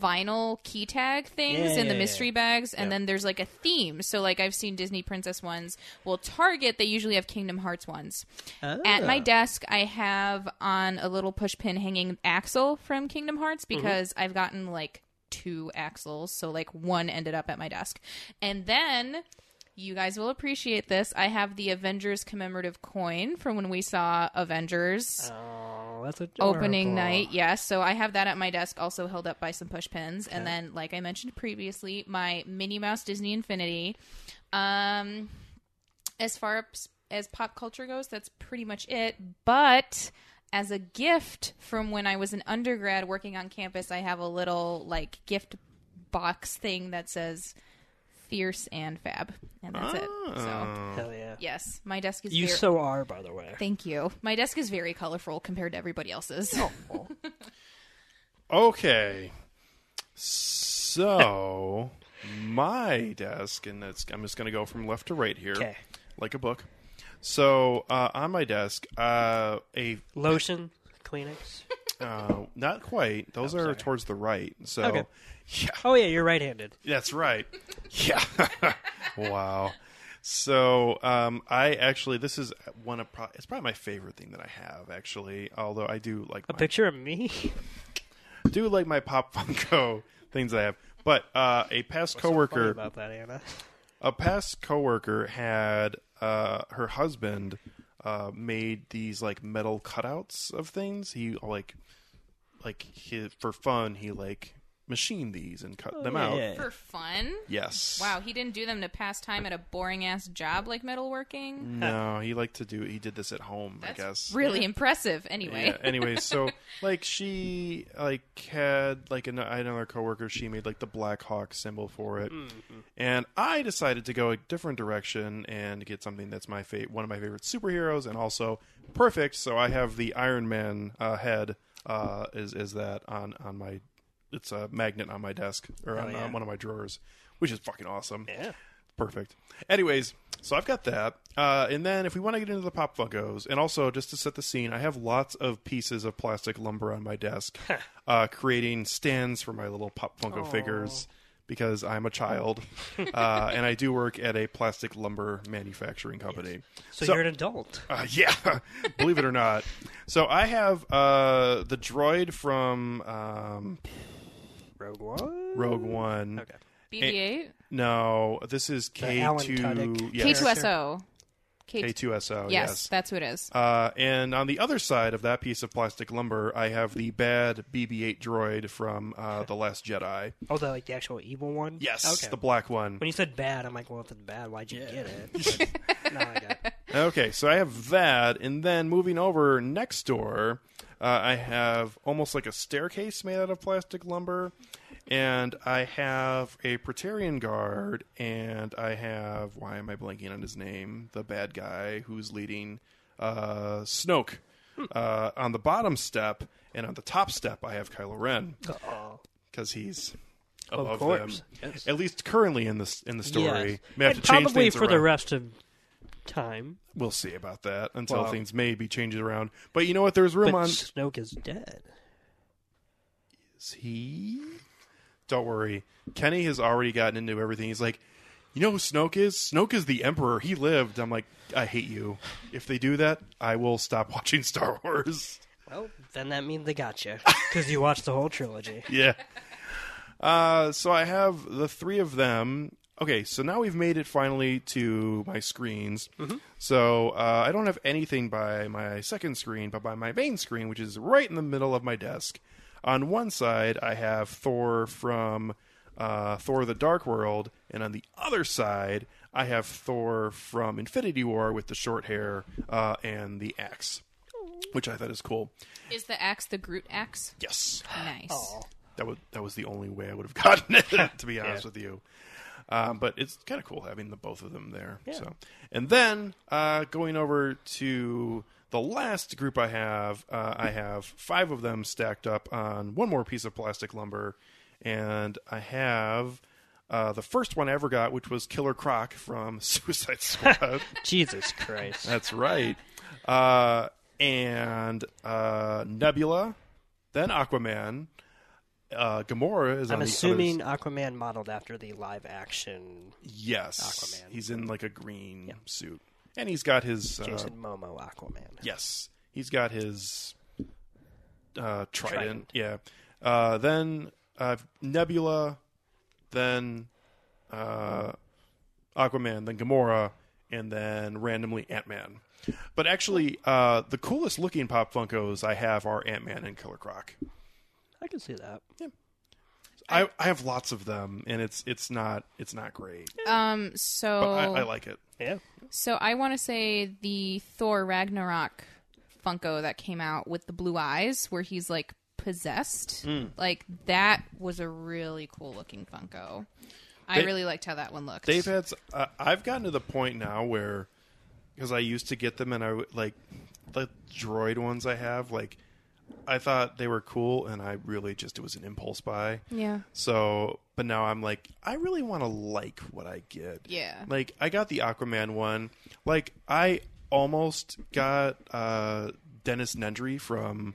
[SPEAKER 1] vinyl key tag things
[SPEAKER 3] Yeah,
[SPEAKER 1] in the
[SPEAKER 3] yeah,
[SPEAKER 1] mystery
[SPEAKER 3] yeah.
[SPEAKER 1] bags and then there's like a theme so like i've seen disney princess ones well target they usually have kingdom hearts ones At my desk, I have on a little push pin hanging Axel from Kingdom Hearts because I've gotten like two Axels. So, like, one ended up at my desk. And then you guys will appreciate this. I have the Avengers commemorative coin from when we saw Avengers
[SPEAKER 3] Oh, that's adorable.
[SPEAKER 1] opening night. Yes. So I have that at my desk, also held up by some push pins. And then, like I mentioned previously, my Minnie Mouse Disney Infinity. Um, as far as, as pop culture goes, that's pretty much it. But as a gift from when I was an undergrad working on campus, I have a little like gift box thing that says "Fierce and Fab," and that's it. So
[SPEAKER 3] Hell yeah.
[SPEAKER 1] yes, my desk is.
[SPEAKER 3] You
[SPEAKER 1] very-
[SPEAKER 3] so are, by the way.
[SPEAKER 1] Thank you. My desk is very colorful compared to everybody else's.
[SPEAKER 3] Oh,
[SPEAKER 2] Okay. So my desk, and that's I'm just going to go from left to right here,
[SPEAKER 3] Okay.
[SPEAKER 2] like a book. So uh, on my desk, uh, a
[SPEAKER 3] Lotion, Kleenex.
[SPEAKER 2] uh, not quite. Those are towards the right. So
[SPEAKER 3] Oh, Okay.
[SPEAKER 2] yeah,
[SPEAKER 3] *laughs* Oh yeah, you're right-handed.
[SPEAKER 2] That's right. *laughs* yeah. wow. So um, I actually this is one of pro- it's probably my favorite thing that I have actually. Although I do like my,
[SPEAKER 3] Picture of me.
[SPEAKER 2] do like *laughs* my pop Funko things I have. But uh, a past
[SPEAKER 3] Funny
[SPEAKER 2] coworker
[SPEAKER 3] about that, Anna.
[SPEAKER 2] a past coworker had uh, her husband uh, made these like metal cutouts of things. He like like his, for fun he like machined these and cut them out.
[SPEAKER 3] Oh, yeah.
[SPEAKER 1] For fun?
[SPEAKER 2] Yes.
[SPEAKER 1] Wow, he didn't do them to pass time at a boring ass job like metalworking?
[SPEAKER 2] No, he liked to do. He did this at home,
[SPEAKER 1] That's
[SPEAKER 2] I Mm, guess.
[SPEAKER 1] really impressive anyway.
[SPEAKER 2] Yeah.
[SPEAKER 3] *laughs*
[SPEAKER 2] Anyway, so like she like had like an, another coworker. She made like the Black Hawk symbol for it,
[SPEAKER 3] Mm-hmm.
[SPEAKER 2] and I decided to go a different direction and get something that's my fa- one of my favorite superheroes, and also perfect. So I have the Iron Man uh, head. Uh, is is that on on my? It's a magnet on my desk or on,
[SPEAKER 3] yeah.
[SPEAKER 2] on one of my drawers, which is fucking awesome.
[SPEAKER 3] Yeah.
[SPEAKER 2] Perfect. Anyways, so I've got that. Uh, and then if we want to get into the Pop Funkos, and also just to set the scene, I have lots of pieces of plastic lumber on my
[SPEAKER 3] *laughs*
[SPEAKER 2] desk, uh, creating stands for my little Pop Funko figures because I'm a
[SPEAKER 3] *laughs*
[SPEAKER 2] child uh, and I do work at a plastic lumber manufacturing company.
[SPEAKER 3] So, you're an adult.
[SPEAKER 2] Uh, *laughs* yeah, believe it or not. So I have uh, the droid from um,
[SPEAKER 3] Rogue One.
[SPEAKER 2] Rogue One.
[SPEAKER 3] Okay.
[SPEAKER 1] BB-8?
[SPEAKER 2] No, this is
[SPEAKER 3] Alan
[SPEAKER 2] K2.
[SPEAKER 3] Tudyk
[SPEAKER 2] Yes.
[SPEAKER 1] K2SO. K-
[SPEAKER 2] K2SO, yes.
[SPEAKER 1] yes, that's who it is.
[SPEAKER 2] Uh, and on the other side of that piece of plastic lumber, I have the bad BB 8 droid from uh, The Last Jedi.
[SPEAKER 3] Oh, the like the actual evil one.
[SPEAKER 2] Yes,
[SPEAKER 3] Okay.
[SPEAKER 2] the black one.
[SPEAKER 3] when you said bad, I'm like, well, if it's bad, why'd you get it? But now I got it.
[SPEAKER 1] *laughs*
[SPEAKER 2] Okay, so I have that. And then moving over next door, uh, I have almost like a staircase made out of plastic lumber. And I have a Praetorian guard. And I have, why am I blanking on his name? The bad guy who's leading uh, Snoke.
[SPEAKER 3] Hmm.
[SPEAKER 2] Uh, on the bottom step and on the top step, I have Kylo Ren.
[SPEAKER 3] Oh,
[SPEAKER 2] because he's above
[SPEAKER 3] course,
[SPEAKER 2] them.
[SPEAKER 3] yes.
[SPEAKER 2] At least currently in this in the story,
[SPEAKER 3] Yes.
[SPEAKER 2] may have
[SPEAKER 3] And
[SPEAKER 2] to change
[SPEAKER 3] probably
[SPEAKER 2] things
[SPEAKER 3] for the
[SPEAKER 2] around.
[SPEAKER 3] rest of time.
[SPEAKER 2] We'll see about that until
[SPEAKER 3] Well-
[SPEAKER 2] things may be changed around. But you know what? There's room
[SPEAKER 3] but
[SPEAKER 2] on.
[SPEAKER 3] Snoke is dead.
[SPEAKER 2] Is he? Don't worry, Kenny has already gotten into everything. He's like, you know who Snoke is? Snoke is the Emperor. He lived. I'm like, I hate you. If they do that, I will stop *laughs* watching Star Wars.
[SPEAKER 3] Well, then that means they got *laughs* you because you watched the whole *laughs* trilogy.
[SPEAKER 2] *laughs* yeah. Uh, so I have the three of them. Okay, so now we've made it finally to my screens. So uh, I don't have anything by my second screen, but by my main screen, which is right in the middle of my desk. On one side, I have Thor from uh, Thor: The Dark World, and on the other side, I have Thor from Infinity War with the short hair uh, and the axe, which I thought is cool.
[SPEAKER 1] Is the axe the Groot axe?
[SPEAKER 2] Yes.
[SPEAKER 1] Nice.
[SPEAKER 2] That was that was the only way I would have *laughs* gotten it, to be honest with you. Um, but it's kind of cool having the both of them there. So, and then uh, going over to the last group I have, uh, I have five of them stacked up on one more piece of plastic lumber, and I have uh, the first one I ever got, which was Killer Croc from *laughs* Suicide Squad.
[SPEAKER 3] Jesus Christ!
[SPEAKER 2] That's right. Uh, and uh, Nebula, then Aquaman. Uh, Gamora is on
[SPEAKER 3] I'm
[SPEAKER 2] the
[SPEAKER 3] assuming
[SPEAKER 2] other s-
[SPEAKER 3] Aquaman modeled after the live action
[SPEAKER 2] yes,
[SPEAKER 3] Aquaman.
[SPEAKER 2] He's in like a green suit, and he's got his uh,
[SPEAKER 3] Jason Momo Aquaman.
[SPEAKER 2] yes, he's got his uh, trident.
[SPEAKER 3] Trident.
[SPEAKER 2] Yeah. Uh, then uh, Nebula, then uh, Aquaman, then Gamora, and then randomly Ant Man. But actually, uh, the coolest looking Pop Funkos I have are Ant Man and Killer Croc.
[SPEAKER 3] I can see that.
[SPEAKER 2] I, I have lots of them, and it's it's not it's not great,
[SPEAKER 1] Um, so
[SPEAKER 2] but I, I like it.
[SPEAKER 3] Yeah.
[SPEAKER 1] So I want to say the Thor Ragnarok Funko that came out with the blue eyes, where he's like possessed.
[SPEAKER 2] Hmm.
[SPEAKER 1] Like that was a really cool looking Funko. I
[SPEAKER 2] They-
[SPEAKER 1] really liked how that one looked.
[SPEAKER 2] They've had. s- Uh, I've gotten to the point now where, because I used to get them, and I would like the droid ones I have. Like, I thought they were cool, and I really just it was an impulse buy.
[SPEAKER 1] yeah,
[SPEAKER 2] So, but now I'm like, I really want to like what I get.
[SPEAKER 1] Yeah.
[SPEAKER 2] Like, I got the Aquaman one. Like, I almost got uh, Dennis Nendry from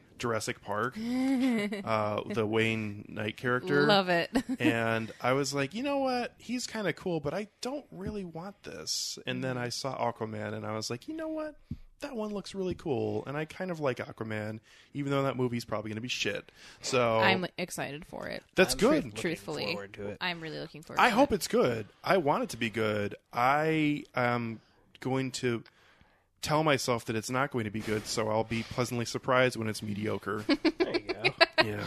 [SPEAKER 1] *laughs*
[SPEAKER 2] Jurassic Park, uh, the Wayne Knight character
[SPEAKER 1] love it.
[SPEAKER 2] and I was like, you know what? He's kind of cool, but I don't really want this. And then I saw Aquaman, and I was like, you know what? that one looks really cool, and I kind of like Aquaman, even though that movie's probably going to be shit. So
[SPEAKER 1] I'm excited for it.
[SPEAKER 2] that's good.
[SPEAKER 3] Looking
[SPEAKER 1] truthfully,
[SPEAKER 3] forward to it.
[SPEAKER 1] I'm really looking forward.
[SPEAKER 2] I
[SPEAKER 1] to
[SPEAKER 2] hope it's good. I want it to be good. I am going to tell myself that it's not going to be good, so I'll be pleasantly surprised when it's mediocre.
[SPEAKER 3] There you go.
[SPEAKER 2] yeah.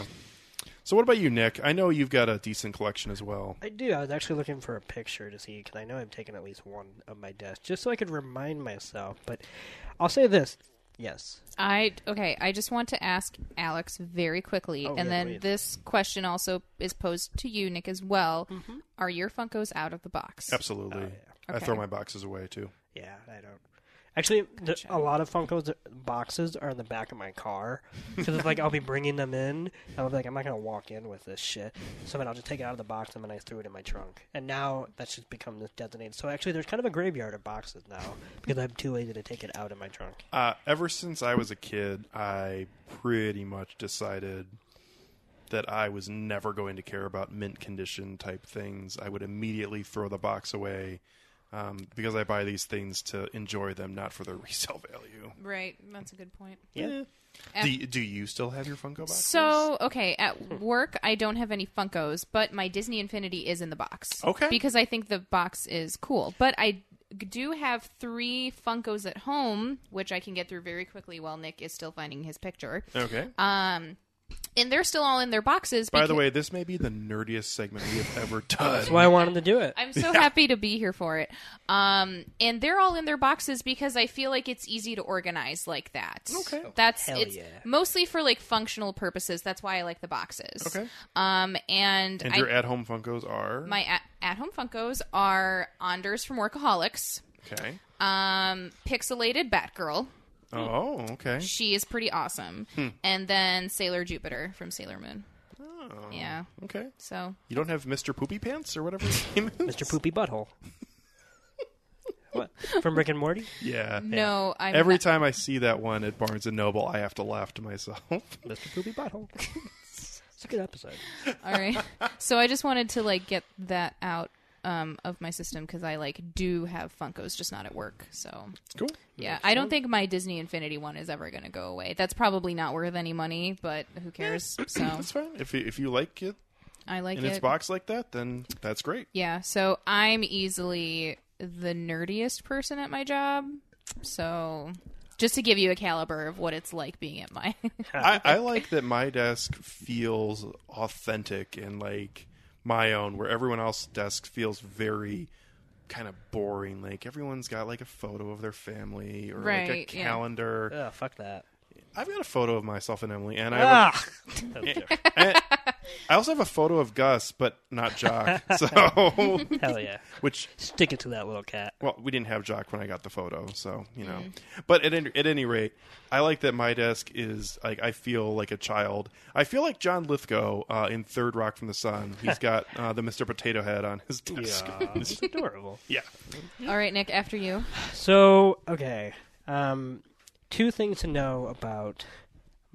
[SPEAKER 2] So what about you, Nick? I know you've got a decent collection as well.
[SPEAKER 3] I do. I was actually looking for a picture to see because I know I've taken at least one of my desk just so I could remind myself. But I'll say this: yes,
[SPEAKER 1] I okay. I just want to ask Alex very quickly,
[SPEAKER 3] Oh,
[SPEAKER 1] and
[SPEAKER 3] yeah,
[SPEAKER 1] then
[SPEAKER 3] please.
[SPEAKER 1] this question also is posed to you, Nick, as well. Are your Funkos out of the box?
[SPEAKER 2] Absolutely. I
[SPEAKER 1] Oh, Okay.
[SPEAKER 2] throw my boxes away too.
[SPEAKER 3] yeah, I don't. Actually, the, a lot of Funko's boxes are in the back of my car because it's like I'll be bringing them in. and I'll be like, I'm not gonna walk in with this shit. So then I'll just take it out of the box and then I threw it in my trunk. And now that's just become this designated. So actually, there's kind of a graveyard of boxes now because I'm too lazy to take it out of my trunk.
[SPEAKER 2] Uh, ever since I was a kid, I pretty much decided that I was never going to care about mint condition type things. I would immediately throw the box away um, because I buy these things to enjoy them, not for their *laughs* resale value.
[SPEAKER 1] Right. That's a good point.
[SPEAKER 3] Yeah.
[SPEAKER 2] Do, you- do you still have your Funko box?
[SPEAKER 1] So okay, at work I don't have any Funkos, but my Disney Infinity is in the box.
[SPEAKER 2] Okay.
[SPEAKER 1] because I think the box is cool. But I do have three Funkos at home, which I can get through very quickly while Nick is still finding his picture,
[SPEAKER 2] okay.
[SPEAKER 1] and they're still all in their boxes.
[SPEAKER 2] By the
[SPEAKER 1] beca-
[SPEAKER 2] way, this may be the nerdiest segment we have
[SPEAKER 1] *laughs*
[SPEAKER 2] ever done.
[SPEAKER 3] That's why I wanted to do it.
[SPEAKER 1] I'm so happy to be here for it. Um, and they're all in their boxes because I feel like it's easy to organize like that.
[SPEAKER 2] Okay.
[SPEAKER 1] that's
[SPEAKER 3] Hell
[SPEAKER 1] it's
[SPEAKER 3] yeah.
[SPEAKER 1] mostly for like functional purposes. That's why I like the boxes.
[SPEAKER 2] Okay.
[SPEAKER 1] Um, and,
[SPEAKER 2] And
[SPEAKER 1] I,
[SPEAKER 2] your at home Funkos are?
[SPEAKER 1] my at, at home Funkos are Anders from Workaholics,
[SPEAKER 2] okay.
[SPEAKER 1] um, pixelated Batgirl.
[SPEAKER 2] Oh, okay.
[SPEAKER 1] She is pretty awesome.
[SPEAKER 2] Hmm.
[SPEAKER 1] And then Sailor Jupiter from Sailor Moon.
[SPEAKER 2] Oh,
[SPEAKER 1] Yeah.
[SPEAKER 2] Okay.
[SPEAKER 1] So
[SPEAKER 2] You don't have Mr. Poopy Pants or whatever his name is?
[SPEAKER 3] Mr. Poopy Butthole. *laughs* what? From Rick and Morty?
[SPEAKER 2] Yeah.
[SPEAKER 1] no, I'm
[SPEAKER 2] Every
[SPEAKER 1] not-
[SPEAKER 2] time I see that one at Barnes and Noble, I have to laugh to myself. *laughs*
[SPEAKER 3] Mr. Poopy *laughs* Butthole. it's a good episode.
[SPEAKER 1] All right.
[SPEAKER 2] *laughs*
[SPEAKER 1] So I just wanted to like get that out um, of my system because I like do have Funkos, just not at work. So
[SPEAKER 2] cool.
[SPEAKER 1] yeah, I don't think my Disney Infinity one is ever going to go away. That's probably not worth any money, but who cares? So
[SPEAKER 2] That's fine. If you- if you like it
[SPEAKER 1] I like
[SPEAKER 2] in its
[SPEAKER 1] it.
[SPEAKER 2] box like that, then that's great.
[SPEAKER 1] Yeah. So I'm easily the nerdiest person at my job. So just to give you a caliber of what it's like being at my *laughs*
[SPEAKER 2] I, I like that my desk feels authentic and like my own, where everyone else's desk feels very kind of boring. Like everyone's got like a photo of their family or like a
[SPEAKER 1] Right, yeah.
[SPEAKER 2] calendar.
[SPEAKER 3] Oh, fuck that.
[SPEAKER 2] I've got a photo of myself and Emily, and I have a-
[SPEAKER 3] Ah!
[SPEAKER 2] and I also have a photo of Gus, but not Jock. So,
[SPEAKER 3] Hell yeah.
[SPEAKER 2] which
[SPEAKER 3] Stick it to that little cat.
[SPEAKER 2] Well, we didn't have Jock when I got the photo, so you know. But at any, at any rate, I like that my desk is like I feel like a child. I feel like John Lithgow uh, in Third Rock from the Sun. He's got uh, the Mr. Potato Head on his
[SPEAKER 3] *laughs*
[SPEAKER 2] desk.
[SPEAKER 3] it's adorable.
[SPEAKER 2] *laughs* Yeah,
[SPEAKER 1] All right, Nick, after you.
[SPEAKER 3] So, okay. Um, two things to know about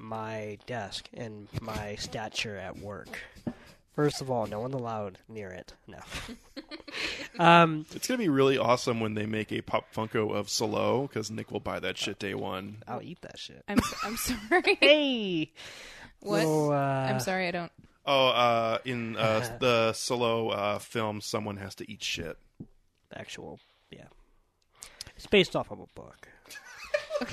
[SPEAKER 3] my desk and my stature at work. First of all, no one's allowed near it.
[SPEAKER 1] *laughs*
[SPEAKER 3] No. um,
[SPEAKER 2] it's gonna be really awesome when they make a pop Funko of Solo because Nick will buy that shit day one.
[SPEAKER 3] I'll eat that shit.
[SPEAKER 1] I'm I'm
[SPEAKER 3] *laughs*
[SPEAKER 1] sorry. *laughs*
[SPEAKER 3] Hey!
[SPEAKER 1] what?
[SPEAKER 3] Little, uh,
[SPEAKER 1] I'm sorry, I don't.
[SPEAKER 2] Oh, uh, in uh, the Solo uh, film, someone has to eat shit.
[SPEAKER 3] actual yeah it's based off of a book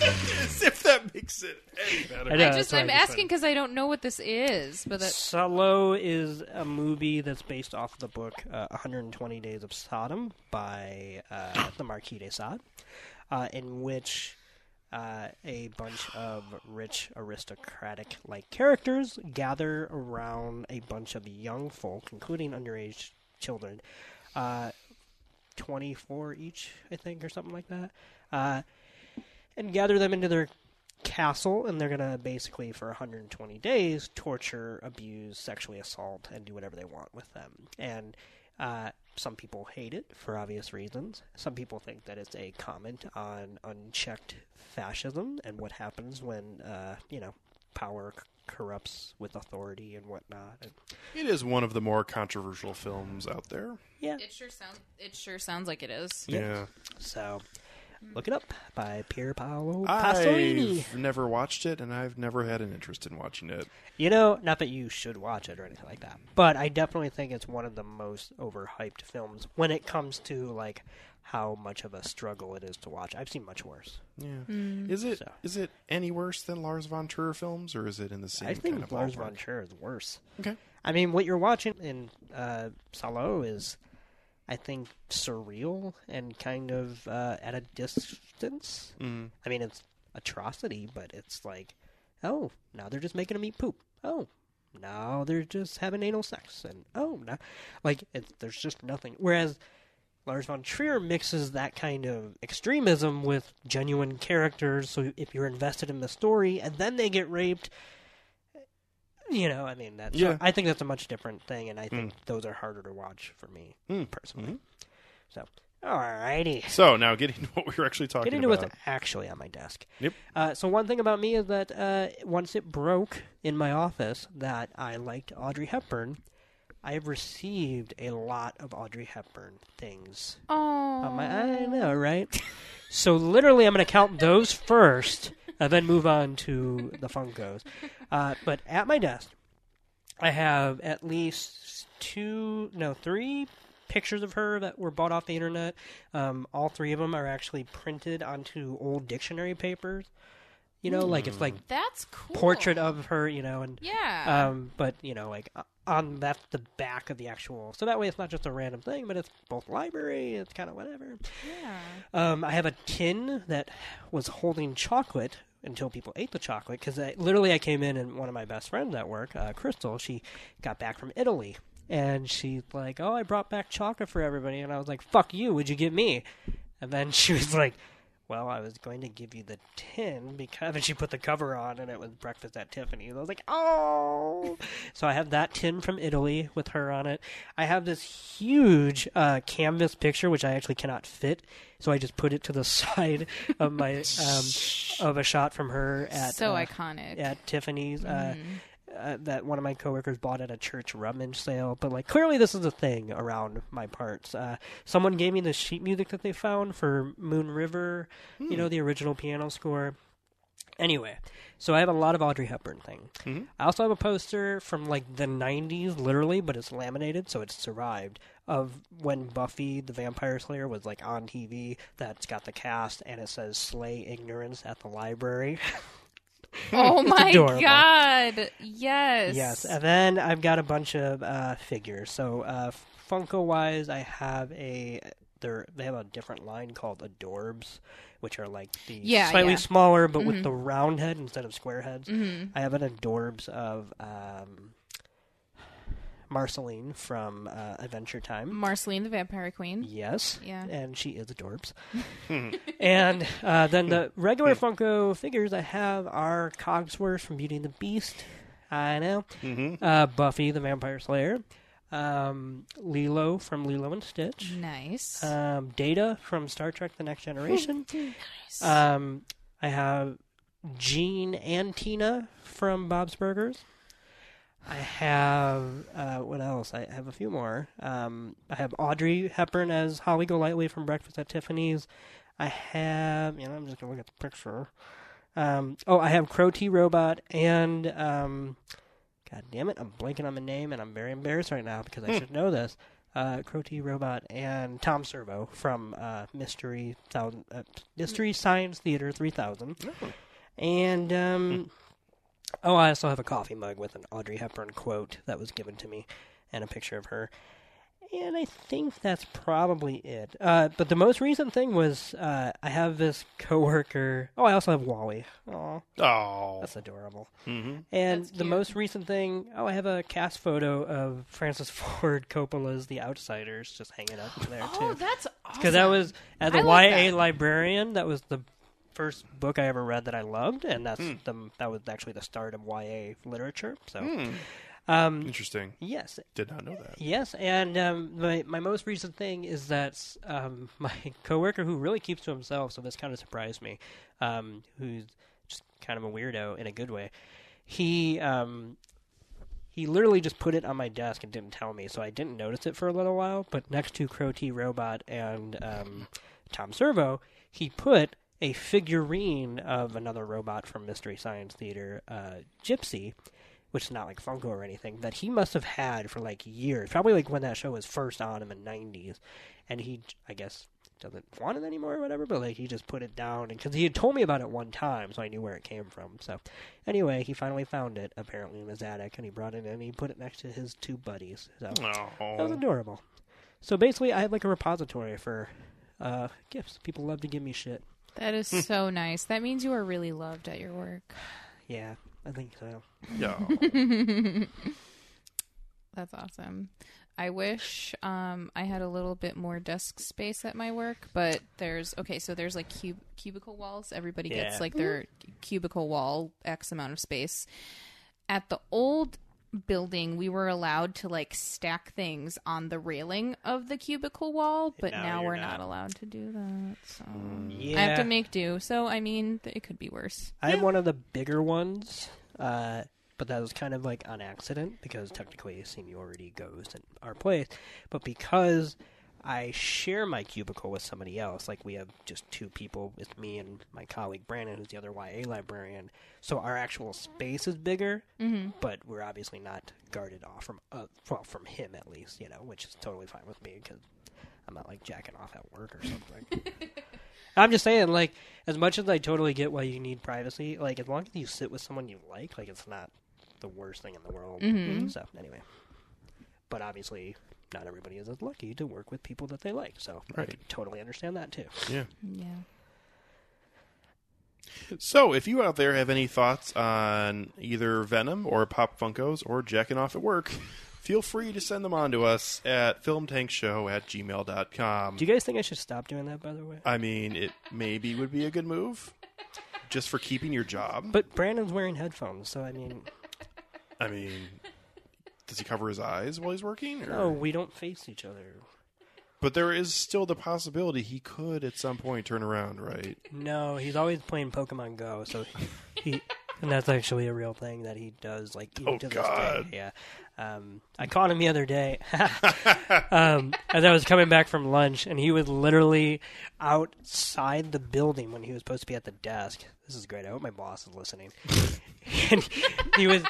[SPEAKER 2] As *laughs* if that makes it any better.
[SPEAKER 1] I just I'm asking because I don't know what this is. But that,
[SPEAKER 3] Solo is a movie that's based off of the book uh, 120 Days of Sodom by uh, the Marquis de Sade, uh, in which uh, a bunch of rich aristocratic like characters gather around a bunch of young folk, including underage children, uh, 24 each, I think, or something like that, uh, and gather them into their castle and they're going to basically for 120 days torture abuse sexually assault and do whatever they want with them and uh, some people hate it for obvious reasons some people think that it's a comment on unchecked fascism and what happens when uh, you know power c- corrupts with authority and whatnot and,
[SPEAKER 2] It is one of the more controversial films out there.
[SPEAKER 3] yeah
[SPEAKER 1] it sure sounds it sure sounds like it is.
[SPEAKER 2] Yeah.
[SPEAKER 3] So, Look it up by Pier Paolo Pasolini.
[SPEAKER 2] I've never watched it, and I've never had an interest in watching it.
[SPEAKER 3] You know, not that you should watch it or anything like that, but I definitely think it's one of the most overhyped films when it comes to like how much of a struggle it is to watch. I've seen much worse.
[SPEAKER 2] Yeah, is it is
[SPEAKER 3] Mm. So.
[SPEAKER 2] it any worse than Lars von Trier films, or is it in the same
[SPEAKER 3] I think
[SPEAKER 2] kind of
[SPEAKER 3] Lars
[SPEAKER 2] ballpark?
[SPEAKER 3] von Trier is worse.
[SPEAKER 2] Okay,
[SPEAKER 3] I mean, what you're watching in uh, Salo is, I think, surreal and kind of uh, at a distance.
[SPEAKER 2] Mm-hmm.
[SPEAKER 3] Mm. I mean, it's atrocity, but it's like, oh, now they're just making them eat poop. Oh, now they're just having anal sex, and oh, now, like it's, there's just nothing. Whereas Lars von Trier mixes that kind of extremism with genuine characters. So if you're invested in the story, and then they get raped, you know, I mean, that's
[SPEAKER 2] Yeah.
[SPEAKER 3] I think that's a much different thing, and I think those are harder to watch for me personally. So, alrighty.
[SPEAKER 2] so now getting *laughs* to what we were actually talking
[SPEAKER 3] Get into
[SPEAKER 2] about.
[SPEAKER 3] what's actually on my desk.
[SPEAKER 2] Yep.
[SPEAKER 3] Uh, so one thing about me is that uh, once it broke in my office that I liked Audrey Hepburn, I have received a lot of Audrey Hepburn things.
[SPEAKER 1] Oh,
[SPEAKER 3] on my, I know, right? *laughs* so literally, I'm going to count those first, and then move on to the Funkos. Uh, but at my desk, I have at least two, no, three pictures of her that were bought off the internet. Um, all three of them are actually printed onto old dictionary papers. You know, like it's like
[SPEAKER 1] that's cool.
[SPEAKER 3] portrait of her. You know, and
[SPEAKER 1] Yeah.
[SPEAKER 3] um, but you know, like uh, on that's the back of the actual. So that way, it's not just a random thing, but it's both library. It's kind of whatever.
[SPEAKER 1] yeah.
[SPEAKER 3] Um, I have a tin that was holding chocolate until people ate the chocolate because I, literally I came in and one of my best friends at work, uh, Crystal, she got back from Italy and she's like, "Oh, I brought back chocolate for everybody," and I was like, "Fuck you! Would you get me?" And then *laughs* she was like. Well, I was going to give you the tin because, *laughs* and she put the cover on, and it was breakfast at Tiffany's. I was like,
[SPEAKER 1] *laughs*
[SPEAKER 3] oh. so I have that tin from Italy with her on it. I have this huge uh, canvas picture which I actually cannot fit, so I just put it to the *laughs* side of my
[SPEAKER 1] *laughs*
[SPEAKER 3] um, of a shot from her at
[SPEAKER 1] so
[SPEAKER 3] uh,
[SPEAKER 1] iconic.
[SPEAKER 3] at Tiffany's. Uh, uh, that one of my coworkers bought at a church rummage sale, but like clearly this is a thing around my parts. Uh, someone gave me the sheet music that they found for Moon River, you know the original piano score. Anyway, so I have a lot of Audrey Hepburn thing. I also have a poster from like the '90s, literally, but it's laminated, so it's survived. Of when Buffy the Vampire Slayer was like on TV, that's got the cast, and it says "Slay Ignorance at the Library."
[SPEAKER 1] *laughs*
[SPEAKER 3] *laughs*
[SPEAKER 1] oh my
[SPEAKER 3] adorable.
[SPEAKER 1] god. Yes.
[SPEAKER 3] Yes, and then I've got a bunch of uh, figures. So uh, Funko wise, I have a they're, they have a different line called Adorbs, which are like the
[SPEAKER 1] Yeah, Mm-hmm.
[SPEAKER 3] slightly
[SPEAKER 1] yeah.
[SPEAKER 3] smaller but with the round head instead of square heads.
[SPEAKER 1] Mm-hmm.
[SPEAKER 3] I have an Adorbs of um, Marceline from uh, Adventure Time.
[SPEAKER 1] Marceline the Vampire Queen.
[SPEAKER 3] Yes.
[SPEAKER 1] Mm-hmm. Yeah.
[SPEAKER 3] And she
[SPEAKER 1] *laughs*
[SPEAKER 3] is adorbs. and uh, then the regular Funko figures I have are Cogsworth from Beauty and the Beast. I know.
[SPEAKER 2] Mm-hmm.
[SPEAKER 3] Uh, Buffy the Vampire Slayer. Um, Lilo from Lilo and Stitch.
[SPEAKER 1] Nice.
[SPEAKER 3] Um, Data from Star Trek The Next Generation. um, I have Gene and Tina from Bob's Burgers. I have uh, what else? I have a few more. Um, I have Audrey Hepburn as Holly Golightly from Breakfast at Tiffany's. I have you know I'm just gonna look at the picture. Um, oh, I have Crow T Robot and um, God damn it, I'm blanking on the name and I'm very embarrassed right now because I should know this. Uh, Crow T Robot and Tom Servo from uh, Mystery Thousand, uh, Mystery Science Theater 3000. And um, oh, I also have a coffee mug with an Audrey Hepburn quote that was given to me, and a picture of her. And I think that's probably it. Uh, but the most recent thing was uh, I have this coworker. Oh, I also have Wally. Oh,
[SPEAKER 2] Oh,
[SPEAKER 3] that's adorable. Mm-hmm. And
[SPEAKER 1] That's
[SPEAKER 3] the
[SPEAKER 1] cute.
[SPEAKER 3] most recent thing. Oh, I have a cast photo of Francis *laughs* Ford Coppola's The Outsiders just hanging up there
[SPEAKER 1] *gasps* oh,
[SPEAKER 3] too
[SPEAKER 1] that's awesome.
[SPEAKER 3] because that was as a
[SPEAKER 1] I like
[SPEAKER 3] YA
[SPEAKER 1] that.
[SPEAKER 3] librarian. That was the first book I ever read that I loved, and that's the that was actually the start of YA literature. So Um,
[SPEAKER 2] interesting.
[SPEAKER 3] yes,
[SPEAKER 2] Did not know that.
[SPEAKER 3] yes, and um, my my most recent thing is that um, *laughs* my coworker who really keeps to himself, so this kind of surprised me, um, who's just kind of a weirdo in a good way. He um, he literally just put it on my desk and didn't tell me, so I didn't notice it for a little while. But next to Crow T Robot and um, Tom Servo, he put a figurine of another robot from Mystery Science Theater, uh, Gypsy, which is not like Funko or anything, that he must have had for like years, probably like when that show was first on in the 90s. And he, I guess, doesn't want it anymore or whatever, but like he just put it down. Because he had told me about it one time, so I knew where it came from. So anyway, he finally found it apparently in his attic and he brought it in and he put it next to his two buddies. So that was
[SPEAKER 2] Oh.
[SPEAKER 3] adorable. So basically, I have like a repository for uh, gifts. People love to give me shit.
[SPEAKER 1] That is so *laughs* nice. That means you are really loved at your work.
[SPEAKER 3] Yeah, I think so.
[SPEAKER 2] Yeah.
[SPEAKER 3] *laughs*
[SPEAKER 1] That's awesome. I wish um, I had a little bit more desk space at my work, but there's okay. So there's like cub- cubicle walls. Everybody
[SPEAKER 3] Yeah.
[SPEAKER 1] gets like their cubicle wall x amount of space. At the old building, we were allowed to like stack things on the railing of the cubicle wall, but
[SPEAKER 3] Now
[SPEAKER 1] now
[SPEAKER 3] you're
[SPEAKER 1] we're
[SPEAKER 3] not. Mm,
[SPEAKER 1] not. allowed to do that. So
[SPEAKER 3] Yeah.
[SPEAKER 1] I have to make do. So I mean, th- it could be worse.
[SPEAKER 3] I had one of the bigger ones, uh, but that was kind of like on accident because technically seniority goes in our place. But because I share my cubicle with somebody else, like we have just two people, it's me and my colleague Brandon, who's the other YA librarian. So our actual space is bigger, but we're obviously not guarded off from, uh, well, from him at least, you know, which is totally fine with me because I'm not like jacking off at work or something. I'm just saying, like, as much as I totally get why you need privacy, like, as long as you sit with someone you like, like, it's not the worst thing in the world. So, anyway. But obviously, not everybody is as lucky to work with people that they like. So, I
[SPEAKER 2] Right.
[SPEAKER 3] can totally understand that, too.
[SPEAKER 2] Yeah.
[SPEAKER 1] Yeah.
[SPEAKER 2] So, if you out there have any thoughts on either Venom or Pop Funkos or jacking off at work, feel free to send them on to us at filmtankshow at gmail.com.
[SPEAKER 3] Do you guys think I should stop doing that, by the way?
[SPEAKER 2] I mean, it maybe would be a good move just for keeping your job.
[SPEAKER 3] But Brandon's wearing headphones, so I mean,
[SPEAKER 2] I mean, does he cover his eyes while he's working? Or?
[SPEAKER 3] no, oh, we don't face each other.
[SPEAKER 2] But there is still the possibility he could at some point turn around, right?
[SPEAKER 3] No, he's always playing Pokemon Go, so
[SPEAKER 2] *laughs*
[SPEAKER 3] he and that's actually a real thing that he does. Like even
[SPEAKER 2] Oh,
[SPEAKER 3] to this
[SPEAKER 2] God.
[SPEAKER 3] day, yeah. Um, I caught him the
[SPEAKER 2] *laughs*
[SPEAKER 3] other day um, as I was coming back from lunch, and he was literally outside the building when he was supposed to be at the desk. This is great. I hope my boss is listening. *laughs* and he was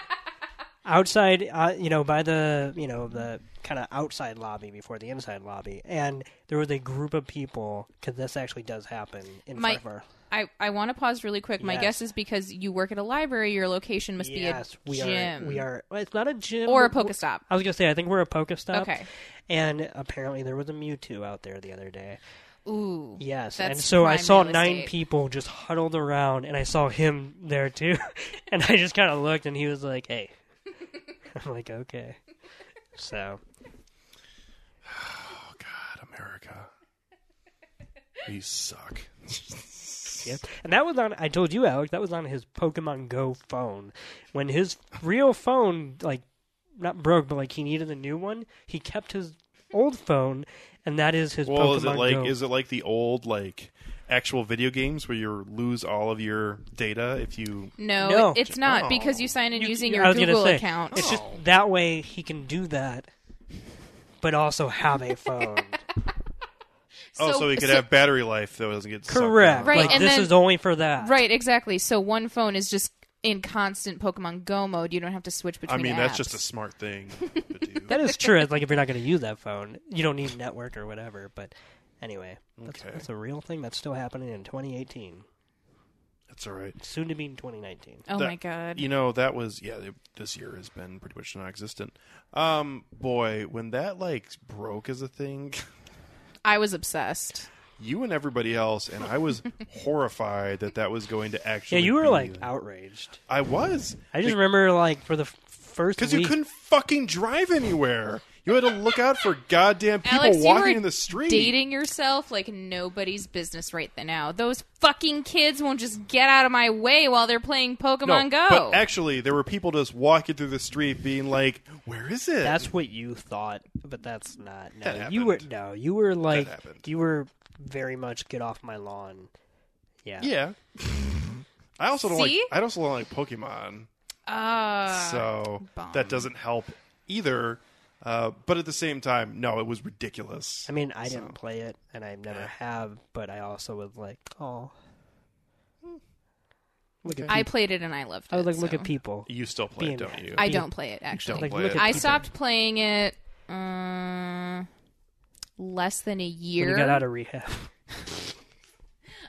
[SPEAKER 3] outside, uh, you know, by the you know the kind of outside lobby before the inside lobby, and there was a group of people because this actually does happen in
[SPEAKER 1] My-
[SPEAKER 3] front of our
[SPEAKER 1] I, I want to pause really quick. My
[SPEAKER 3] Yes.
[SPEAKER 1] guess is because you work at a library, your location must
[SPEAKER 3] yes,
[SPEAKER 1] be a
[SPEAKER 3] we
[SPEAKER 1] gym.
[SPEAKER 3] are. We are. well, it's not a gym
[SPEAKER 1] Or a
[SPEAKER 3] We're-
[SPEAKER 1] Pokestop.
[SPEAKER 3] I was gonna say. I think we're a Pokestop.
[SPEAKER 1] Okay.
[SPEAKER 3] And apparently there was a Mewtwo out there the other day.
[SPEAKER 1] Ooh.
[SPEAKER 3] Yes.
[SPEAKER 1] That's
[SPEAKER 3] and so I
[SPEAKER 1] prime
[SPEAKER 3] saw
[SPEAKER 1] real
[SPEAKER 3] nine
[SPEAKER 1] estate.
[SPEAKER 3] people just huddled around, and I saw him there too. *laughs* and I just kind of looked, and he was like, "Hey." *laughs* I'm like, "Okay." So
[SPEAKER 2] Oh, God, America. You suck.
[SPEAKER 3] Yep. And that was on, I told you, Alex, that was on his Pokemon Go phone. When his real phone, like, not broke, but like he needed a new one, he kept his old phone, and that is his
[SPEAKER 2] Well,
[SPEAKER 3] Pokemon
[SPEAKER 2] is it like
[SPEAKER 3] Go.
[SPEAKER 2] is it like the old like actual video games where you lose all of your data if you
[SPEAKER 1] No,
[SPEAKER 3] No.
[SPEAKER 1] it- it's not
[SPEAKER 2] Oh.
[SPEAKER 1] because you sign in using
[SPEAKER 3] I
[SPEAKER 1] your
[SPEAKER 3] was gonna
[SPEAKER 1] Google
[SPEAKER 3] say,
[SPEAKER 1] account.
[SPEAKER 3] It's just
[SPEAKER 2] Oh.
[SPEAKER 3] that way he can do that, but also have
[SPEAKER 2] *laughs*
[SPEAKER 3] a phone.
[SPEAKER 2] Oh, so, he could have battery life that doesn't get sucked
[SPEAKER 3] Correct.
[SPEAKER 2] out.
[SPEAKER 1] Right,
[SPEAKER 3] Like,
[SPEAKER 1] and
[SPEAKER 3] this
[SPEAKER 1] then-
[SPEAKER 3] is only for that.
[SPEAKER 1] Oh. right, exactly. So one phone is just in constant Pokemon Go mode. You don't have to switch between.
[SPEAKER 2] I mean,
[SPEAKER 1] apps.
[SPEAKER 2] that's just a
[SPEAKER 1] *laughs*
[SPEAKER 2] smart thing to do.
[SPEAKER 3] That is true. It's like if you're not going to use that phone, you don't need network or whatever. But anyway, that's,
[SPEAKER 2] Okay.
[SPEAKER 3] that's a real thing that's still happening in 2018,
[SPEAKER 2] That's all right.
[SPEAKER 3] soon to be in 2019.
[SPEAKER 1] Oh
[SPEAKER 2] that-
[SPEAKER 1] my god.
[SPEAKER 2] You know, that was yeah. It, this year has been pretty much non-existent. Um, boy, when that like broke as a thing, *laughs*
[SPEAKER 1] I was obsessed.
[SPEAKER 2] you and everybody else, and I was *laughs* horrified that that was going to
[SPEAKER 3] Yeah,
[SPEAKER 2] actually.
[SPEAKER 3] you were
[SPEAKER 2] be-
[SPEAKER 3] like outraged.
[SPEAKER 2] I was.
[SPEAKER 3] I just remember like for the f- first
[SPEAKER 2] because
[SPEAKER 3] week.
[SPEAKER 2] you couldn't fucking drive anywhere. You had to look out for goddamn people
[SPEAKER 1] Alex, you were
[SPEAKER 2] walking in the street.
[SPEAKER 1] dating yourself like nobody's business right th- now. Those fucking kids won't just get out of my way while they're playing
[SPEAKER 2] no,
[SPEAKER 1] Pokemon Go.
[SPEAKER 2] but actually, there were people just walking through the street, being like, "Where is it?"
[SPEAKER 3] that's what you thought, but that's not. No,
[SPEAKER 2] That
[SPEAKER 3] you were
[SPEAKER 2] happened.
[SPEAKER 3] no, you were like
[SPEAKER 2] happened.
[SPEAKER 3] you were very much get off my lawn. Yeah.
[SPEAKER 2] yeah. I also don't
[SPEAKER 1] See?
[SPEAKER 2] like. I also don't like Pokemon.
[SPEAKER 1] Ah.
[SPEAKER 2] so
[SPEAKER 1] bum.
[SPEAKER 2] that doesn't help either Uh, but at the same time, no, it was ridiculous.
[SPEAKER 3] I mean, I didn't play it, and I never have, but I also was like, oh. Look at
[SPEAKER 1] I played it and I loved it.
[SPEAKER 3] I was like, look
[SPEAKER 1] so-
[SPEAKER 3] at people.
[SPEAKER 2] You still play it,
[SPEAKER 3] Being-
[SPEAKER 2] don't you?
[SPEAKER 1] I don't play it actually.
[SPEAKER 2] don't
[SPEAKER 3] Like,
[SPEAKER 2] play
[SPEAKER 3] look
[SPEAKER 2] it.
[SPEAKER 3] at
[SPEAKER 1] I
[SPEAKER 3] people.
[SPEAKER 1] stopped playing it uh, less than a
[SPEAKER 3] When
[SPEAKER 1] year.
[SPEAKER 3] you got out
[SPEAKER 1] *laughs*
[SPEAKER 3] of rehab.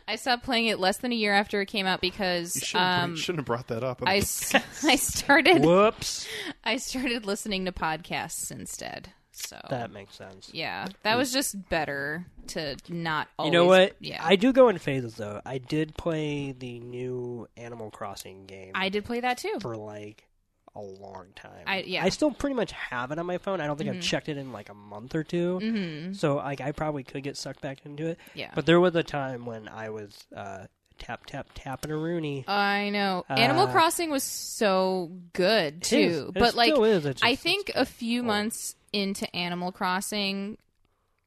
[SPEAKER 1] I stopped playing it less than a year after it came out
[SPEAKER 2] You
[SPEAKER 1] because
[SPEAKER 2] shouldn't, bring-
[SPEAKER 1] um,
[SPEAKER 2] shouldn't have brought that up.
[SPEAKER 1] I, s- *laughs* I started
[SPEAKER 3] Whoops.
[SPEAKER 1] I started listening to podcasts instead. So
[SPEAKER 3] That makes sense.
[SPEAKER 1] yeah, that was just better to not. Always,
[SPEAKER 3] you know what?
[SPEAKER 1] Yeah,
[SPEAKER 3] I do go in phases though. I did play the new Animal Crossing game
[SPEAKER 1] I did play that too.
[SPEAKER 3] for like a long time.
[SPEAKER 1] I- yeah.
[SPEAKER 3] I still pretty much have it on my phone. I don't think I've checked it in like a month or 2
[SPEAKER 1] Mm-hmm.
[SPEAKER 3] So like I probably could get sucked back into it.
[SPEAKER 1] Yeah,
[SPEAKER 3] But there was a time when I was uh, tap tap tapping a Rooney.
[SPEAKER 1] I know. Animal
[SPEAKER 3] Uh,
[SPEAKER 1] Crossing was so good
[SPEAKER 3] It
[SPEAKER 1] too,
[SPEAKER 3] is. It
[SPEAKER 1] but like
[SPEAKER 3] still is. It's
[SPEAKER 1] I
[SPEAKER 3] just-
[SPEAKER 1] think
[SPEAKER 3] it's-
[SPEAKER 1] a few months into Animal Crossing,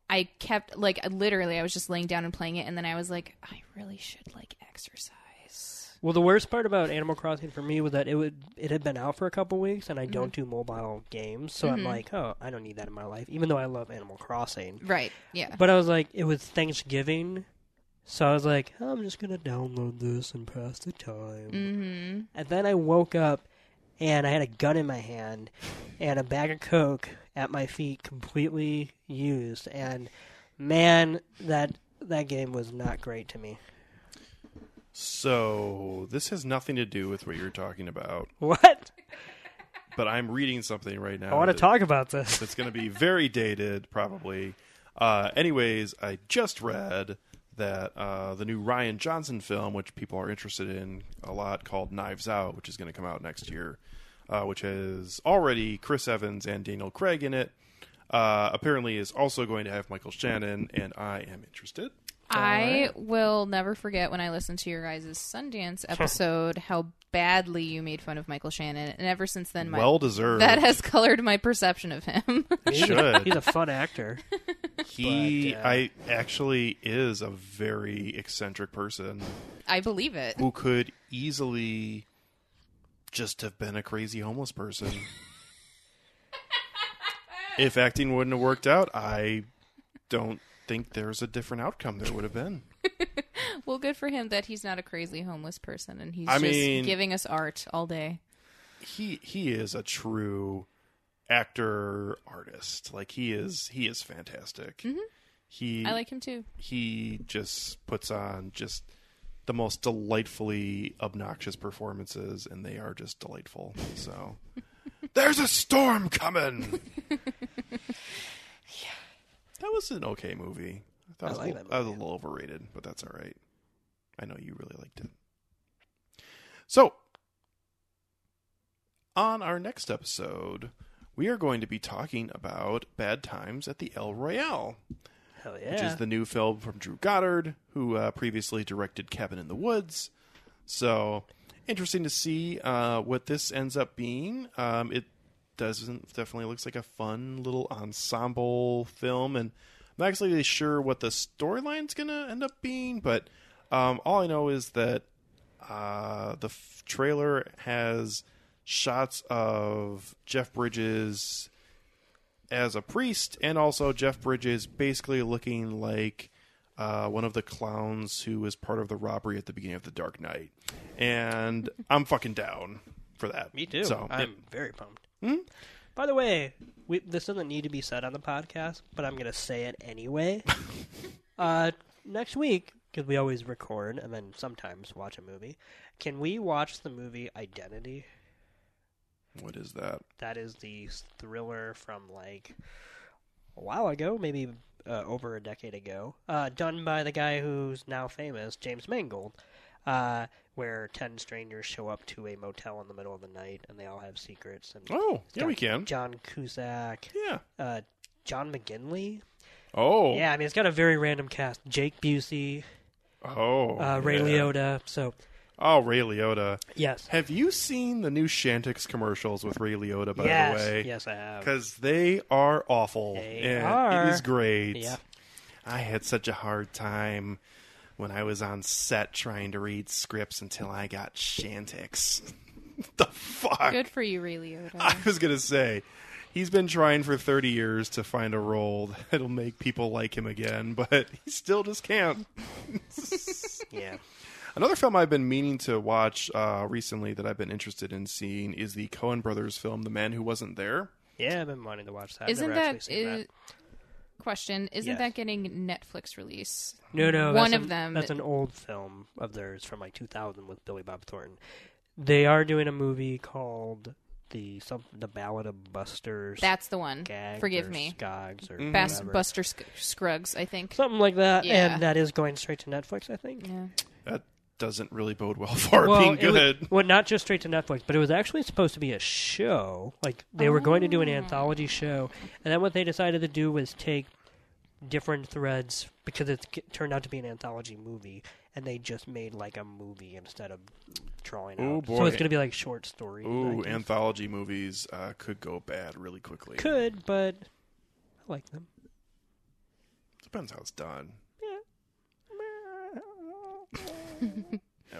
[SPEAKER 1] I kept like literally I was just laying down and playing it, and then I was like, I really should like exercise.
[SPEAKER 3] Well, the worst part about Animal Crossing for me was that it would it had been out for a couple weeks, and I don't
[SPEAKER 1] Mm-hmm.
[SPEAKER 3] do mobile games, so I'm like, oh, I don't need that in my life, even though I love Animal Crossing.
[SPEAKER 1] Right? Yeah. *laughs*
[SPEAKER 3] But I was like, it was Thanksgiving, so I was like, I'm just gonna download this and pass the time.
[SPEAKER 1] Mm-hmm.
[SPEAKER 3] And then I woke up, and I had a gun in my hand, and a bag of coke at my feet, completely used. And man, that that game was not great to me.
[SPEAKER 2] so this has nothing to do with what you're talking about,
[SPEAKER 3] What?
[SPEAKER 2] but I'm reading something right now.
[SPEAKER 3] I want to
[SPEAKER 2] that-
[SPEAKER 3] talk about this.
[SPEAKER 2] That's going to be very dated, probably. Uh, anyways, I just read that uh, the new Ryan Johnson film, which people are interested in a lot, called Knives Out, which is going to come out next year, uh, which has already Chris Evans and Daniel Craig in it. Uh, apparently, is also going to have Michael Shannon, and I am interested.
[SPEAKER 1] I will never forget when I listened to your guys' Sundance episode how badly you made fun of Michael Shannon, and ever since then, my
[SPEAKER 2] well
[SPEAKER 1] *laughs*
[SPEAKER 2] deserved.
[SPEAKER 1] that has colored my perception of him.
[SPEAKER 2] *laughs*
[SPEAKER 1] *laughs*
[SPEAKER 2] It should.
[SPEAKER 3] He's a fun actor.
[SPEAKER 1] *laughs*
[SPEAKER 2] he,
[SPEAKER 3] but, uh,
[SPEAKER 2] I actually is a very eccentric person.
[SPEAKER 1] I believe it.
[SPEAKER 2] who could easily just have been a crazy
[SPEAKER 1] *laughs*
[SPEAKER 2] homeless person. if acting wouldn't have worked out, I don't think there's a different outcome there would have been.
[SPEAKER 1] Well, good for him that he's not a crazy homeless person, and he's
[SPEAKER 2] I
[SPEAKER 1] just
[SPEAKER 2] mean-
[SPEAKER 1] giving us art all day.
[SPEAKER 2] He he is a true actor artist. Like he is he is fantastic. He
[SPEAKER 1] Mm-hmm. I like him too.
[SPEAKER 2] he just puts on just the most delightfully obnoxious performances, and they are just delightful.
[SPEAKER 3] *laughs*
[SPEAKER 2] So, there's a storm coming. That was an okay movie. I thought
[SPEAKER 3] I
[SPEAKER 2] it was,
[SPEAKER 3] like
[SPEAKER 2] a, little,
[SPEAKER 3] that
[SPEAKER 2] I was a little overrated, but that's all right. I know you really liked it. So, on our next episode, we are going to be talking about Bad Times at the El Royale
[SPEAKER 3] Hell yeah.
[SPEAKER 2] which is the new film from Drew Goddard, who uh, previously directed Cabin in the Woods. So interesting to see uh, what this ends up being. Um, it doesn't definitely looks like a fun little ensemble film, and I'm not actually really sure what the storyline's gonna end up being, but um, all I know is that uh, the f- trailer has shots of Jeff Bridges as a priest, and also Jeff Bridges basically looking like uh, one of the clowns who was part of the robbery at the beginning of The Dark Knight. And I'm fucking down for that.
[SPEAKER 3] Me too.
[SPEAKER 2] So
[SPEAKER 3] I'm very pumped. By the way, we, this doesn't need to be said on the podcast, but I'm going to say it anyway. uh, next week, because we always record and then sometimes watch a movie, can we watch the movie Identity?
[SPEAKER 2] what is that?
[SPEAKER 3] That is the thriller from like a while ago, maybe uh, over a decade ago, uh, done by the guy who's now famous, James Mangold, uh, where 10 strangers show up to a motel in the middle of the night and they all have secrets. And
[SPEAKER 2] Oh, yeah,
[SPEAKER 3] John-
[SPEAKER 2] we can.
[SPEAKER 3] John Cusack,
[SPEAKER 2] Yeah.
[SPEAKER 3] uh, John McGinley.
[SPEAKER 2] Oh.
[SPEAKER 3] Yeah, I mean, it's got a very random cast. Jake Busey,
[SPEAKER 2] Oh.
[SPEAKER 3] uh, Ray
[SPEAKER 2] yeah.
[SPEAKER 3] Liotta. So,
[SPEAKER 2] Oh, Ray Liotta.
[SPEAKER 3] yes.
[SPEAKER 2] Have you seen the new Shantix commercials with Ray Liotta, by
[SPEAKER 3] yes.
[SPEAKER 2] the way?
[SPEAKER 3] Yes, I have.
[SPEAKER 2] Because they are awful.
[SPEAKER 3] They
[SPEAKER 2] and
[SPEAKER 3] are.
[SPEAKER 2] it is great.
[SPEAKER 3] Yeah.
[SPEAKER 2] I had such a hard time when I was on set trying to read scripts until I got Shantix. *laughs* the fuck? *laughs*
[SPEAKER 3] *laughs*
[SPEAKER 1] Good for you, Ray Liotta.
[SPEAKER 2] I was going to say, he's been trying for 30 years to find a role *laughs* that'll make people like him again, but he still just can't.
[SPEAKER 3] Yeah.
[SPEAKER 2] Another film I've been meaning to watch uh, recently that I've been interested in seeing is the Coen Brothers film, The Man Who Wasn't There.
[SPEAKER 3] Yeah, I've been wanting to watch that. I've
[SPEAKER 1] Isn't
[SPEAKER 3] never actually
[SPEAKER 1] that,
[SPEAKER 3] seen that.
[SPEAKER 1] is- question? Isn't
[SPEAKER 3] Yes.
[SPEAKER 1] that getting Netflix release?
[SPEAKER 3] No, no.
[SPEAKER 1] One
[SPEAKER 3] that's
[SPEAKER 1] of
[SPEAKER 3] an-
[SPEAKER 1] them.
[SPEAKER 3] That's an old film of theirs from like 2000 with Billy Bob Thornton. They are doing a movie called the some the Ballad of Buster
[SPEAKER 1] That's the one.
[SPEAKER 3] Skaggs.
[SPEAKER 1] Forgive
[SPEAKER 3] or
[SPEAKER 1] me.
[SPEAKER 3] Skaggs or
[SPEAKER 2] Mm-hmm.
[SPEAKER 1] Bas-
[SPEAKER 3] whatever.
[SPEAKER 1] Buster Sc- Scruggs, I think.
[SPEAKER 3] something like that.
[SPEAKER 1] Yeah.
[SPEAKER 3] And that is going straight to Netflix, I think.
[SPEAKER 1] Yeah.
[SPEAKER 2] That doesn't really bode well *laughs* for it
[SPEAKER 3] Well,
[SPEAKER 2] being
[SPEAKER 3] it was-
[SPEAKER 2] good.
[SPEAKER 3] well, not just straight to Netflix, but it was actually supposed to be a show. Like they were going to do an anthology show, and then what they decided to do was take different threads because it c- turned out to be an anthology movie, and they just made like a movie instead of drawing
[SPEAKER 2] Oh,
[SPEAKER 3] out.
[SPEAKER 2] boy.
[SPEAKER 3] So it's going to be like short stories. I
[SPEAKER 2] Ooh,
[SPEAKER 3] guess.
[SPEAKER 2] anthology movies uh, could go bad really quickly.
[SPEAKER 3] could, but I like them.
[SPEAKER 2] Depends how it's done. Uh,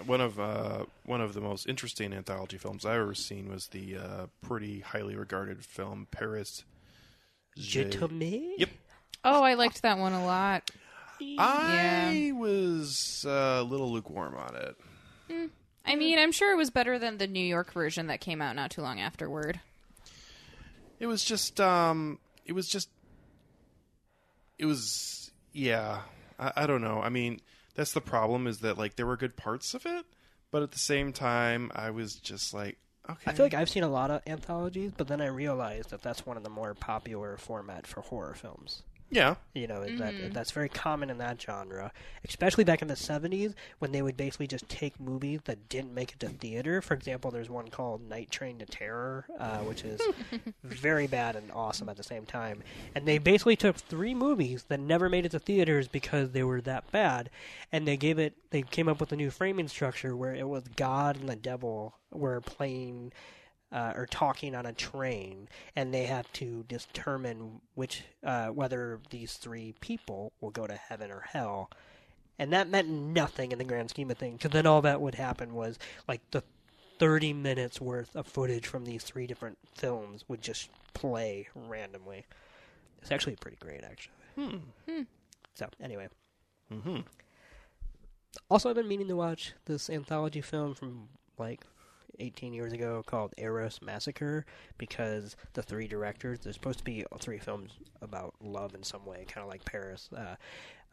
[SPEAKER 2] One of uh, one of the most interesting anthology films I've ever seen was the uh, pretty highly regarded film Paris.
[SPEAKER 3] Je
[SPEAKER 2] J'ai-
[SPEAKER 3] t'aimais?
[SPEAKER 2] Yep.
[SPEAKER 1] Oh, I liked that one a lot.
[SPEAKER 2] I was uh, a little lukewarm on it.
[SPEAKER 1] I mean, I'm sure it was better than the New York version that came out not too long afterward.
[SPEAKER 2] It was just um it was just it was yeah. I, I don't know. I mean, that's the problem is that like there were good parts of it, but at the same time I was just like okay.
[SPEAKER 3] I feel like I've seen a lot of anthologies, but then I realized that that's one of the more popular format for horror films.
[SPEAKER 2] yeah.
[SPEAKER 3] You know, is that that's very common in that genre, especially back in the 70s when they would basically just take movies that didn't make it to theater. For example, there's one called Night Train to Terror, uh, which is very bad and awesome at the same time. And they basically took three movies that never made it to theaters because they were that bad, and they gave it. They came up with a new framing structure where it was God and the devil were playing uh, or talking on a train, and they have to determine which uh, whether these three people will go to heaven or hell. And that meant nothing in the grand scheme of things, because then all that would happen was like the thirty minutes worth of footage from these three different films would just play randomly. It's actually pretty great, actually. Hmm. So anyway.
[SPEAKER 2] Mhm.
[SPEAKER 3] Also, I've been meaning to watch this anthology film from like 18 years ago called Eros Massacre because the three directors, there's supposed to be three films about love in some way, kind of like Paris, uh,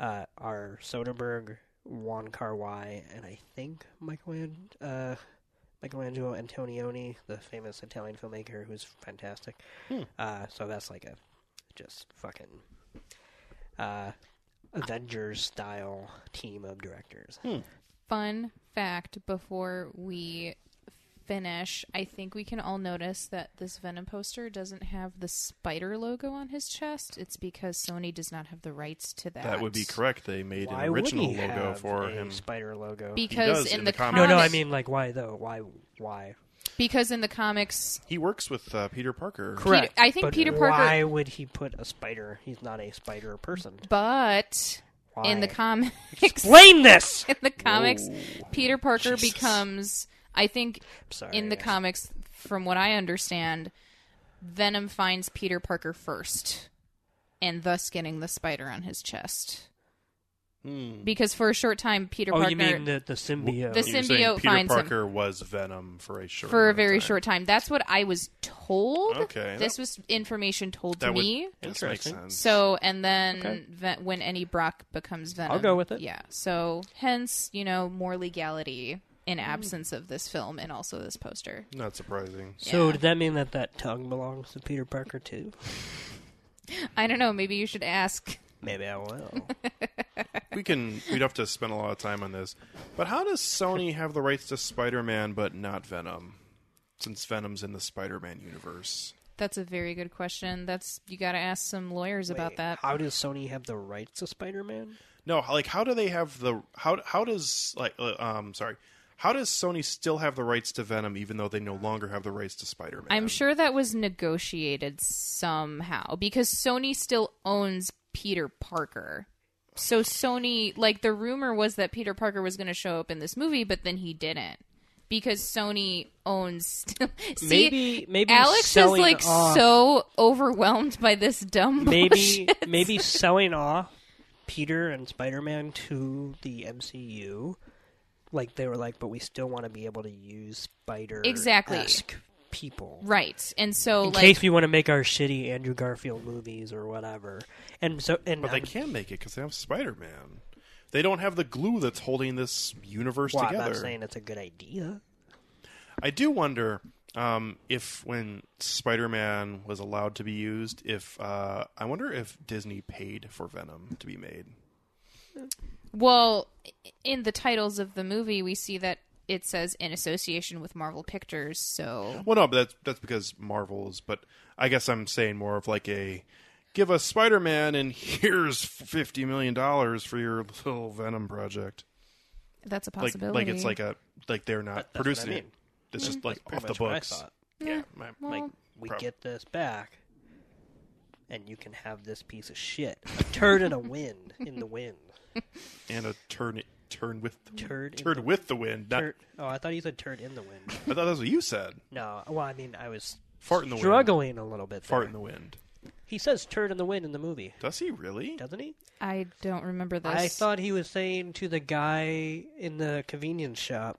[SPEAKER 3] uh, are Soderbergh, Juan Carwai, and I think Michelangelo, uh, Michelangelo Antonioni, the famous Italian filmmaker who's fantastic. Uh, so that's like a just fucking uh, Avengers style team of directors. *laughs*
[SPEAKER 1] Fun fact before we finish, I think we can all notice that this Venom poster doesn't have the spider logo on his chest. It's because Sony does not have the rights to that.
[SPEAKER 2] That would be correct. They made
[SPEAKER 3] Why
[SPEAKER 2] an
[SPEAKER 3] would
[SPEAKER 2] original
[SPEAKER 3] he
[SPEAKER 2] logo
[SPEAKER 3] have
[SPEAKER 2] for
[SPEAKER 3] a
[SPEAKER 2] him.
[SPEAKER 3] Spider logo.
[SPEAKER 1] Because
[SPEAKER 2] does
[SPEAKER 1] in,
[SPEAKER 2] in
[SPEAKER 1] the,
[SPEAKER 2] the comic.
[SPEAKER 3] no, no, I
[SPEAKER 1] comics-
[SPEAKER 3] mean like why though? Why? Why?
[SPEAKER 1] because in the comics,
[SPEAKER 2] He works with uh, Peter Parker.
[SPEAKER 1] Correct. I think
[SPEAKER 3] but
[SPEAKER 1] Peter Parker-
[SPEAKER 3] Why would he put a spider? He's not a spider person.
[SPEAKER 1] but
[SPEAKER 3] Why?
[SPEAKER 1] in the comics,
[SPEAKER 3] Explain this.
[SPEAKER 1] *laughs* in the comics,
[SPEAKER 2] Oh.
[SPEAKER 1] Peter Parker becomes. I think
[SPEAKER 3] Sorry,
[SPEAKER 1] in the
[SPEAKER 3] I-
[SPEAKER 1] comics, from what I understand, Venom finds Peter Parker first, and thus getting the spider on his chest.
[SPEAKER 2] Hmm.
[SPEAKER 1] Because for a short time, Peter
[SPEAKER 3] Oh,
[SPEAKER 1] Parker
[SPEAKER 3] you mean the the symbiote?
[SPEAKER 1] This-
[SPEAKER 2] You're saying
[SPEAKER 1] symbiote
[SPEAKER 2] Peter
[SPEAKER 1] finds him.
[SPEAKER 2] Parker was Venom for a short
[SPEAKER 1] for
[SPEAKER 2] amount
[SPEAKER 1] a
[SPEAKER 2] of
[SPEAKER 1] very
[SPEAKER 2] time.
[SPEAKER 1] short time. That's what I was told.
[SPEAKER 2] Okay,
[SPEAKER 1] this
[SPEAKER 2] that-
[SPEAKER 1] was information told
[SPEAKER 2] That
[SPEAKER 1] to
[SPEAKER 2] would
[SPEAKER 1] me.
[SPEAKER 2] this makes
[SPEAKER 3] Interesting.
[SPEAKER 2] sense.
[SPEAKER 1] So and then
[SPEAKER 3] Okay.
[SPEAKER 1] Ven- when any Brock becomes Venom,
[SPEAKER 3] go with it.
[SPEAKER 1] Yeah. So hence, you know, more legality
[SPEAKER 2] Hmm.
[SPEAKER 1] in absence of this film and also this poster. *laughs*
[SPEAKER 2] not surprising.
[SPEAKER 3] so
[SPEAKER 1] yeah.
[SPEAKER 3] does that mean that that tongue belongs to Peter Parker too?
[SPEAKER 1] I don't know. Maybe you should ask.
[SPEAKER 3] Maybe I will.
[SPEAKER 2] we can we'd have to spend a lot of time on this. But how does Sony have the rights to Spider-Man but not Venom? Since Venom's in the Spider-Man universe.
[SPEAKER 1] That's a very good question. That's you got to ask some lawyers *laughs* about
[SPEAKER 3] Wait,
[SPEAKER 1] that.
[SPEAKER 3] How does Sony have the rights to Spider Man?
[SPEAKER 2] No, like how do they have the how how does like uh, um sorry. How does Sony still have the rights to Venom even though they no longer have the rights to Spider-Man?
[SPEAKER 1] I'm sure that was negotiated somehow because Sony still owns Peter Parker. So Sony, like the rumor was that Peter Parker was going to show up in this movie, but then he didn't. because Sony owns. *laughs* See,
[SPEAKER 3] Maybe- maybe
[SPEAKER 1] Alex is
[SPEAKER 3] selling
[SPEAKER 1] like
[SPEAKER 3] off-
[SPEAKER 1] so overwhelmed by this dumb *laughs*
[SPEAKER 3] maybe
[SPEAKER 1] bullshit.
[SPEAKER 3] maybe selling off Peter and Spider-Man to the MCU. Like they were like, but we still want to be able to use spider
[SPEAKER 1] Exactly.
[SPEAKER 3] people.
[SPEAKER 1] right, and so
[SPEAKER 3] In
[SPEAKER 1] like
[SPEAKER 3] case we want to make our shitty Andrew Garfield movies or whatever, and so and
[SPEAKER 2] But they
[SPEAKER 3] um,
[SPEAKER 2] can make it because they have Spider Man. They don't have the glue that's holding this universe
[SPEAKER 3] well, I'm
[SPEAKER 2] together.
[SPEAKER 3] not saying it's a good idea.
[SPEAKER 2] I do wonder um, if when Spider Man was allowed to be used, if uh, I wonder if Disney paid for Venom to be made.
[SPEAKER 1] Well, in the titles of the movie, we see that it says in association with Marvel Pictures. So
[SPEAKER 2] Well, no, but that's that's because Marvels. But I guess I'm saying more of like a give us Spider Man and *laughs* here's fifty million dollars for your little Venom project.
[SPEAKER 1] that's a
[SPEAKER 2] Like
[SPEAKER 1] possibility.
[SPEAKER 2] like it's like a like they're not
[SPEAKER 3] But that's what I
[SPEAKER 2] producing it.
[SPEAKER 3] mean.
[SPEAKER 2] It's just like
[SPEAKER 3] Pretty
[SPEAKER 2] off the
[SPEAKER 3] much what I
[SPEAKER 2] books.
[SPEAKER 3] thought.
[SPEAKER 2] Yeah, my-
[SPEAKER 3] Like we
[SPEAKER 2] Prob-
[SPEAKER 3] get this back, and you can have this piece of shit, a turd in a wind in
[SPEAKER 2] *laughs*
[SPEAKER 3] the wind.
[SPEAKER 2] and a turn turn with the
[SPEAKER 3] Turd in
[SPEAKER 2] turd
[SPEAKER 3] the-
[SPEAKER 2] with the wind. Not,
[SPEAKER 3] Turd. Oh, I thought he said turd in the wind.
[SPEAKER 2] I thought that's what you said.
[SPEAKER 3] No, well, I mean, I was
[SPEAKER 2] Fart in the wind.
[SPEAKER 3] struggling a little bit.
[SPEAKER 2] Fart
[SPEAKER 3] there.
[SPEAKER 2] in the wind.
[SPEAKER 3] He says turd in the wind in the movie,
[SPEAKER 2] Does he really?
[SPEAKER 3] doesn't he?
[SPEAKER 1] I don't remember this.
[SPEAKER 3] I thought he was saying to the guy in the convenience shop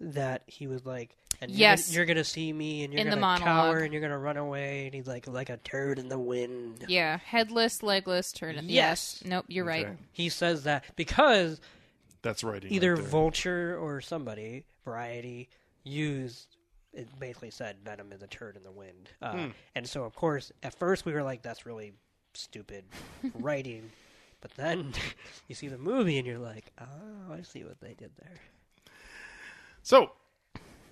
[SPEAKER 3] that he was like, and you're
[SPEAKER 1] Yes.
[SPEAKER 3] gonna- you're, gonna see me, and you're
[SPEAKER 1] In the
[SPEAKER 3] gonna
[SPEAKER 1] monologue.
[SPEAKER 3] cower, and you're gonna run away, and he's like, like a turd in the wind.
[SPEAKER 1] Yeah, headless, legless, turn. Yes.
[SPEAKER 3] Yes.
[SPEAKER 1] Nope. You're
[SPEAKER 2] Okay.
[SPEAKER 1] right.
[SPEAKER 3] He says that because
[SPEAKER 2] That's right. he
[SPEAKER 3] either
[SPEAKER 2] right there.
[SPEAKER 3] Vulture or somebody, Variety, used. It basically said Venom is a turd in the wind, uh, and so of course at first we were like, "That's really stupid writing," but then *laughs* you see the movie and you're like, "Oh, I see what they did there."
[SPEAKER 2] So,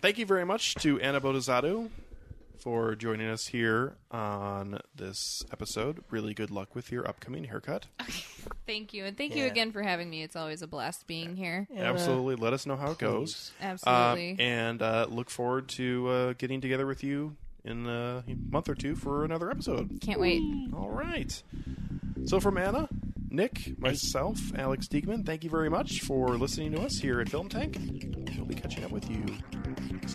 [SPEAKER 2] thank you very much to Anna Bodizadu for joining us here on this episode. Really good luck with your upcoming haircut.
[SPEAKER 1] Thank you, and thank you
[SPEAKER 3] Yeah.
[SPEAKER 1] again for having me. It's always a blast being here.
[SPEAKER 2] Absolutely. Let us know how it goes. Um,
[SPEAKER 1] Absolutely.
[SPEAKER 2] and uh, look forward to uh, getting together with you in a month or two for another episode.
[SPEAKER 1] Can't wait.
[SPEAKER 2] All right. So, from Anna, Nick, myself, Alex Diekman, thank you very much for listening to us here at Film Tank. We'll be catching up with you next